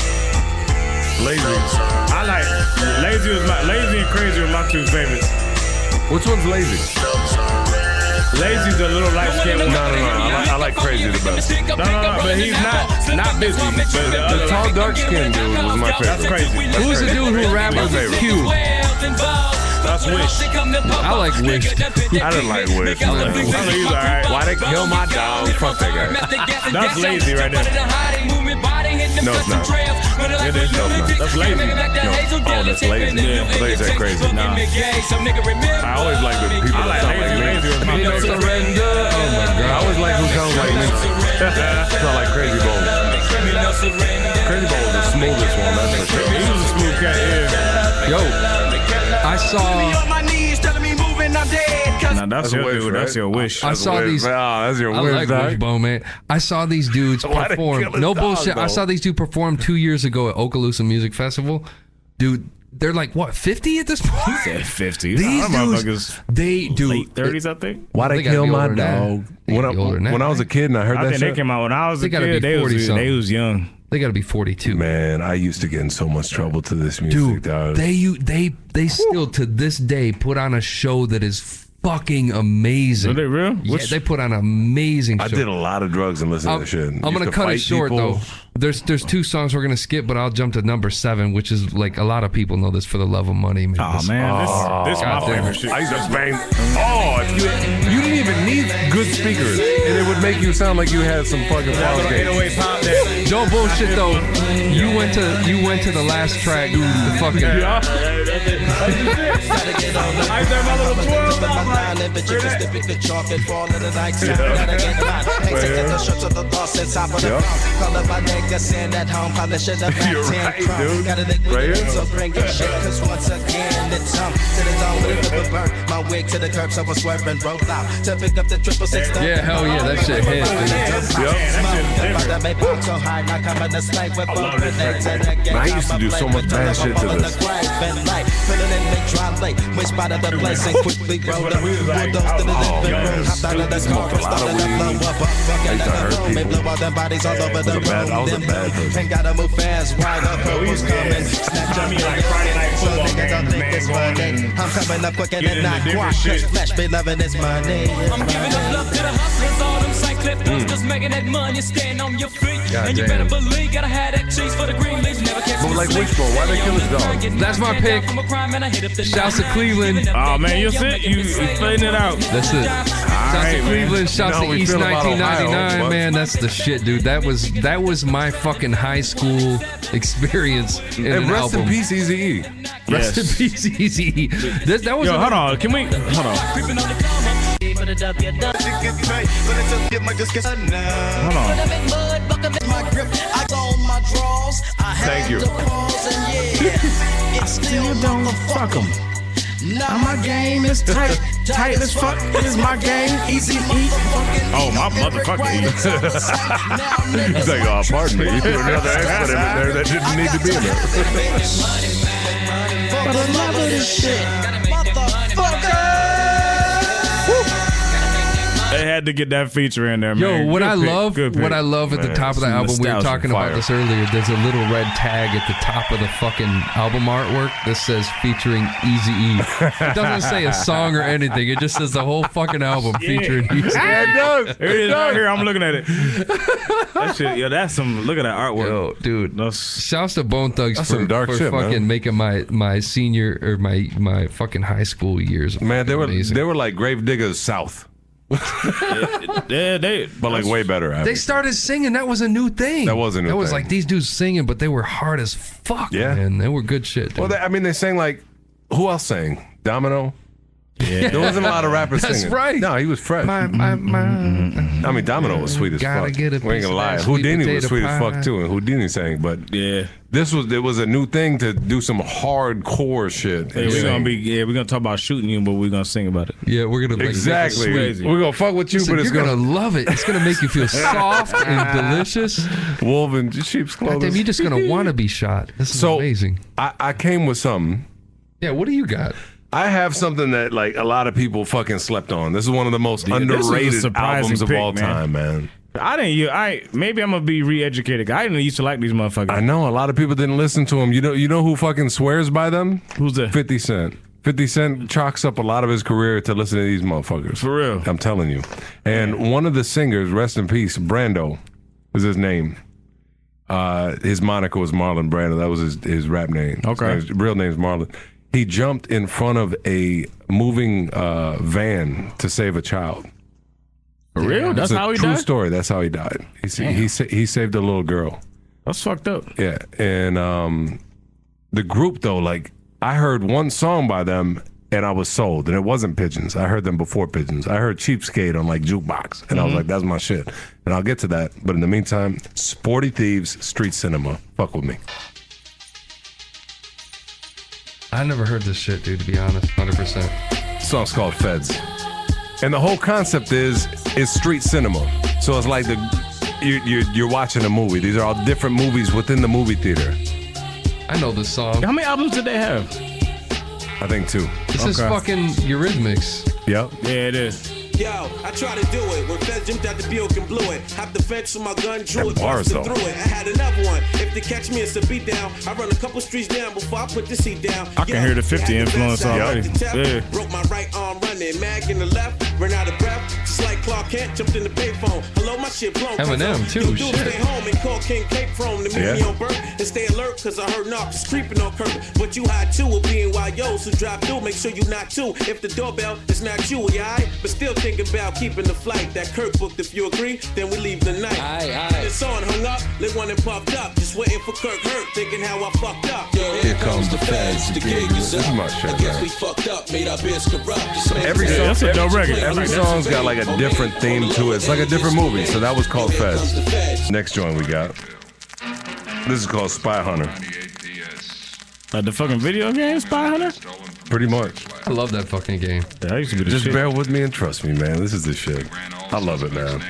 Lazy. I like lazy was my lazy and crazy are my two favorites.
Which one's lazy?
Lazy's a little light skinned
No,
one.
no, no. I like, I like crazy the best.
No, no, no, but he's not not busy. But the,
The
other-
tall, dark skinned dude was my favorite.
That's crazy.
That's
Who's the
crazy.
dude who
My
rapped with
favorite.
Q?
That's Wish.
I like Wish.
I didn't like Wish. man.
he's all right.
Why they kill my dog? Fuck that guy.
That's lazy right there.
No, it's not.
It is no, no. That's lazy.
Oh, that's lazy. I thought you said crazy. Nah. I always like the people that sound like me.
No
surrender. Oh my god. I always like who sounds like me. Sound like Crazy Bowl. Crazy Bowl was the smoothest one. That's for sure.
He was a smooth cat. Yeah.
Yo, I saw.
Nah, that's,
That's a
your
wish,
dude. That's
right?
your wish.
I
That's
saw
weird.
these.
Ah, that's your
I
wish,
like
dog.
Wishbone, man. I saw these dudes
Why'd they kill
perform.
his
No
dog,
bullshit. I
though?
saw these dudes perform two years ago at Okaloosa Music Festival. Dude, they're like what fifty at this point?
fifties.
These
Our
dudes, they do
Late thirties, I think.
Why they
They gotta
kill
be
my
older than
dog?
that. They
When
gotta
I,
be older than that,
when I was a kid and I heard
I
that
think
shit.
they came out when I was
They
a
gotta be
kid. They
40
was,
something.
they was young.
They got to be forty-two.
Man, I used to get in so much trouble to this music,
Dude,
dog.
They you they they still to this day put on a show that is fucking amazing.
Are they real?
Yeah,
Which-
they put on an amazing. Show.
I did a lot of drugs and listened to
I'm,
that shit.
I'm
Used
gonna
to
cut it
fight
short
people.
though. There's there's two songs we're gonna skip, but I'll jump to number seven, which is like a lot of people know this for the love of money. Man.
Oh man, this, this is my
God damn
favorite
it.
shit.
Ah, I used to bang. Oh, if you you didn't even need good speakers, and it would make you sound like you had some fucking wild game.
No bullshit though. You went to you went to the last track. The fucking
You're right, dude. Right here.
So bring your shit, cause once again it's um to the zone with a burn. My wig to the curb, so I'm swerving, roll out to pick up the triple six.
Yeah, hell yeah, that shit hit, dude.
Man, I used to do so much bad shit to this.
And gotta move fast, wide up, purple's coming. Snatch up like Friday night football games, man. It's Monday. I'm coming up quicker than not quack. Flash beloved is my name.
I'm giving up love to the hustlers, all them cyclic
Hmm.
thugs just making that money, stand on your feet.
God
and you
damn.
better believe, gotta have that cheese for the green leaves, never catch
But
me
like
sleep.
Wishbone, why they kill his dog?
That's my pick. Shouts to Cleveland.
Oh man, you see, you, you playing it out.
That's it. Shouts
right,
to
man.
Cleveland. Shouts
You know how
to
we
East
feel about Ohio,
1999,
but-
man. That's the shit, dude. That was that was my fucking high school experience. In
And
an
rest in
album.
peace, Eazy.
Rest
Yes.
in peace, Easy. That, that was
Yo,
a-
hold on. Can we? Hold on. Hold on.
Thank
you.
I still don't fuck 'em.
Now my game is tight, tight as fuck is my game. Easy eat.
Oh, my motherfucking eat. He's like, oh, pardon me. You threw another expletive in there that didn't need to be in there.
But I love this shit. Motherfucker.
They had to get that feature in there, man.
Yo, what
Good
I
pick,
love,
good
what
pick.
I love at the
Man,
top of the
some
album, we were
nostalgia
talking
fire.
about this earlier. There's a little red tag at the top of the fucking album artwork that says featuring Easy E. It doesn't say a song or anything. It just says the whole fucking album
Yeah.
featuring Easy.
Yeah, it does. Here it is
It
right
does.
here. I'm looking at it. That shit, yo, that's some. Look at that artwork, yo,
dude. Shouts to Bone Thugs
That's
for,
some dark
for
shit, man.
fucking making my my senior or my my fucking high school years.
Man, they were they were like grave diggers south.
yeah, they
but like way better. I
They
think.
started singing. That was a new thing.
That was a new
That was
thing.
like these dudes singing, but they were hard as fuck.
Yeah.
man, they were good shit.
well, they, I mean, they sang like who else sang? Domino.
Yeah.
there wasn't a lot of rappers
That's
singing.
right.
No, he was fresh.
My, my,
Mm-hmm,
my.
I mean, Domino was sweet as
Gotta
fuck.
get a
we ain't
piece of
gonna lie.
that sweet
Houdini was
potato
sweet as
pie.
fuck too, and Houdini sang. But
yeah,
this was it was a new thing to do some hardcore shit.
Yeah, we're gonna be. Yeah, we're gonna talk about shooting you, but we're gonna sing about it.
Yeah, we're gonna
like, Exactly. make it crazy. We're gonna fuck with you, but it's
you're gonna,
gonna-
love it. It's gonna make you feel soft and delicious.
Wolf in sheep's clothing.
Goddamn, you're just gonna want to be shot. This is
so
amazing.
I, I came with something.
Yeah, what do you got?
I have something that like a lot of people fucking slept on. This is one of the most
Yeah, this was a
underrated
surprising
albums of
pick,
all
man.
time, man.
I didn't. You, I maybe I'm gonna be re-educated. I didn't used to like these motherfuckers.
I know a lot of people didn't listen to him. You know, you know who fucking swears by them?
Who's that?
Fifty Cent. Fifty Cent chalks up a lot of his career to listen to these motherfuckers. For
real,
I'm telling you. And one of the singers, rest in peace, Brando, is his name. Uh, his moniker was Marlon Brando. That was his, his rap name.
Okay.
His name's- real name's Marlon. He jumped in front of a moving uh, van to save a child.
For real? That's
It's a
how he
true
died?
story. That's how he died. He sa-
Damn.
he sa- he saved a little girl.
That's fucked up.
Yeah, and um, the group though, like I heard one song by them and I was sold, and it wasn't Pigeons. I heard them before Pigeons. I heard Cheapskate on like jukebox, and I
Mm-hmm.
was
Mhm.
like, that's my shit. And I'll get to that, but in the meantime, Sporty Thieves, Street Cinema, fuck with me.
I never heard this shit, dude. To be honest, hundred percent.
song's called Feds. And the whole concept is is street cinema. So it's like the you you you're watching a movie. These are all different movies within the movie theater.
I know this song.
How many albums did they have?
I think two.
This is fucking Eurythmics.
Yep.
Yeah, it is.
Yo, I tried to do it. When Fed jumped out the building and blew it. Hopped the fence with my gun, drew it,
That bars,
busted
though.
through it. I had another one. If they catch me, it's a beat down. I run a couple streets down before I put this seat down.
I can hear the 50 influence already. Yeah.
Broke my right arm running, mag in the left, ran out of breath. Just like Clark Kent, jumped in the payphone. Hello, my shit blown.
Eminem, too,
You dudes
shit.
stay home and call King Cape Chrome to meet
Yeah.
me on birth and stay alert, cause I heard knocks creeping on curtain. But you high too with being wild yo, so drive through, make sure you not too. If the doorbell, it's not you, you alright? But still thinking about keeping the flight. That Kirk booked, if you agree, then we leave the night. It's on, hung up, lit one and popped up. Just waiting for Kirk Hurt, thinking how I fucked up. Yo,
Here comes the feds. The gig is This is my shit, man.
fucked up, made our biz corrupt.
Every song, every, every song's got like a different theme to it. It's like a different movie. So that was called Feds. Next joint we got. This is called Spy Hunter.
Like the fucking video game Spy Hunter.
Pretty much.
I love that fucking game.
That used to be the
Just
shit.
bear with me and trust me, man. This is the shit. I love it, man.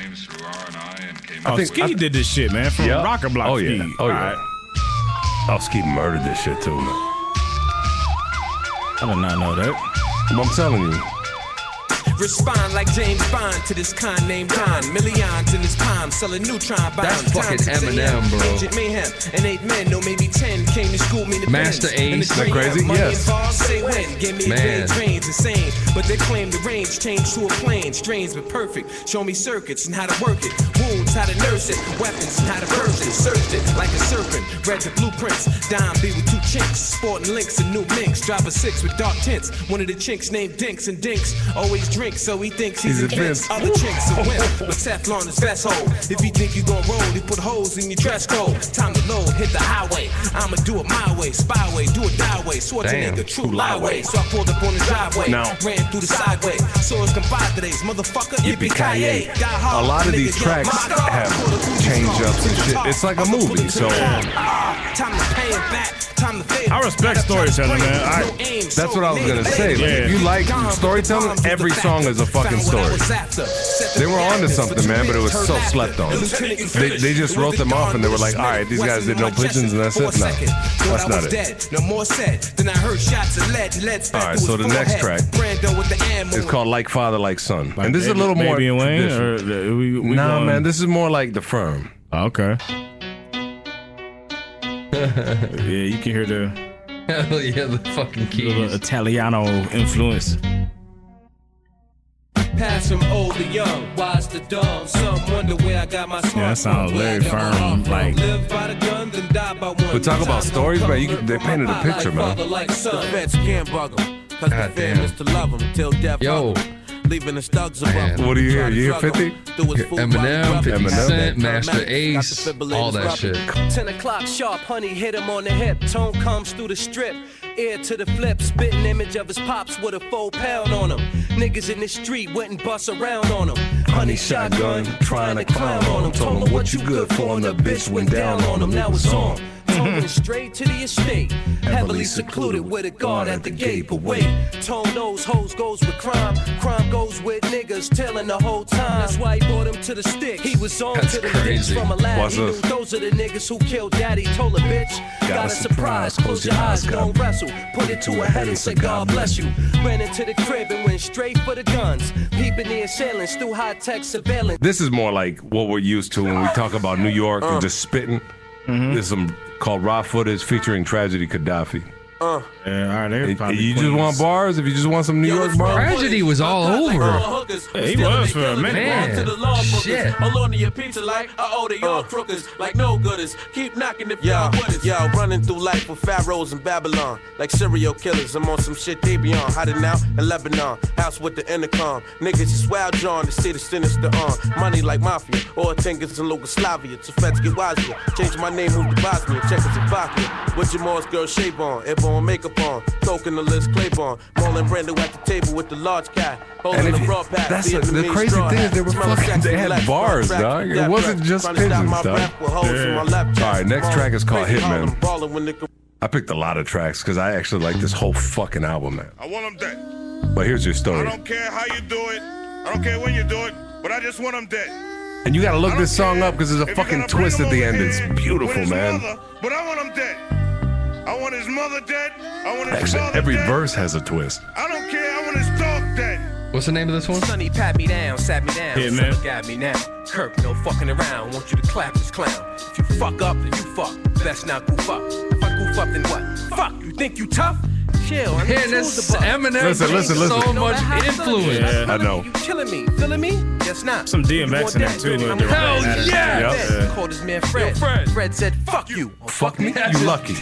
Oh, Ski did this shit, man. eh? From
Yeah.
Rocker Block.
Oh
Ski.
yeah. Oh yeah. Oh, Ski murdered this shit too, man.
I did not know that.
I'm telling you.
Respond like James Bond to this con named Don. Millions in his palm, selling neutron bombs.
That's fucking
Time 6 a.m.
Eminem, bro.
Agent Mayhem and eight men, no maybe ten, came to school me the
Master
Benz. And
Ace.
the
Isn't that
green
crazy?
money
Yes.
involved, say when. Give me
Man.
big brains, insane. But they claim the range changed to a plane. Strains but perfect. Show me circuits and how to work it. Wounds, how to nurse it. Weapons and how to purge it. Searched it like a serpent. Read the blueprints. Dime B with two chinks. Sporting links and new minks. Drop a six with dark tints. One of the chinks named Dinks and Dinks. Always drinks, so he thinks he's,
He's
a
a
prince.
prince.
Other chinks a wimp. With Teflon is best hole. If you think you gon' roll, he put holes in your dress code. Time to load, hit the highway. I'ma do it my way. Spy way, do it that way. Swat your
Damn.
nigga, true
True lie
lie way.
way.
So I pulled up on the driveway.
Now,
Ran
right through the sideway. Swords compadres, motherfucker, yippee ki
A lot of these tracks have change ups and shit. It's like a movie, so
I respect storytelling, man. I,
that's what I was gonna say. Like, If you like storytelling, every song is a fucking story. They were onto something, man, but it was so slept on. They, they just wrote them off and they were like, all right, these guys did no pigeons and that's
For a
it. No,
second, thought
that's
I was
not it.
dead. No more said. Then I heard shots of lead. Lead
All right, so the next track
Brando with the ammo.
is called Like Father, Like Son. And this is a
Baby-
little more.
Baby and Wayne,
traditional.
or the- we- we
Nah,
going-
man, this is more like The Firm.
Okay. yeah, you can hear the
Hell yeah, the fucking keys.
little Italiano influence.
Pass from old to young, wise to dumb. Some wonder where I got my smart.
Yeah, that sounds very firm. Like
Live by the gun, then die by one.
But talk about stories, man. You, can- they painted a picture, man.
Father like son.
The vets can't bug 'em, 'cause
God
the fam
damn.
is to love 'em till death
Yo.
hug 'em. Leaving the thugs above
What do you hear? You hear 50?
Eminem, 50
Eminem.
Cent, Master Ace, all that shit.
10 o'clock sharp, honey, hit him on the hip. Tone comes through the strip. Ear to the flip, spitting image of his pops with a four pound on him. Niggas in the street wouldn't bust around on him. Honey shotgun, trying to clown on him. Told him what you good for, and the bitch went down on him. Now it's on. Tone straight to the estate. Heavily secluded with a guard at the gate. But wait, Tone knows hoes goes with crime. Crime goes with niggas telling the whole time. That's why he brought him to the stick. He was on
That's
to the
crazy.
from a lad.
Watch
He knew
this.
those are the niggas who killed daddy. Told a bitch, got, a surprise. Close your eyes, don't wrestle. Put it to her head and say, God bless you.
Ran into the crib and went straight for the guns. Peeping the assailants through high tech surveillance.
This is more like what we're used to when we talk about New York
Uh.
and just spitting.
Mm-hmm.
There's some called Raw Footage featuring Tragedy Gaddafi.
Uh.
Yeah, all right,
If you just want bars? If you just want some New York bars?
Tragedy was all over.
Yeah, he was
for a
To the law bookers, hold on to your pizza like I owe to your crookers, like no gooders. Keep knocking if y'all Yo, wooders. yo, running through life with pharaohs in Babylon, like serial killers. I'm on some shit they be on, hiding out in Lebanon, house with the intercom. Niggas is wild drawn to see the sinister on. Money like mafia, or tinkers in Yugoslavia. To feds get wiser, change my name, move to Bosnia, Czechoslovakia. With Jamal's girl shape on, if on makeup on, token the list Claiborne, Marlon Brando at the table with the large guy, holding
And
the
if you-
raw pack.
that's
Vietnamese
the- the crazy
straw
thing is they
hat,
were
smelling
fucking-
sexy
they had
black,
bars,
black,
dog. It
black,
wasn't
black.
just
Trying to stop
pigeons,
my
dog.
rap with hoes from my
Yeah.
left
All right,
chest.
next track is called
Crazy
Hitman.
Harlem baller when they
I picked a lot of tracks because I actually like this whole fucking album, man.
I want them dead.
But here's your
I
story.
don't care how you do it. I don't care when you do it, but I just want them dead.
And you gotta look this song up because there's a
If you're
fucking
gonna bring
twist
him
at the
over
end. It's
here with
beautiful,
his
man.
Mother, but I want him dead. I want his mother dead. I want his
Actually,
father
every
dead.
verse has a twist.
I don't care. I want his dog dead.
What's the name of this one?
Sonny pat me down, sat me down.
Yeah, man.
Sonny got me now. Kirk, no fucking around. Want you to clap this clown. If you fuck up, then you fuck. Best not goof up. If I goof up, then what? Fuck, you think you tough? Chill. I
Yeah,
mean,
this
choose the buck.
Eminem Listen, brings listen, so listen.
No matter
much
how sudden it is,
influence. Yeah, I know.
You killing me? Feeling me? Yes, not.
Some DMX in
that
there, too, with the
Hell
rap pattern.
yeah!
Yep. Yeah.
Called his man Fred. Fred. said, "Fuck you."
Fuck me? You lucky.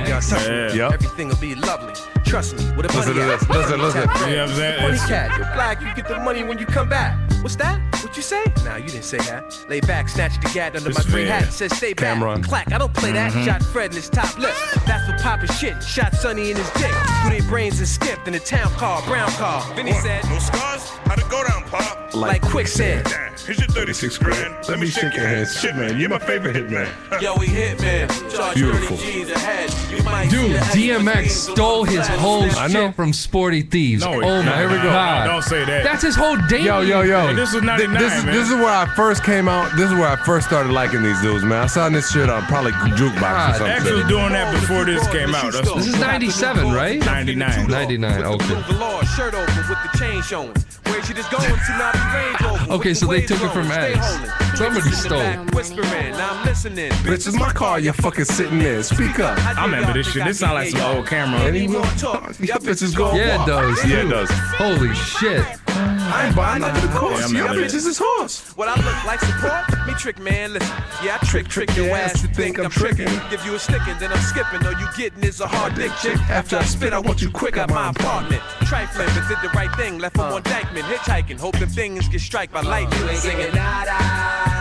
Yeah.
Yep.
Everything will be lovely. Trust me. With a
Listen
bunny
to
hat.
this. Listen,
Bunny
listen.
hat.
You know what I'm saying?
Bunny
It's-
cat. You're black. You get the money when you come back. What's that? What you say? Nah, you didn't say that. Lay back, snatch the gat under
This
my
is
green
bad.
hat. Says stay
Cameron.
back. Clack. I don't play
Mhm.
that. Shot Fred in his top lip. That's what poppin' shit. Shot Sonny in his dick. Through their brains and skipped in the town car, brown car. Vinny said, No scars. How'd it go down, pop? Like, quicksand.
Here's your 36 grand. Let, me shake your hand. Shit, man. You're my favorite hit man.
Yo, we hit man. Charge
Beautiful.
30 G's a head. You might see
Dude,
the head
DMX stole his whole
I know.
shit from Sporty Thieves.
No, he-
oh
nah,
my
nah,
god!
don't say that.
That's his whole debut.
Yo, yo, yo. Th- This, is-
man.
this is where I first came out. This is where I first started liking these dudes, man. I saw this shit on probably jukebox or something.
X was doing that before this came out. That's
This is 97, right?
99.
99, okay.
The law, shirt open with the chain showing. Where'd you just going to now? The Range Rover.
Okay,
With
so
the
they
waves
took it
rolling,
from
stay
Axe.
holding.
Somebody
Bitches in the
stole
back
it.
Whispering, now I'm listening.
Bitch, it's my car. You're fucking sitting there. Speak up.
I remember this shit. This sound like some old camera.
Any more
talk?
Y'all bitches going
Yeah, it does.
Yeah, it
dude.
does.
Holy shit!
I ain't buying nothing of
course. Yeah, I'm Y'all bitches
is horse. What I look like support? Me trick man, listen. Yeah, I trick trick your ass. You think I'm tricking? Give you a sticking, then I'm skipping. All you getting is a hard dick chick. After I spit, I want you quick out my apartment. Trifling, but did the right thing. Left him on Dykeman, hitchhiking, hoping things get strike by lightning. Singing.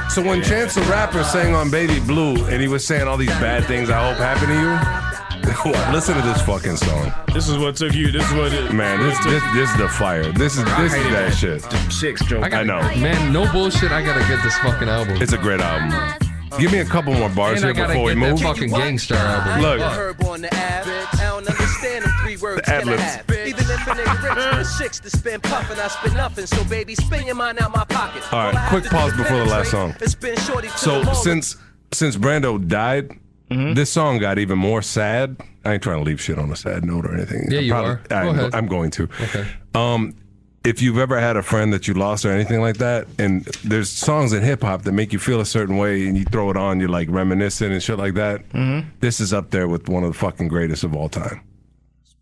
So when Chance the Rapper sang on Baby Blue and he was saying all these bad things I hope happen to you, Listen to this fucking song.
This is what took you. This is what it,
Man, this this this is the fire. This is
I
this
hate
is
it,
that
man.
shit.
Six, Joe.
I know.
Man, no bullshit. I gotta get this fucking album.
It's a great album. Give me a couple more bars
And I
here
gotta
before we
get that
move.
fucking Gangstar album.
Look,
Herb on the app. I don't understand them three words.
The
Can I
ad-libs.
have? Even infinite rich for six to spin puffin', I spin nothing. So baby, spin your mind out my pocket.
All right,
All I have
quick
to do
pause
is
before the last
penetrate.
song.
It's been shorty to the
so
moment.
since since Brando died,
Mm-hmm.
this song got even more sad. I ain't trying to leave shit on a sad note or anything.
Yeah,
I'm
you are. Go
I'm,
ahead.
I'm going to. Okay. Um, if you've ever had a friend that you lost or anything like that, and there's songs in hip hop that make you feel a certain way, and you throw it on, you're like reminiscing and shit like that.
Mm-hmm.
Mhm.
This is up there with one of the fucking greatest of all time.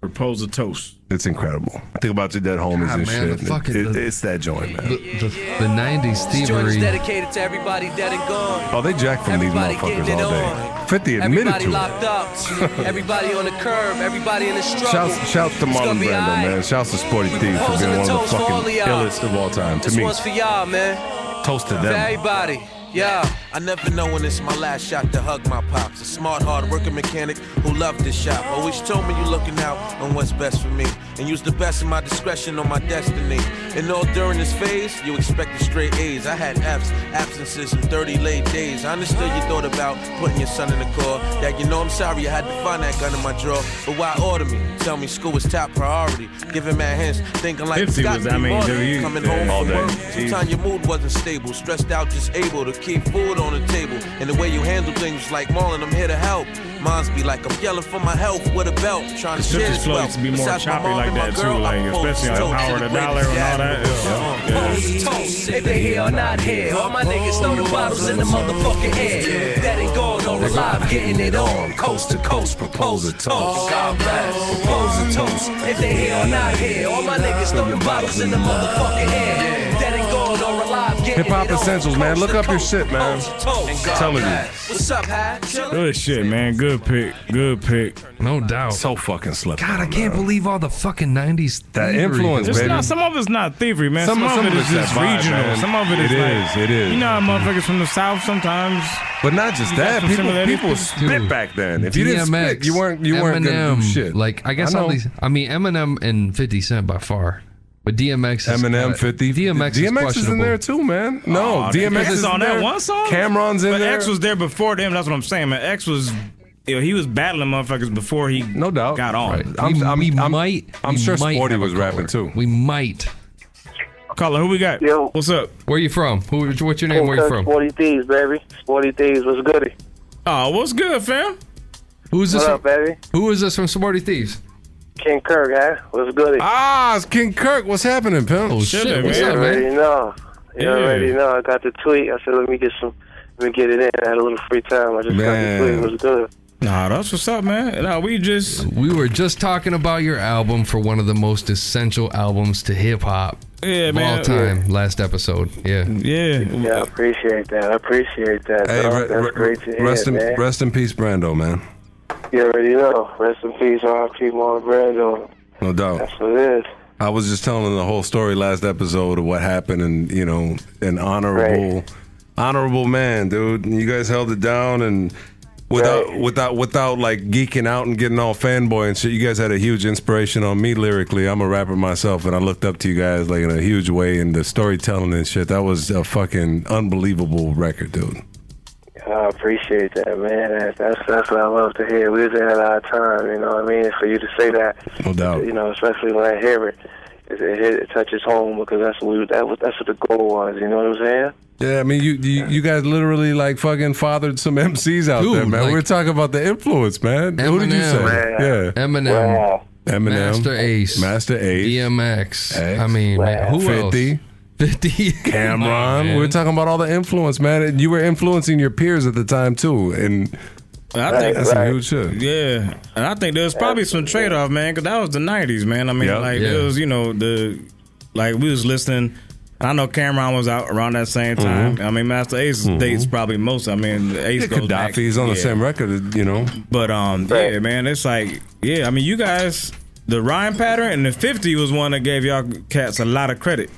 Propose a toast.
It's incredible. Think about your dead homies
God,
and
man, the
shit.
fucking-
It- it's that joint, man.
The, the, the 90s
This joint is
thievery.
dedicated to everybody dead and gone.
Oh, they jack from these
Everybody
motherfuckers
getting it
all day. 50 admitted
Everybody
to it.
locked up. everybody on the curb. Everybody in the struggle.
Shouts, shouts to
It's
Marlon
gonna be
Brando,
aight.
man. Shouts to Sporty Thief for
proposing
being one
a
of the
toast for all
fucking
of y'all.
illest of all time. To
This
me,
one's for y'all, man.
toast to
For
them.
everybody.
Yeah, I never know when it's my last shot to hug my pops. A smart, hard-working mechanic who loved this shop. Always told me you looking out on what's best for me, and use the best of my discretion on my destiny. And all during this phase, you expected straight A's. I had F's, absences, and 30 late days. I understood you thought about putting your son in the car. That you know I'm sorry I had to find that gun in my drawer, but why order me? Tell me school was top priority. Giving mad hints, thinking like
Fifty
Scott
was- I mean,
Martin,
dude, you-
coming
yeah, all
home from
day.
work.
Jesus.
Sometimes your mood wasn't stable, stressed out, just able to keep food on the table. And the way you handle things was like Marlon, I'm here to help. Mine's be like I'm yelling for my help with a belt, trying to
It's
share
just his
this
flow
wealth.
used to be more
Besides my
choppy
mom
like
and my
that too,
girl,
like
I'm
especially like
toast
Power
to
the
the
Dollar and all that. Yeah. Yeah.
Toast. If they here or not here, all my niggas know the bottles in the motherfucking air. That ain't gone or alive, getting it on. Coast to coast, propose a
Oh.
toast. Oh, God bless, propose a toast. If they here or not here, all my niggas know the bottles in the motherfucking air. That ain't gone or alive, getting
Hip
it on.
hop essentials, man. Look up your shit, man.
Toast.
I'm telling you.
What's up, Hat? Chillin'?
Good shit, man. Good pick. Good pick.
No doubt.
So fucking slipped.
God, I can't believe all the fucking 90s.
That
thievery.
influence,
It's not, some of it's not thievery, man. Some,
Some-
of
some
it
of
is
it's that
just
vibe,
regional.
man.
Some of it is
It
like,
is, it is.
You know, how motherfuckers from the south sometimes.
But not just
You got
that.
some
People,
similarities.
people spit
Dude.
back then. If you didn't spit, you weren't you weren't gonna do
Eminem,
shit.
Like I guess
I
all
know.
these. I mean, Eminem and Fifty Cent by far, but DMX. Is
Eminem, 50.
DMX.
DMX
is,
is in there, too, man.
Oh,
No,
Aw,
DMX
is
is
on that
there.
one song.
Cameron's in
but
there.
X was there before them. That's what I'm saying, man. X was, you know, he was battling motherfuckers before he no doubt got on.
I'm, we might.
I'm
we
sure
might
Sporty
have a
was rapping,
caller. We might.
Caller, who we got?
Yo.
What's up?
Where you from? Who? What's your name? Where you
Coach,
from?
Sporty Thieves, baby. Sporty Thieves, what's goody?
Oh, what's good, fam?
Who's this?
What
from,
up, baby?
Who is this from Smarty Thieves?
King Kirk, huh? What's goody?
Ah, it's King Kirk. What's happening, pimp?
Oh shit! What's
you
up,
already
man?
know. You
Yeah.
already know. I got the tweet. I said, let me get some, let me get it in. I had a little free time. I just
Man.
got the tweet. What's good?
Nah, that's what's up, man. Nah, we just
we were just talking about your album for one of the most essential albums to hip hop.
Yeah,
of
man.
All time. Last episode. Yeah.
Yeah.
Yeah, I appreciate that. I appreciate that.
Hey,
dog.
re-
That's
re-
great to hear,
rest in
man.
rest in peace, Brando, man.
You already know. Rest in peace, R.I.P. Marlon Brando.
No doubt.
That's what it is.
I was just telling the whole story last episode of what happened, and you know, an honorable, honorable man, dude. And You guys held it down, and without, without, without like geeking out and getting all fanboy and shit. You guys had a huge inspiration on me lyrically. I'm a rapper myself, and I looked up to you guys like in a huge way, and the storytelling and shit. That was a fucking unbelievable record, dude.
I appreciate that, man. That's that's, that's what I love to hear. We was in at our time, you know what I mean? For you to say that,
no doubt.
You know, especially when I hear it, it, it, hit- it touches home because that's what we, that was that's what the goal was. You know what I'm saying?
Yeah, I mean, you, you you guys literally like fucking fathered some MCs out
Dude,
there, man.
like-
we were talking about the influence, man. Who did you say?
Eminem.
Yeah,
Eminem. Wow.
Eminem,
Master Ace.
Master Ace,
DMX. I mean, man, who else?
50,
50.
Cameron. we were talking about all the influence, man. And you were influencing your peers at the time too, and
I think
that's some huge shit.
Yeah, and I think there's probably some trade off, man, because that was the '90s, man. I mean,
Yeah.
like
Yeah.
it was, you know, the like we was listening. And I know Cameron was out around that same time. I mean, Master Ace dates probably most. I mean, Ace
Mm-hmm. Yeah,
goes back-
Gaddafi's on the
yeah.
same record, you know.
But um, yeah, man, it's like yeah. I mean, you guys, the rhyme pattern and the '50 was one that gave y'all cats a lot of credit,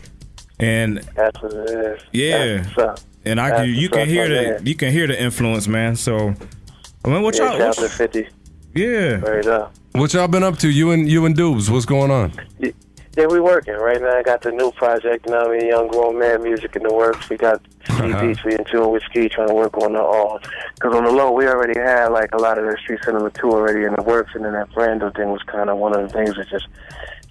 and
That's what it is.
yeah,
That's what's up.
and I
That's
can, you
what's
can
up,
hear
my
the
man.
you can hear the influence, man. So, I mean, what
yeah,
y'all?
shout out
What,
to 50.
Yeah.
Right up.
What y'all been up to? You and you and Dubes, what's going on?
Yeah, we working right now. I got the new project, you know what I mean? Young Grown Man Music in the works. We got Ski
Uh-huh.
Beats. We in tune with Ski trying to work on the all. Because on the low, we already had like a lot of the Street Cinema 2 already in the works. And then that Brando thing was kind of one of the things that just,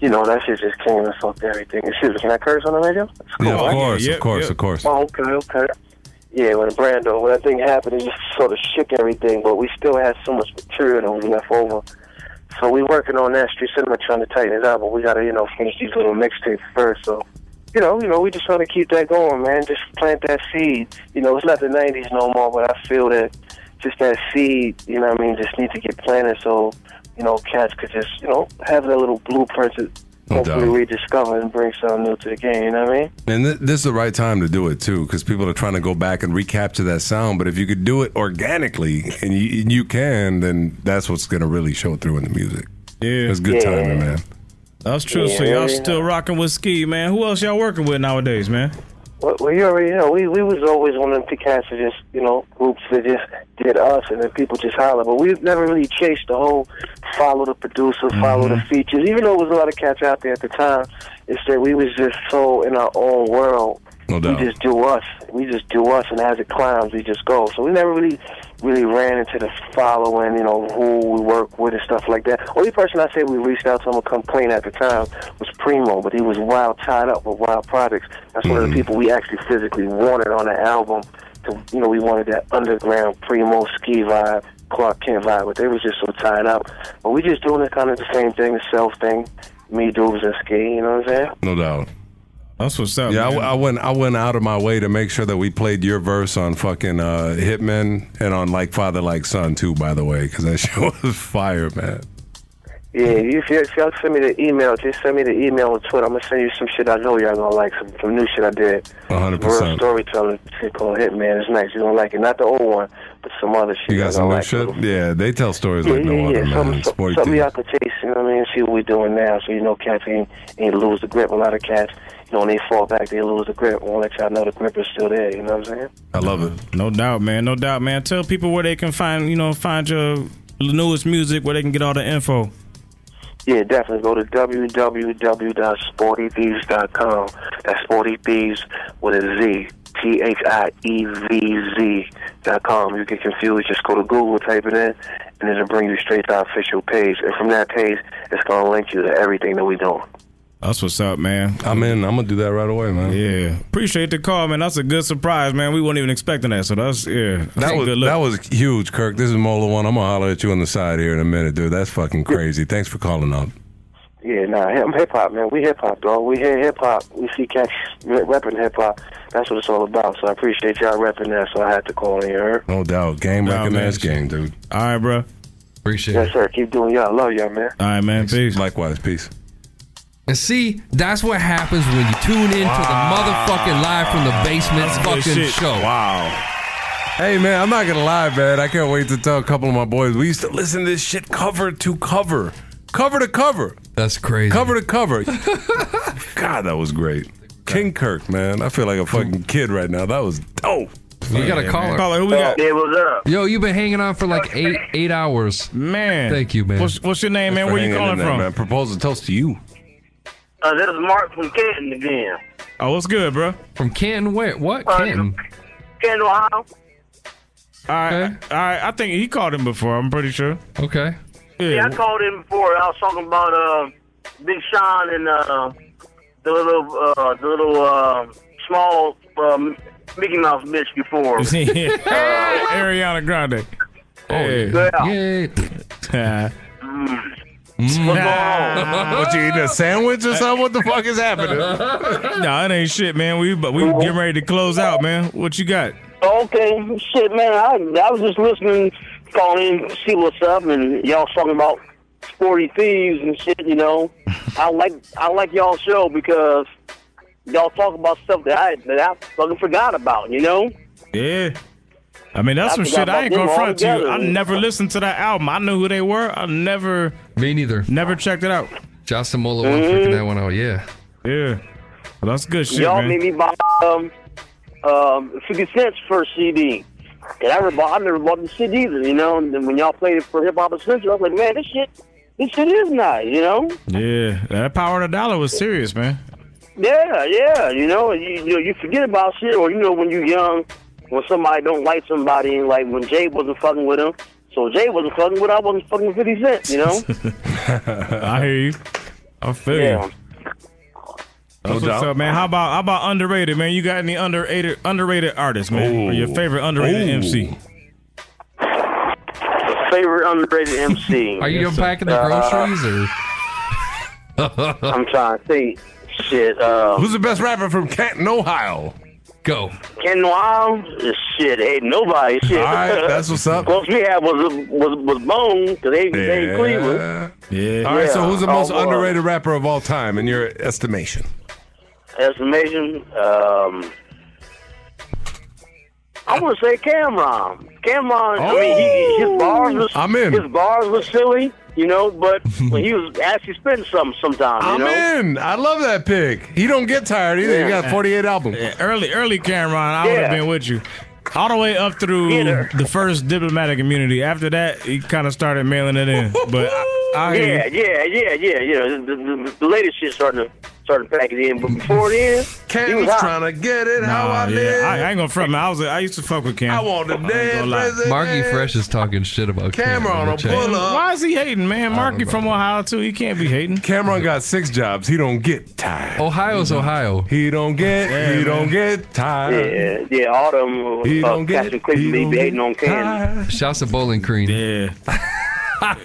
you know, that shit just came and fucked everything. Excuse me, can I curse on the radio?
Yeah, of course,
yeah,
of course,
yeah.
of course.
Oh, okay, okay. Yeah, when Brando, when that thing happened, it just sort of shook everything, but we still had so much material that was left over. So we working on that street cinema, trying to tighten it up, but we gotta, you know, finish these little mixtapes first. So, you know, you know, we just trying to keep that going, man. Just plant that seed. You know, it's not the '90s no more, but I feel that just that seed, you know, what I mean, just need to get planted. So, you know, cats could just, you know, have that little blueprint to hopefully rediscover and bring something new to the game. You know what I mean?
And th- this is the right time to do it too, because people are trying to go back and recapture that sound. But if you could do it organically, and you, and you can, then that's what's going to really show through in the music.
Yeah,
it's good timing, man.
That's true. So y'all still rocking with Ski, man. Who else y'all working with nowadays, man?
Well, well, you already know. We we was always one of the cats that just you know groups that just did us, and then people just holler. But we've never really chased the whole follow the producer, follow the features. Even though it was a lot of cats out there at the time, it's that we was just so in our own world. We just do us. We just do us, and as it climbs, we just go. So we never really, really ran into the following, you know, who we work with and stuff like that. Only person I say we reached out to him a complaint at the time was Primo, but he was wild tied up with wild products. That's one of the people we actually physically wanted on the album. To you know, we wanted that underground Primo ski vibe, Clark Kent vibe, but they was just so tied up. But we just doing the kind of the same thing, the self thing, me dudes and ski. You know what I'm saying?
No doubt.
That's what's up.
Yeah, I, I went. I went out of my way to make sure that we played your verse on fucking uh, Hitman and on like Father Like Son too. By the way, because that show was fire, man.
Yeah, if, y- if y'all send me the email, just send me the email on Twitter. I'm gonna send you some shit I know y'all gonna like, some, some new shit I did.
100.
Real
percent
storytelling shit called Hitman. It's nice. You're gonna like it. Not the old one, but some other shit.
You got some
y'all gonna
new
like.
shit. Yeah, they tell stories like
yeah,
no
yeah,
other,
yeah.
man.
Something,
It's
something,
forty
something y'all could taste, you know what I mean? See what we're doing now. So, you know, cats ain't, ain't lose the grip. A lot of cats, you know, when they fall back, they lose the grip. I want to let y'all know the grip is still there, you know what I'm saying?
I love it.
No doubt, man. No doubt, man. Tell people where they can find, you know, find your newest music, where they can get all the info.
Yeah, definitely. Go to www.sportythieves.com. That's Sporty Thieves with a Z. T H I E V Z dot com. You get confused, just go to Google, type it in, and it'll bring you straight to our official page. And from that page, it's going to link you to everything that we're doing.
That's what's up, man.
I'm in. I'm gonna do that right away, man.
Yeah, appreciate the call, man. That's a good surprise, man. We weren't even expecting that, so that's yeah.
That was that was huge, Kirk. This is Mola One. I'm gonna holler at you on the side here in a minute, dude. That's fucking crazy. Thanks for calling up.
Yeah, nah, I'm hip hop, man. We hip hop, dog. We hear hip hop. We see cats re- repping hip hop. That's what it's all about. So I appreciate y'all repping that. So I had to call in here.
No doubt, game
Nah,
recognized
man.
game, dude.
All right, bro.
Appreciate
Yes, sir. Keep doing y'all. Love y'all, man.
All right, man. Peace.
Likewise, peace.
And see, that's what happens when you tune in to the motherfucking live from the basement fucking show.
Wow. Hey man, I'm not gonna lie, man. I can't wait to tell a couple of my boys. We used to listen to this shit cover to cover, cover to cover,
That's crazy.
cover to cover. God, that was great. King Kirk, man. I feel like a fucking kid right now. That was dope.
We got a caller.
Yeah, what's up?
Yo, you've been hanging on for like eight eight hours.
Man.
Thank you, man.
What's, what's your name, man?
Thanks for
Where you
hanging
calling
in there,
from?
man.
Proposal toast to you.
Uh, this is Mark from Canton again.
Oh, what's good, bro?
From Canton, where? What?
Uh,
Canton.
Canton, Ohio.
All right, all right. I think he called him before. I'm pretty sure.
Okay.
Yeah, I called in before. I was talking about uh, Big Sean and uh, the little, uh, the little uh, small um, Mickey Mouse bitch before.
Ariana Grande.
Oh, yeah. Mm.
yeah.
what you eating a sandwich or something? What the fuck is happening?
nah, it ain't shit, man. We but we getting ready to close out, man. What you got?
Uh, Okay, shit, man. I, I was just listening, calling in, to see what's up, and y'all talking about sporty thieves and shit. You know, I like I like y'all show because y'all talk about stuff that I that I fucking forgot about. You know.
Yeah. I mean, that's
I
some
forgot
shit I ain't
about them
gonna front to you. I
altogether.
never listened to that album. I knew who they were. I never.
Me neither.
Never checked it out.
Justin Mola one freaking that one out. Yeah.
Mm-hmm. Yeah. Well, that's good shit,
y'all
man.
made me buy um, um, 50 Cent's first CD. And I never, I never bought this shit either, you know. And then when y'all played it for Hip Hop Essential, I was like, man, this shit, this shit is nice, you know.
Yeah, that power of the dollar was serious, man.
Yeah, yeah, you know, you you, know, you forget about shit, or you know, when you young, when somebody don't like somebody, and like when Jay wasn't fucking with him, so Jay wasn't fucking with, I wasn't fucking with Fifty Cent, you know.
I hear you. I feel you. That's what's up, man. How about how about underrated, man? You got any underrated underrated artists, man? Or your favorite underrated
Ooh.
MC?
Favorite underrated MC.
Are you unpacking the groceries
or? I'm trying to think. Shit. Uh,
Who's the best rapper from Canton, Ohio?
Go.
Ken Wild? Shit, ain't nobody. Shit.
All right, that's what's up.
Close we had was was was Bone because they they in Cleveland.
Yeah.
All right. So who's the
Oh,
most
well,
underrated rapper of all time in your estimation?
Estimation. Um, I want to say Cameron. Cameron. I mean, he, his bars was
Oh, I'm in.
his bars was silly, you know, but when he was actually spitting something sometimes, you
I'm
know.
in. I love that pick. He don't get tired either. He
Yeah.
got 48 albums.
Early early Cameron, I would have
Yeah.
been with you. All the way up through the first diplomatic immunity. After that, he kind of started mailing it in. But I, I hear
yeah,
you.
yeah, yeah, yeah, yeah. The, the, the latest shit starting to starting to pack it in, but before then, he was hot.
trying to get it how
Nah,
I
yeah.
live.
I, I ain't gonna front man. I was a- I used to fuck with Cam.
I want to
ain't gonna
dance,
lie.
president.
Marky Fresh is talking shit about Cam.
Cameron
Let me
on
check.
pull up.
Why is he hating, man? Marky from Ohio too. He can't be hating.
Cameron got six jobs. He don't get tired. Mm-hmm.
Ohio's Ohio.
He don't get.
Yeah,
he
man.
don't get tired.
Yeah, yeah, all them
He
uh,
don't get-
Captain Cleveland they be hating on Candy.
Shouts to Bowling Green.
Yeah.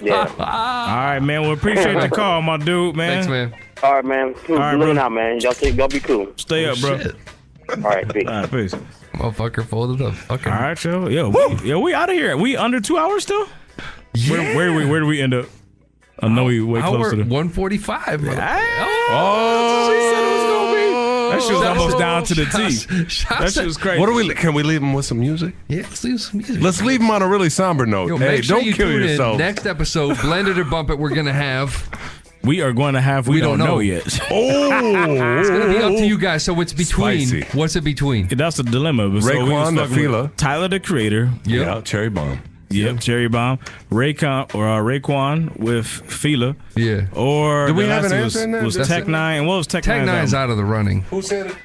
Yeah.
All right, man. We appreciate the call, my dude, man.
Thanks, man.
All right, man. Cool.
All right,
Looking
bro.
out, man. Y'all, take, y'all be cool.
Stay up, bro.
All right, peace.
All right, peace.
Motherfucker folded up. Okay.
All right, yo, yo, we, yo, we out of here. We under two hours still. Where, where we? Where do we end up? I know we way
Hour
closer to. Ah! Oh!
145.
Oh,
That shit was almost down to the T. That shit was crazy.
What do we? Can we leave him with some music?
Yeah, let's leave some music.
Let's leave him on a really somber note.
Yo,
hey,
make sure
don't
you
kill
tune in.
yourself.
Next episode, blend it or bump it. We're gonna have.
We are going to have. We, don't, know. yet.
Oh,
it's gonna be up to you guys. So it's between.
Spicy.
What's it between?
That's the dilemma. But so we was
Raekwon,
fucking
Nafila.
with Tyler the Creator.
Yeah, Cherry Bomb.
Yep, Cherry Bomb, Raycon or uh, Raekwon with Fila.
Yeah.
Or
Do we
the
have
last
an
one
answer in there?
was, was
That's
Tech
it?
Nine? And what was Tech,
Tech
Nine's
Nine's
album?
out of the running.
Who said it?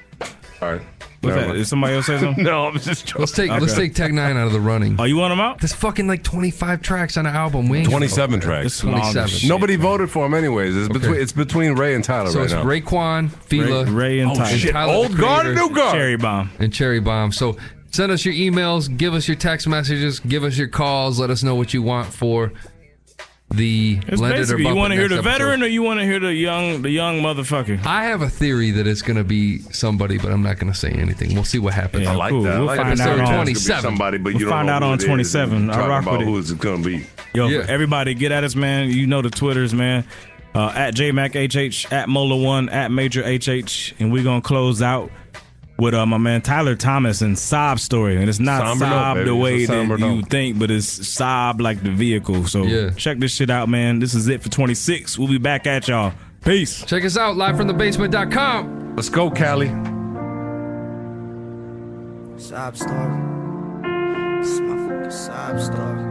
All right.
What's
Never
that?
mind.
Did somebody else say something?
no, I'm just joking.
Let's take let's
Okay.
take Tech Nine out of the running.
Oh, you want him out?
There's fucking like 25 tracks on an album. We ain't-
27
It's
tracks.
27.
Nobody voted for him, anyways. It's between it's between Ray and Tyler
So
right
it's
now.
Raekwon, Fila,
Ray, Ray and Tyler.
shit.
the
Old guard or
Creator,
new guard?
Cherry Bomb.
and Cherry Bomb. So send us your emails, give us your text messages, give us your calls. Let us know what you want for the
It's
blended or
basically you
bump
want
it
to hear
next
the
episode.
veteran or you want to hear the young the young motherfucker.
I have a theory that it's going to be somebody, but I'm not going to say anything. We'll see what happens.
Yeah, I like cool. that. I We'll like find that. out
episode
on-
27.
Somebody, but
We'll
you don't
find
know
out
who
on
it is.
27.
We're
I
talking
rock with
about
it.
Who is it gonna be?
Yo, everybody get at us, man. You know the Twitters, man. Uh, at JMacHH, at Mola1, at Major HH. And we're going to close out with uh, my man Tyler Thomas and Sob Story. And it's not
Somber note,
Sob
baby.
the
It's a
way that
somber
you
note.
think, but it's Sob like the vehicle. So
Yeah.
check this shit out, man. This is it for 26. We'll be back at y'all. Peace.
Check us out live from the basement.com.
Let's go, Callie.
Sob story. This is my fucking sob story.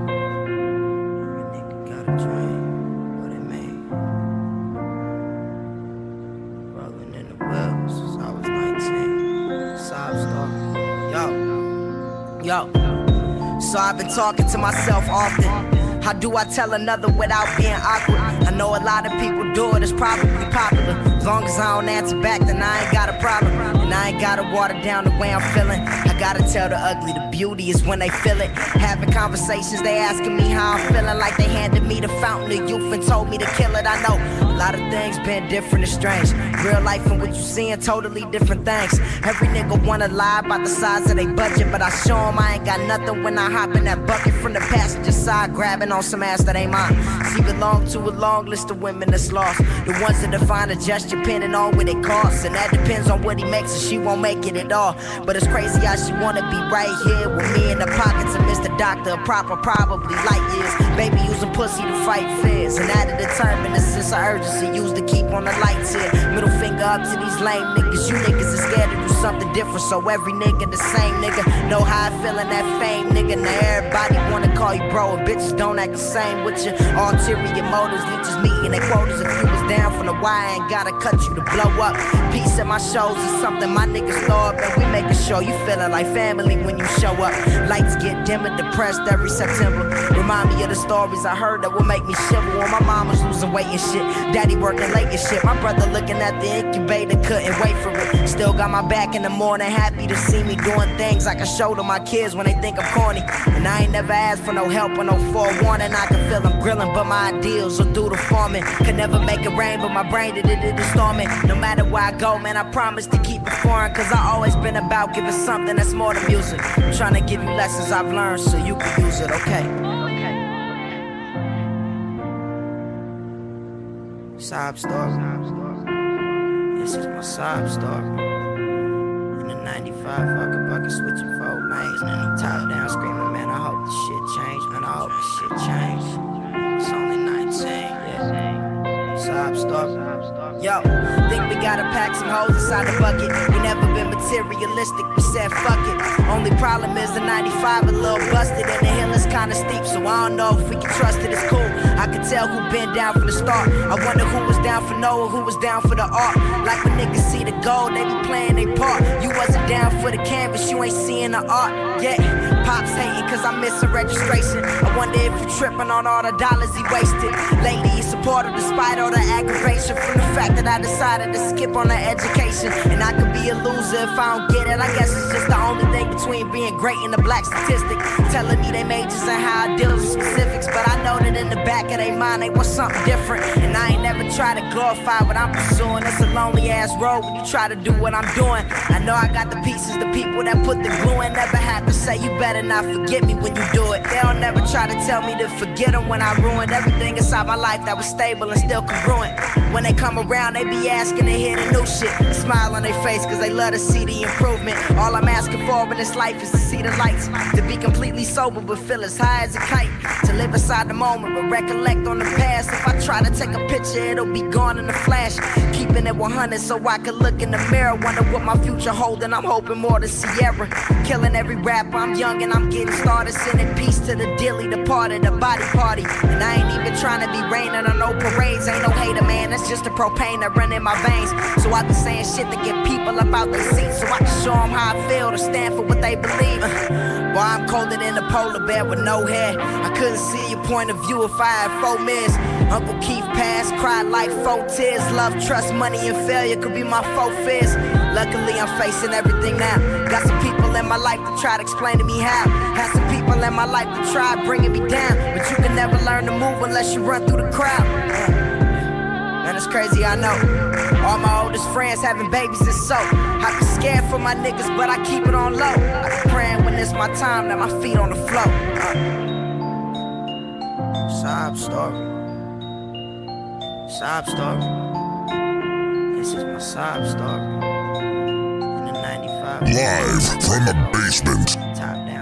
My nigga got a dream. What it mean? Rolling in the well since I was 19. Sob story. Yo.
Yo. So I've been talking to myself often. How do I tell another without being awkward? I know a lot of people do it, it's probably popular. As long as I don't answer back, then I ain't got a problem. And I ain't gotta water down the way I'm feeling. I gotta tell the ugly, the beauty is when they feel it. Having conversations, they asking me how I'm feeling, like they handed me the fountain of youth and told me to kill it. I know a lot of things been different and strange. Real life and what you seeing, totally different things. Every nigga wanna lie about the size of their budget, but I show 'em I ain't got nothing when I hop in that bucket from the passenger side, grabbing on some ass that ain't mine. She belong to a long list of women that's lost. The ones that define a gesture, depending on what it costs, and that depends on what he makes, and she won't make it at all. But it's crazy how she wanna be right here with me in the pockets of Mr. Doctor, proper, probably light years. Baby using pussy to fight fears, and out of determined sense of urgency, used to keep on the lights here. Middle finger up to these lame niggas Cause you niggas is scared to do something different. So every nigga the same nigga. Know how I feel in that fame, nigga. Now everybody wanna call you bro, and bitches don't act the same with you. Ulterior motives, you just meeting their quotas. If you was down from the wire, I ain't gotta cut you to blow up. Piece of my shows is something my niggas love, and we making sure you feeling like family when you show up. Lights get dimmer, depressed every September. Remind me of the stories I heard that would make me shiver when my mama's losing weight and shit. Daddy working late and shit. My brother looking at the incubator, couldn't wait for it. Still got my back in the morning, happy to see me doing things I can show to my kids when they think I'm corny. And I ain't never asked for no help or no forewarning. I can feel I'm grilling, but my ideals are through the farming. Could never make it rain, but my brain did it in the storming. No matter where I go, man, I promise to keep it foreign. Cause I always been about giving something that's more than music. I'm trying to give you lessons I've learned so you can use it, okay? Sob story. This is my sob story. In the 95 fucker bucket switching four lanes. Top down screaming, man, I hope this shit change. Man, I hope this shit change. It's only 19, yeah. Sob story. Yo, think we gotta pack some holes inside the bucket. We never been materialistic, we said fuck it. Only problem is the 95 a little busted and the hill is kinda steep, so I don't know if we can trust it. It's cool. I can tell who been down from the start. I wonder who was down for Noah, who was down for the art. Like when niggas see the gold, they be playing their part. You wasn't down for the canvas, you ain't seeing the art yet. Pops hating cause I'm missing registration. I wonder if you tripping on all the dollars he wasted. Lately, he's supportive despite all the aggravation from the fact that I decided to skip on the education. And I could be a loser if I don't get it. I guess it's just the only thing between being great and the black statistic. Telling me they majors and how I deal with specifics. But I know that in the back of their mind, they want something different. And I ain't never try to glorify what I'm pursuing. It's a lonely ass road when you try to do what I'm doing. I know I got the pieces, the people that put the glue in never had to say, You better not forget me when you do it. They'll never try to tell me to forget them when I ruined everything inside my life that was stable and still congruent. When they come around, they be asking to hear the new shit. Smile on their face, cause they love to see the improvement. All I'm asking for in this life is to see the lights. To be completely sober, but feel as high as a kite. To live inside the moment, but recollect on the past. If I try to take a picture, it'll be gone in a flash. Keeping it 100 so I can look in the mirror. Wonder what my future holds, and I'm hoping more than Sierra. Killing every rapper, I'm young and I'm getting started. Sending peace to the dilly, the part of the body party. And I ain't even trying to be raining on no parades. Ain't no hater, man, that's just the propane that run in my veins. So I be saying shit to get people up out their seats. So I can show them how I feel to stand for what they believe. Boy, I'm colder than a polar bear with no hair. I couldn't see your point of view if I had four minutes. Uncle Keith passed, cried like four tears. Love, trust, money, and failure could be my four fears. Luckily, I'm facing everything now. Got some people in my life that try to explain to me how. Had some people in my life that tried bringing me down. But you can never learn to move unless you run through the crowd. Man, it's crazy, I know. All my oldest friends having babies and so. I be scared for my niggas, but I keep it on low. I be praying when it's my time that my feet on the floor. Uh. Sob story. Sob story. This is my sob story. In the 95.
Live from the basement.
Top down.